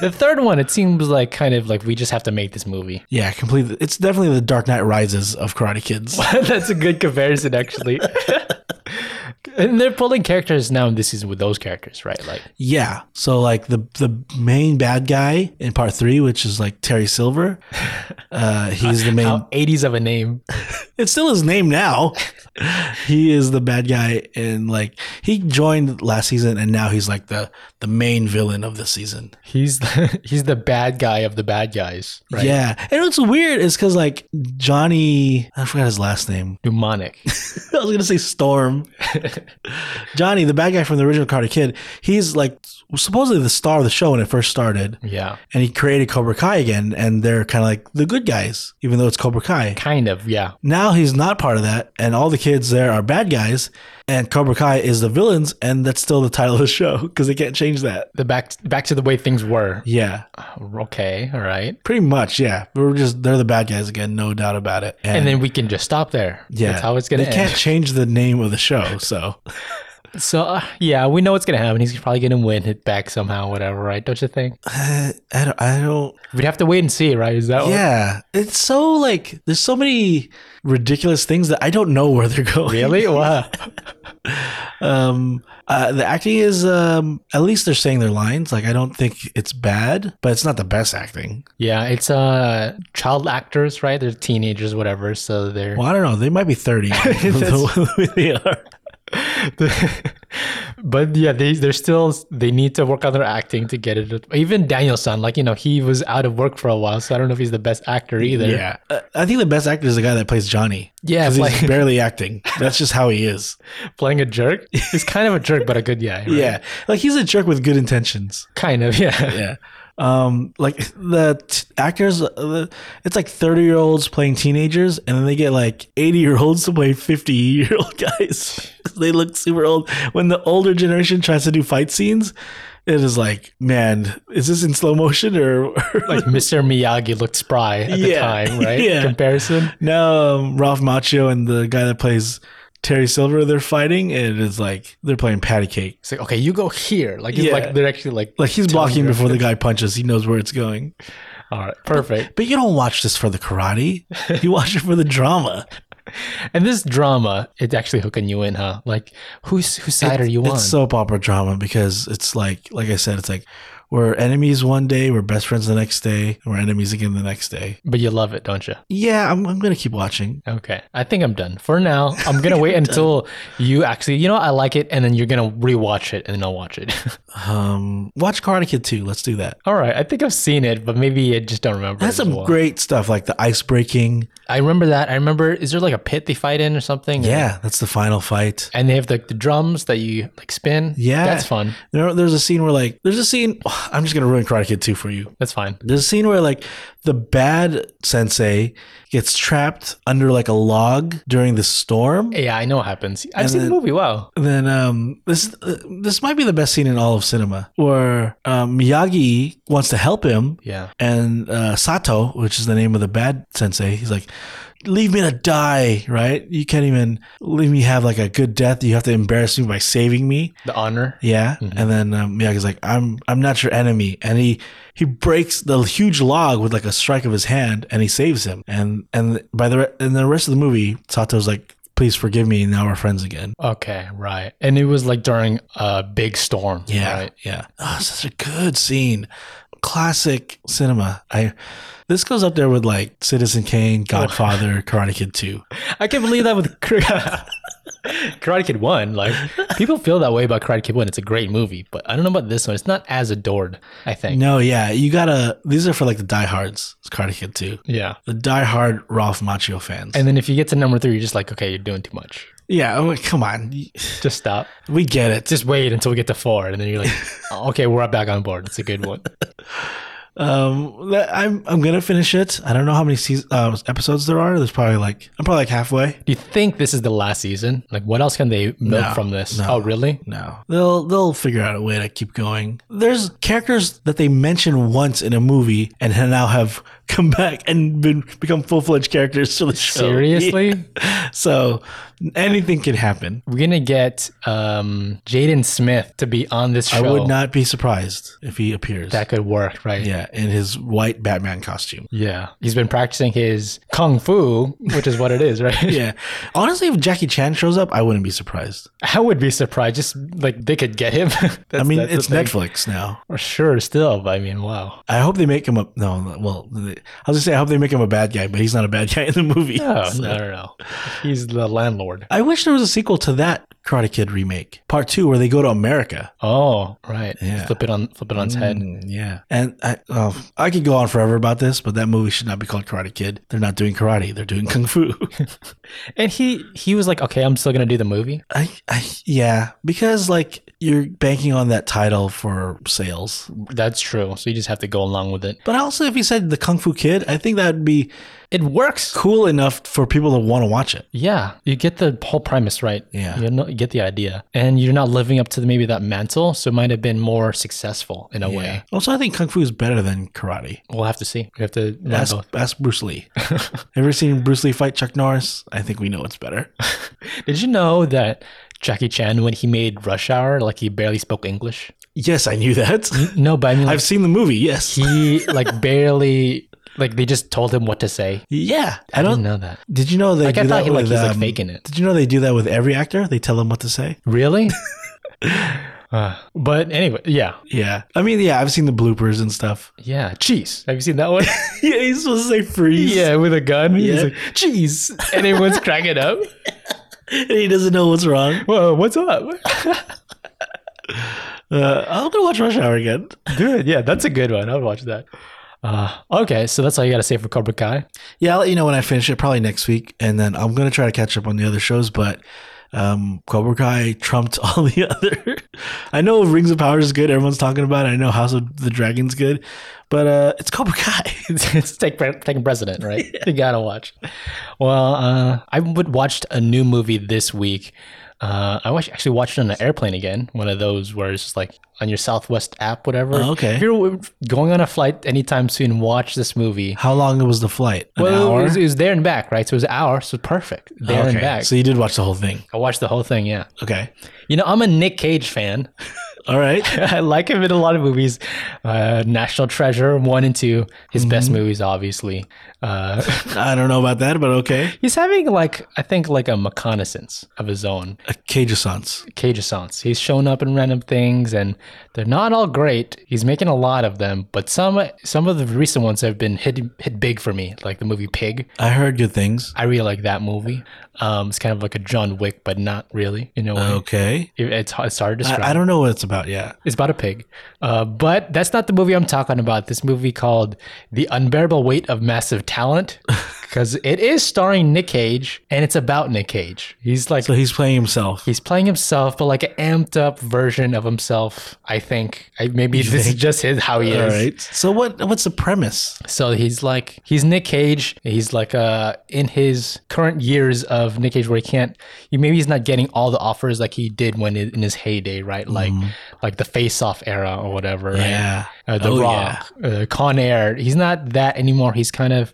[SPEAKER 2] The third one, it seems like kind of like we just have to make this movie.
[SPEAKER 1] Yeah, completely. It's definitely the Dark Knight Rises of Karate Kids.
[SPEAKER 2] That's a good comparison, actually. and they're pulling characters now in this season with those characters, right? Like,
[SPEAKER 1] Yeah. So like the the main bad guy in part three, which is like Terry Silver, uh, he's the main.
[SPEAKER 2] how 80s of a name.
[SPEAKER 1] It's still his name now. he is the bad guy, and like he joined last season, and now he's like the the main villain of the season.
[SPEAKER 2] He's he's the bad guy of the bad guys, right?
[SPEAKER 1] Yeah. And what's weird is because like Johnny, I forgot his last name.
[SPEAKER 2] Mnemonic.
[SPEAKER 1] I was gonna say Storm. Johnny, the bad guy from the original Karate Kid, he's like supposedly the star of the show when it first started,
[SPEAKER 2] Yeah.
[SPEAKER 1] and he created Cobra Kai again, and they're kind of like the good guys, even though it's Cobra Kai.
[SPEAKER 2] Kind of, yeah.
[SPEAKER 1] Now he's not part of that, and all the kids there are bad guys, and Cobra Kai is the villains, and that's still the title of the show because they can't change that.
[SPEAKER 2] The back back to the way things were.
[SPEAKER 1] Yeah,
[SPEAKER 2] Okay, all right.
[SPEAKER 1] pretty much. Yeah, we're just they're the bad guys again, no doubt about it.
[SPEAKER 2] And then we can just stop there.
[SPEAKER 1] yeah,
[SPEAKER 2] That's how it's gonna
[SPEAKER 1] They
[SPEAKER 2] end.
[SPEAKER 1] can't change the name of the show, so
[SPEAKER 2] So uh, yeah, we know what's gonna happen. He's probably gonna win it back somehow, whatever, right? Don't you think?
[SPEAKER 1] I I don't. I don't
[SPEAKER 2] We'd have to wait and see, right? Is that what-
[SPEAKER 1] Yeah, it's so like there's so many ridiculous things that I don't know where they're going.
[SPEAKER 2] really? Wow.
[SPEAKER 1] Um, uh, the acting is um, at least they're saying their lines. Like I don't think it's bad, but it's not the best acting.
[SPEAKER 2] Yeah, it's uh child actors, right? They're teenagers, whatever. So they're
[SPEAKER 1] Well, I don't know. They might be thirty. the way they are.
[SPEAKER 2] but yeah, they they're still they need to work on their acting to get it. Even Danielson, like you know, he was out of work for a while, so I don't know if he's the best actor either.
[SPEAKER 1] Yeah, uh, I think the best actor is the guy that plays Johnny.
[SPEAKER 2] Yeah,
[SPEAKER 1] 'Cause he's
[SPEAKER 2] like-
[SPEAKER 1] barely acting. That's just how he is.
[SPEAKER 2] Playing a jerk. He's kind of a jerk, but a good guy. right?
[SPEAKER 1] Yeah, like he's a jerk with good intentions.
[SPEAKER 2] Kind of, yeah.
[SPEAKER 1] yeah um like the t- actors uh, the, it's like 30 year olds playing teenagers and then they get like 80 year olds to play 50 year old guys they look super old when the older generation tries to do fight scenes it is like man is this in slow motion or, or
[SPEAKER 2] Like Mr. Miyagi looked spry at the
[SPEAKER 1] Yeah.
[SPEAKER 2] time, right?
[SPEAKER 1] Yeah.
[SPEAKER 2] Comparison.
[SPEAKER 1] now um, ralph macchio and the guy that plays terry silver they're fighting and it's like they're playing patty cake
[SPEAKER 2] It's like, okay, you go here. Like it's
[SPEAKER 1] Yeah.
[SPEAKER 2] like they're actually like
[SPEAKER 1] like he's
[SPEAKER 2] telling
[SPEAKER 1] blocking
[SPEAKER 2] you.
[SPEAKER 1] before the guy punches he knows where it's going
[SPEAKER 2] All right, perfect.
[SPEAKER 1] but you don't watch this for the karate you watch it for the drama
[SPEAKER 2] And this drama, it's actually hooking you in, huh? Like, who's whose side are you on?
[SPEAKER 1] It's soap opera drama because it's like, like I said, it's like we're enemies one day, we're best friends the next day, and we're enemies again the next day.
[SPEAKER 2] but you love it, don't you?
[SPEAKER 1] Yeah, I'm, I'm gonna keep watching.
[SPEAKER 2] Okay, I think I'm done for now. I'm gonna wait until you actually, you know, I like it, and then you're gonna rewatch it, and then I'll watch it.
[SPEAKER 1] Um, watch Karate Kid 2. Let's do that.
[SPEAKER 2] All right, I think I've seen it, but maybe I just don't remember.
[SPEAKER 1] That's
[SPEAKER 2] it as
[SPEAKER 1] some
[SPEAKER 2] well.
[SPEAKER 1] great stuff, like the ice breaking.
[SPEAKER 2] I remember that. I remember. Is there like a pit they fight in or something?
[SPEAKER 1] Yeah, that's the final fight.
[SPEAKER 2] And they have like the drums that you like spin.
[SPEAKER 1] Yeah.
[SPEAKER 2] That's fun.
[SPEAKER 1] There, there's a scene where like, there's a scene. I'm just gonna ruin Karate Kid 2 for you.
[SPEAKER 2] That's fine.
[SPEAKER 1] There's a scene where like the bad sensei gets trapped under like a log during the storm.
[SPEAKER 2] Yeah, I know what happens. I've
[SPEAKER 1] And
[SPEAKER 2] seen
[SPEAKER 1] then-
[SPEAKER 2] the movie. Wow.
[SPEAKER 1] then um, this uh, this might be the best scene in all of cinema, where um, Miyagi wants to help him,
[SPEAKER 2] Yeah.
[SPEAKER 1] and uh, Sato, which is the name of the bad sensei, he's like, "Leave me to die, right? You can't even leave me have like a good death. You have to embarrass me by saving me."
[SPEAKER 2] The honor.
[SPEAKER 1] Yeah, and then um, Miyagi's like, "I'm I'm not your enemy," and he he breaks the huge log with like a strike of his hand, and he saves him. And and by the re- and the rest of the movie, Sato's like, "Please forgive me. Now we're friends again."
[SPEAKER 2] Okay, right. And it was like during a big storm.
[SPEAKER 1] Yeah,
[SPEAKER 2] Right?
[SPEAKER 1] yeah. Oh, such a good scene. Classic cinema. I this goes up there with
[SPEAKER 2] Oh.
[SPEAKER 1] like Citizen Kane, Godfather, Karate Kid 2.
[SPEAKER 2] I can't believe that with Karate Kid One, like people feel that way about Karate Kid One. It's a great movie, but I don't know about this one. It's not as adored. I think.
[SPEAKER 1] No, yeah, you gotta. These are for like the diehards. It's Karate Kid Two.
[SPEAKER 2] Yeah.
[SPEAKER 1] The diehard Ralph Macchio fans.
[SPEAKER 2] And then if you get to number three, you're just like, okay, you're doing too much.
[SPEAKER 1] yeah, I'm like, come on,
[SPEAKER 2] Just stop.
[SPEAKER 1] we get it.
[SPEAKER 2] Just wait until we get to four, and then you're like, "Oh, okay, we're back on board. It's a good one.
[SPEAKER 1] Um, that- I'm I'm gonna finish it. I don't know how many seas uh, episodes there are. There's probably like I'm probably like halfway.
[SPEAKER 2] Do you think this is the last season? Like, what else can they milk
[SPEAKER 1] No,
[SPEAKER 2] from this?
[SPEAKER 1] no.
[SPEAKER 2] Oh, really?
[SPEAKER 1] No, they'll they'll figure out a way to keep going. There's characters that they mention once in a movie and ha- now have come back and been become full fledged characters to the show.
[SPEAKER 2] Seriously?
[SPEAKER 1] Yeah. So anything can happen.
[SPEAKER 2] We're gonna get um, Jaden Smith to be on this show.
[SPEAKER 1] I would not be surprised if he appears.
[SPEAKER 2] That could work, right?
[SPEAKER 1] yeah, in his white Batman costume.
[SPEAKER 2] Yeah. He's been practicing his kung fu, which is what it is, right?
[SPEAKER 1] Yeah, honestly, if Jackie Chan shows up, I wouldn't be surprised.
[SPEAKER 2] I would be surprised. Just like they could get him.
[SPEAKER 1] I
[SPEAKER 2] That's-
[SPEAKER 1] mean,
[SPEAKER 2] that's the
[SPEAKER 1] it's
[SPEAKER 2] thing.
[SPEAKER 1] Netflix now.
[SPEAKER 2] For sure, still. But I mean, wow.
[SPEAKER 1] I hope they make him a no. Well, I was gonna say I hope they make him a bad guy, but he's not a bad guy in the movie.
[SPEAKER 2] Oh,
[SPEAKER 1] So-
[SPEAKER 2] no, no, no. He's the landlord.
[SPEAKER 1] I wish there was a sequel to that Karate Kid remake, part two, where they go to America.
[SPEAKER 2] Oh, right.
[SPEAKER 1] Yeah.
[SPEAKER 2] Flip it on, flip it on its head.
[SPEAKER 1] Mm, yeah, and I, oh, I could go on forever about this, but that movie should not be called Karate Kid. They're not doing karate; they're doing kung fu.
[SPEAKER 2] And he, he was like, okay, I'm still gonna do the movie.
[SPEAKER 1] I, I, yeah, because like you're banking on that title for sales.
[SPEAKER 2] That's true. So you just have to go along with it.
[SPEAKER 1] But also, if you said the Kung Fu Kid, I think that would be
[SPEAKER 2] It works.
[SPEAKER 1] cool enough for people to want to watch it.
[SPEAKER 2] Yeah, you get the whole premise right.
[SPEAKER 1] Yeah.
[SPEAKER 2] you, know, you get the idea, and you're not living up to the, maybe that mantle, so it might have been more successful in a way.
[SPEAKER 1] Also, I think kung fu is better than karate.
[SPEAKER 2] We'll have to see. We have to learn
[SPEAKER 1] Ask,
[SPEAKER 2] both.
[SPEAKER 1] ask Bruce Lee. Ever seen Bruce Lee fight Chuck Norris? I think we know it's better.
[SPEAKER 2] Did you know that Jackie Chan, when he made Rush Hour, like he barely spoke English?
[SPEAKER 1] Yes, I knew that.
[SPEAKER 2] No, but I mean, like,
[SPEAKER 1] I've seen the movie. Yes.
[SPEAKER 2] he like barely like they just told him what to say.
[SPEAKER 1] yeah. I
[SPEAKER 2] I didn't
[SPEAKER 1] don't.
[SPEAKER 2] know that.
[SPEAKER 1] Did you know they
[SPEAKER 2] Like
[SPEAKER 1] do
[SPEAKER 2] I
[SPEAKER 1] that
[SPEAKER 2] thought he, like
[SPEAKER 1] with?
[SPEAKER 2] he's like
[SPEAKER 1] um,
[SPEAKER 2] faking it.
[SPEAKER 1] Did you know they do that with every actor? They tell them what to say.
[SPEAKER 2] Really? Uh, but anyway, yeah,
[SPEAKER 1] Yeah. I mean, yeah. I've seen the bloopers and stuff.
[SPEAKER 2] yeah. Cheese. Have you seen that one?
[SPEAKER 1] yeah, he's supposed to say freeze.
[SPEAKER 2] yeah, with a gun.
[SPEAKER 1] Yeah.
[SPEAKER 2] He's like, cheese, and everyone's cracking up.
[SPEAKER 1] And he doesn't know what's wrong.
[SPEAKER 2] Whoa, what's up?
[SPEAKER 1] Uh, I'll go watch Rush Hour again.
[SPEAKER 2] Dude, yeah, that's a good one. I would watch that. Uh, okay, so that's all you got to say for Cobra Kai.
[SPEAKER 1] Yeah, I'll let you know when I finish it, probably next week, and then I'm gonna try to catch up on the other shows. But um, Cobra Kai trumped all the other. I know Rings of Power is good; everyone's talking about it. I know House of the Dragon's good, but uh, it's Cobra Kai.
[SPEAKER 2] It's, it's take, pre- taking precedent, right? You got to watch. Well, uh, I would watched a new movie this week. Uh, I watched, actually watched it on an airplane again, one of those where it's just like on your Southwest app, whatever.
[SPEAKER 1] Oh, okay.
[SPEAKER 2] If you're going on a flight anytime soon, watch this movie.
[SPEAKER 1] How long was the flight? An
[SPEAKER 2] Well,
[SPEAKER 1] hour.
[SPEAKER 2] it was, it was there and back, right? So it was an hour, so perfect. There and back.
[SPEAKER 1] So you did watch the whole thing.
[SPEAKER 2] I watched the whole thing, yeah.
[SPEAKER 1] Okay.
[SPEAKER 2] You know, I'm a Nick Cage fan.
[SPEAKER 1] All right.
[SPEAKER 2] I like him in a lot of movies. Uh, National Treasure, one and two, his best
[SPEAKER 1] Mm-hmm.
[SPEAKER 2] movies, obviously. Uh,
[SPEAKER 1] I don't know about that, but okay.
[SPEAKER 2] he's having like I think like a reconnaissance of his own
[SPEAKER 1] A cage of sons.
[SPEAKER 2] cageissance. He's shown up in random things, and they're not all great. He's making a lot of them, but some some of the recent ones have been hit hit big for me, like the movie Pig.
[SPEAKER 1] I heard good things.
[SPEAKER 2] I really like that movie. Um, it's kind of like a John Wick, but not really. You know,
[SPEAKER 1] Okay.
[SPEAKER 2] it, it's it's hard to describe.
[SPEAKER 1] Oh. I, I don't know what it's about. Yeah.
[SPEAKER 2] It's about a pig. Uh, but that's not the movie I'm talking about. This movie called The Unbearable Weight of Massive Talent, because it is starring Nick Cage and it's about Nick Cage. He's like,
[SPEAKER 1] So he's playing himself.
[SPEAKER 2] he's playing himself, but like an amped up version of himself, I think. I, maybe this is just his, how he
[SPEAKER 1] All
[SPEAKER 2] is.
[SPEAKER 1] right. So what? What's the premise?
[SPEAKER 2] So he's like he's Nick Cage. He's like uh in his current years of Nick Cage where he can't. He, maybe he's not getting all the offers like he did when in in his heyday, right? Like like the Face Off era or whatever.
[SPEAKER 1] Yeah.
[SPEAKER 2] Right? Uh, the
[SPEAKER 1] Oh,
[SPEAKER 2] Rock, uh, Con Air. He's not that anymore. He's kind of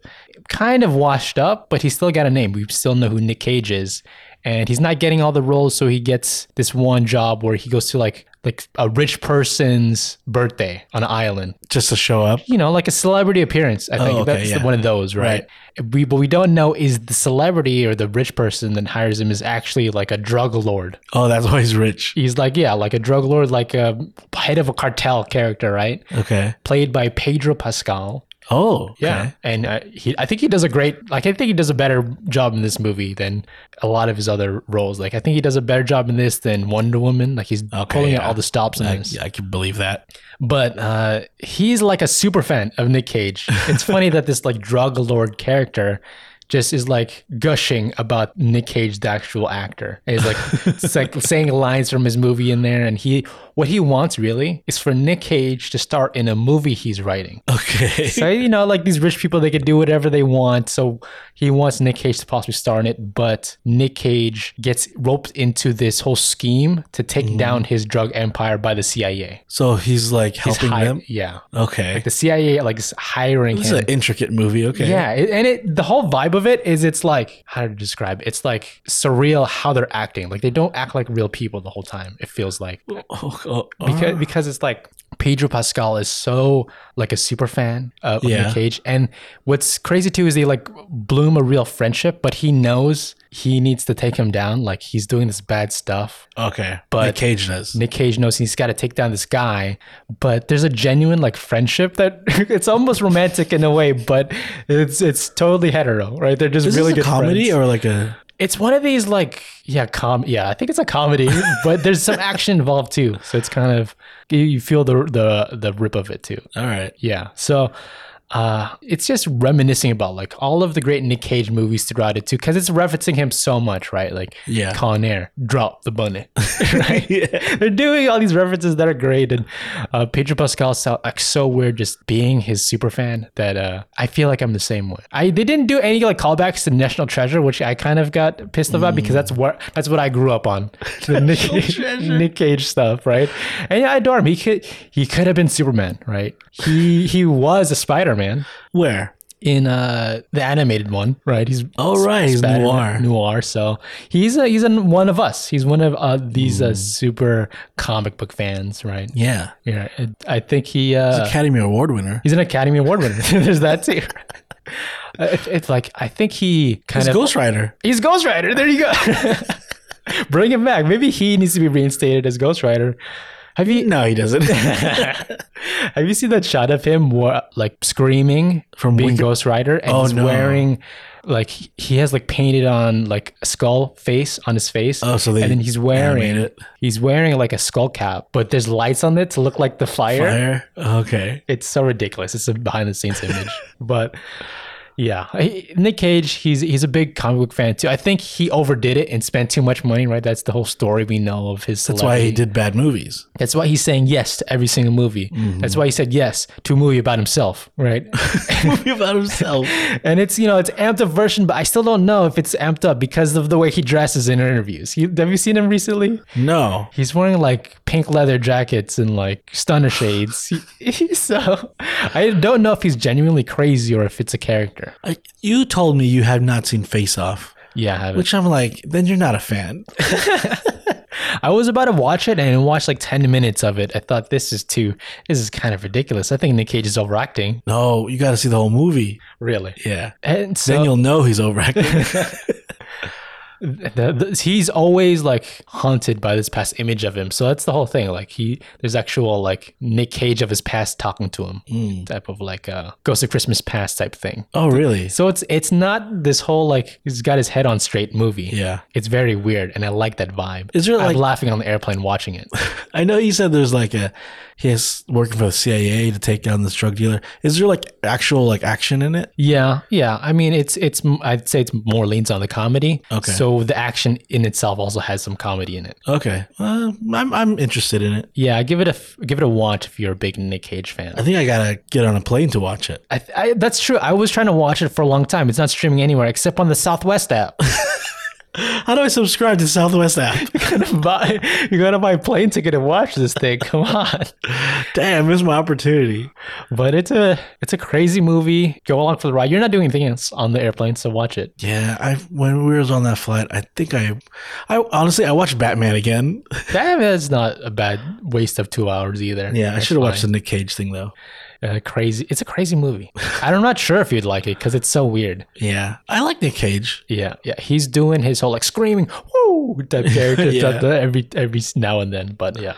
[SPEAKER 2] kind of washed up, but he's still got a name. We still know who Nick Cage is. And he's not getting all the roles, so he gets this one job where he goes to like like a rich person's birthday on an island
[SPEAKER 1] Just to show up.
[SPEAKER 2] you know, like a celebrity appearance. I think
[SPEAKER 1] Oh, okay,
[SPEAKER 2] that's
[SPEAKER 1] yeah.
[SPEAKER 2] one of those, right? We, but we don't know is the celebrity or the rich person that hires him is actually like a drug lord.
[SPEAKER 1] Oh, that's why he's rich.
[SPEAKER 2] He's like, yeah, like a drug lord, like a head of a cartel character, right?
[SPEAKER 1] Okay.
[SPEAKER 2] Played by Pedro Pascal.
[SPEAKER 1] Oh, okay.
[SPEAKER 2] Yeah, and uh, he, I think he does a great. Like, I think he does a better job in this movie than a lot of his other roles. Like, I think he does a better job in this than Wonder Woman. Like, he's pulling out
[SPEAKER 1] yeah.
[SPEAKER 2] all the stops in
[SPEAKER 1] I,
[SPEAKER 2] this.
[SPEAKER 1] yeah, I can believe that.
[SPEAKER 2] But uh, he's like a super fan of Nick Cage. It's funny that this like drug lord character just is like gushing about Nick Cage, the actual actor. And he's like, it's like saying lines from his movie in there. And he, what he wants really is for Nick Cage to start in a movie he's writing.
[SPEAKER 1] Okay.
[SPEAKER 2] So you know, like these rich people, they could do whatever they want. So he wants Nick Cage to possibly star in it, but Nick Cage gets roped into this whole scheme to take
[SPEAKER 1] Mm-hmm.
[SPEAKER 2] down his drug empire by the CIA.
[SPEAKER 1] So he's like
[SPEAKER 2] He's
[SPEAKER 1] helping
[SPEAKER 2] hi-
[SPEAKER 1] them.
[SPEAKER 2] yeah.
[SPEAKER 1] Okay.
[SPEAKER 2] The CIA like is hiring
[SPEAKER 1] This is
[SPEAKER 2] him.
[SPEAKER 1] an intricate movie. Okay.
[SPEAKER 2] Yeah, it- and it the whole vibe of it is it's like how to describe it? it's like surreal how they're acting. Like they don't act like real people the whole time. It feels like
[SPEAKER 1] Oh, oh, oh.
[SPEAKER 2] because because it's like Pedro Pascal is so like a super fan uh, of
[SPEAKER 1] Yeah.
[SPEAKER 2] Nick Cage, and what's crazy too is they like bloom a real friendship, but he knows he needs to take him down. Like he's doing this bad stuff.
[SPEAKER 1] okay.
[SPEAKER 2] But-
[SPEAKER 1] Nick Cage does.
[SPEAKER 2] Nick Cage knows he's got to take down this guy, but there's a genuine like friendship that it's almost romantic in a way, but it's it's totally hetero, right? They're just
[SPEAKER 1] is
[SPEAKER 2] really
[SPEAKER 1] this
[SPEAKER 2] good
[SPEAKER 1] a comedy
[SPEAKER 2] friends.
[SPEAKER 1] or like a?
[SPEAKER 2] It's one of these like yeah, com yeah, I think it's a comedy, but there's some action involved too. So it's kind of you- you feel the the the rip of it too.
[SPEAKER 1] All right.
[SPEAKER 2] Yeah. So uh, it's just reminiscing about like all of the great Nick Cage movies throughout it too, because it's referencing him so much, right? Like
[SPEAKER 1] Yeah.
[SPEAKER 2] Con Air, drop the bunny. right? They're doing all these references that are great, and uh, Pedro Pascal so, like so weird just being his super fan that uh, I feel like I'm the same way. I they didn't do any like callbacks to National Treasure, which I kind of got pissed about because that's what that's what I grew up on. The Nick, Nick Cage stuff, right? And I adore him. He could he could have been Superman, right? He he was a Spider Man
[SPEAKER 1] Where?
[SPEAKER 2] in uh the animated one, right? He's
[SPEAKER 1] Oh, right, he's noir.
[SPEAKER 2] Spider-Man- Noir. So he's a, he's in one of us. He's one of uh, these uh, super comic book fans, right?
[SPEAKER 1] Mm. Yeah.
[SPEAKER 2] Yeah, it- I think he uh,
[SPEAKER 1] Academy Award winner.
[SPEAKER 2] he's an Academy Award winner. There's that too. It- It's like I think he kind
[SPEAKER 1] He's
[SPEAKER 2] of
[SPEAKER 1] Ghost Rider.
[SPEAKER 2] he's Ghost Rider. There you go. Bring him back. Maybe he needs to be reinstated as Ghost Rider. Have you
[SPEAKER 1] No, he doesn't.
[SPEAKER 2] have you seen that shot of him wa- like screaming
[SPEAKER 1] From
[SPEAKER 2] being
[SPEAKER 1] Wicked-
[SPEAKER 2] Ghost Rider and
[SPEAKER 1] Oh,
[SPEAKER 2] he's
[SPEAKER 1] no.
[SPEAKER 2] wearing like he he has like painted on like a skull face on his face.
[SPEAKER 1] Oh, so they
[SPEAKER 2] and then he's wearing
[SPEAKER 1] animated it.
[SPEAKER 2] he's wearing like a skull cap, but there's lights on it to look like the fire.
[SPEAKER 1] Fire. Okay.
[SPEAKER 2] It's so ridiculous. It's a behind the scenes image, but yeah, He- Nick Cage. He's he's a big comic book fan too. I think he overdid it and spent too much money. Right, that's the whole story we know of his.
[SPEAKER 1] That's why he did bad movies.
[SPEAKER 2] That's why he's saying yes to every single movie.
[SPEAKER 1] Mm-hmm.
[SPEAKER 2] That's why he said yes to a movie about himself, right?
[SPEAKER 1] movie about himself.
[SPEAKER 2] and it's you know it's amped up version, but I still don't know if it's amped up because of the way he dresses in interviews. You, have you seen him recently?
[SPEAKER 1] No.
[SPEAKER 2] He's wearing like pink leather jackets and like stunner shades. He- he- so I don't know if he's genuinely crazy or if it's a character.
[SPEAKER 1] I, you told me you have not seen Face Off,
[SPEAKER 2] Yeah, I haven't.
[SPEAKER 1] which I'm like, then you're not a fan.
[SPEAKER 2] I was about to watch it and watch like ten minutes of it. I thought this is too. This is kind of ridiculous. I think Nick Cage is overacting.
[SPEAKER 1] No, you got to see the whole movie.
[SPEAKER 2] Really.
[SPEAKER 1] Yeah.
[SPEAKER 2] And so,
[SPEAKER 1] Then you'll know he's overacting.
[SPEAKER 2] the, the, he's always like haunted by this past image of him. So that's the whole thing. Like he, there's actual like Nick Cage of his past talking to him,
[SPEAKER 1] Mm.
[SPEAKER 2] type of like uh, Ghost of Christmas Past type thing.
[SPEAKER 1] oh, really?
[SPEAKER 2] So it's it's not this whole like he's got his head on straight movie.
[SPEAKER 1] Yeah.
[SPEAKER 2] It's very weird, and I like that vibe.
[SPEAKER 1] Is there,
[SPEAKER 2] I'm
[SPEAKER 1] like-
[SPEAKER 2] laughing on the airplane watching it?
[SPEAKER 1] I know you said there's like a he's working for the CIA to take down this drug dealer. Is there like actual like action in it?
[SPEAKER 2] yeah, yeah. I mean, it's it's I'd say it's more leans on the comedy.
[SPEAKER 1] Okay.
[SPEAKER 2] So the action in itself also has some comedy in it.
[SPEAKER 1] Okay, uh, I'm I'm interested in it.
[SPEAKER 2] Yeah, give it a f- give it a watch if you're a big Nick Cage fan.
[SPEAKER 1] I think I gotta get on a plane to watch it.
[SPEAKER 2] I, I, that's true. I was trying to watch it for a long time. It's not streaming anywhere except on the Southwest app.
[SPEAKER 1] How do I subscribe to Southwest app?
[SPEAKER 2] Buy- you gotta buy a plane ticket and watch this thing. Come on.
[SPEAKER 1] Damn, missed my opportunity.
[SPEAKER 2] But it's a it's a crazy movie. Go along for the ride. You're not doing anything else on the airplane, so watch it.
[SPEAKER 1] Yeah, I when we was on that flight, I think I, I honestly I watched Batman again.
[SPEAKER 2] That is not a bad waste of two hours either.
[SPEAKER 1] Yeah, I
[SPEAKER 2] It's
[SPEAKER 1] should have watched the
[SPEAKER 2] fine.
[SPEAKER 1] Nick Cage thing though.
[SPEAKER 2] Uh, crazy. It's a crazy movie. I'm not sure if you'd like it because it's so weird.
[SPEAKER 1] Yeah, I like Nick Cage.
[SPEAKER 2] Yeah, yeah. He's doing his whole like screaming, woo type character
[SPEAKER 1] Yeah.
[SPEAKER 2] stuff every every now and then. But yeah,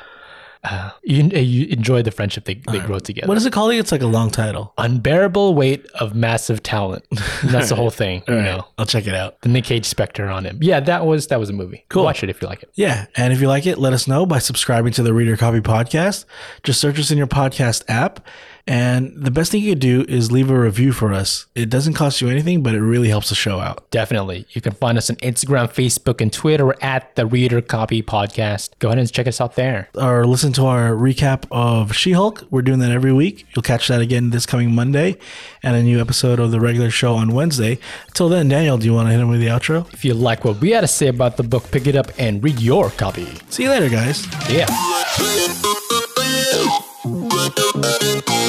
[SPEAKER 2] uh, you, you enjoy the friendship they,
[SPEAKER 1] Uh,
[SPEAKER 2] they grow together.
[SPEAKER 1] What is it called? It's like a long title.
[SPEAKER 2] Unbearable weight of massive talent. And that's the whole thing.
[SPEAKER 1] All
[SPEAKER 2] you
[SPEAKER 1] right,
[SPEAKER 2] know,
[SPEAKER 1] I'll check it out.
[SPEAKER 2] the Nick Cage specter on him. Yeah, that was that was a movie. Cool. Watch it if you like it.
[SPEAKER 1] Yeah, and if you like it, let us know by subscribing to the Reader Copy Podcast. Just search us in your podcast app. And the best thing you could do is leave a review for us. It doesn't cost you anything, but it really helps the show out.
[SPEAKER 2] Definitely. You can find us on Instagram, Facebook, and Twitter We're at the Reader Copy Podcast. Go ahead and check us out there.
[SPEAKER 1] or listen to our recap of She Hulk. We're doing that every week. You'll catch that again this coming Monday and a new episode of the regular show on Wednesday. Till then, Daniel, do you want to hit him with the outro?
[SPEAKER 2] If you like what we had to say about the book, pick it up and read your copy.
[SPEAKER 1] See you later, guys.
[SPEAKER 2] Yeah.
[SPEAKER 3] Thank you.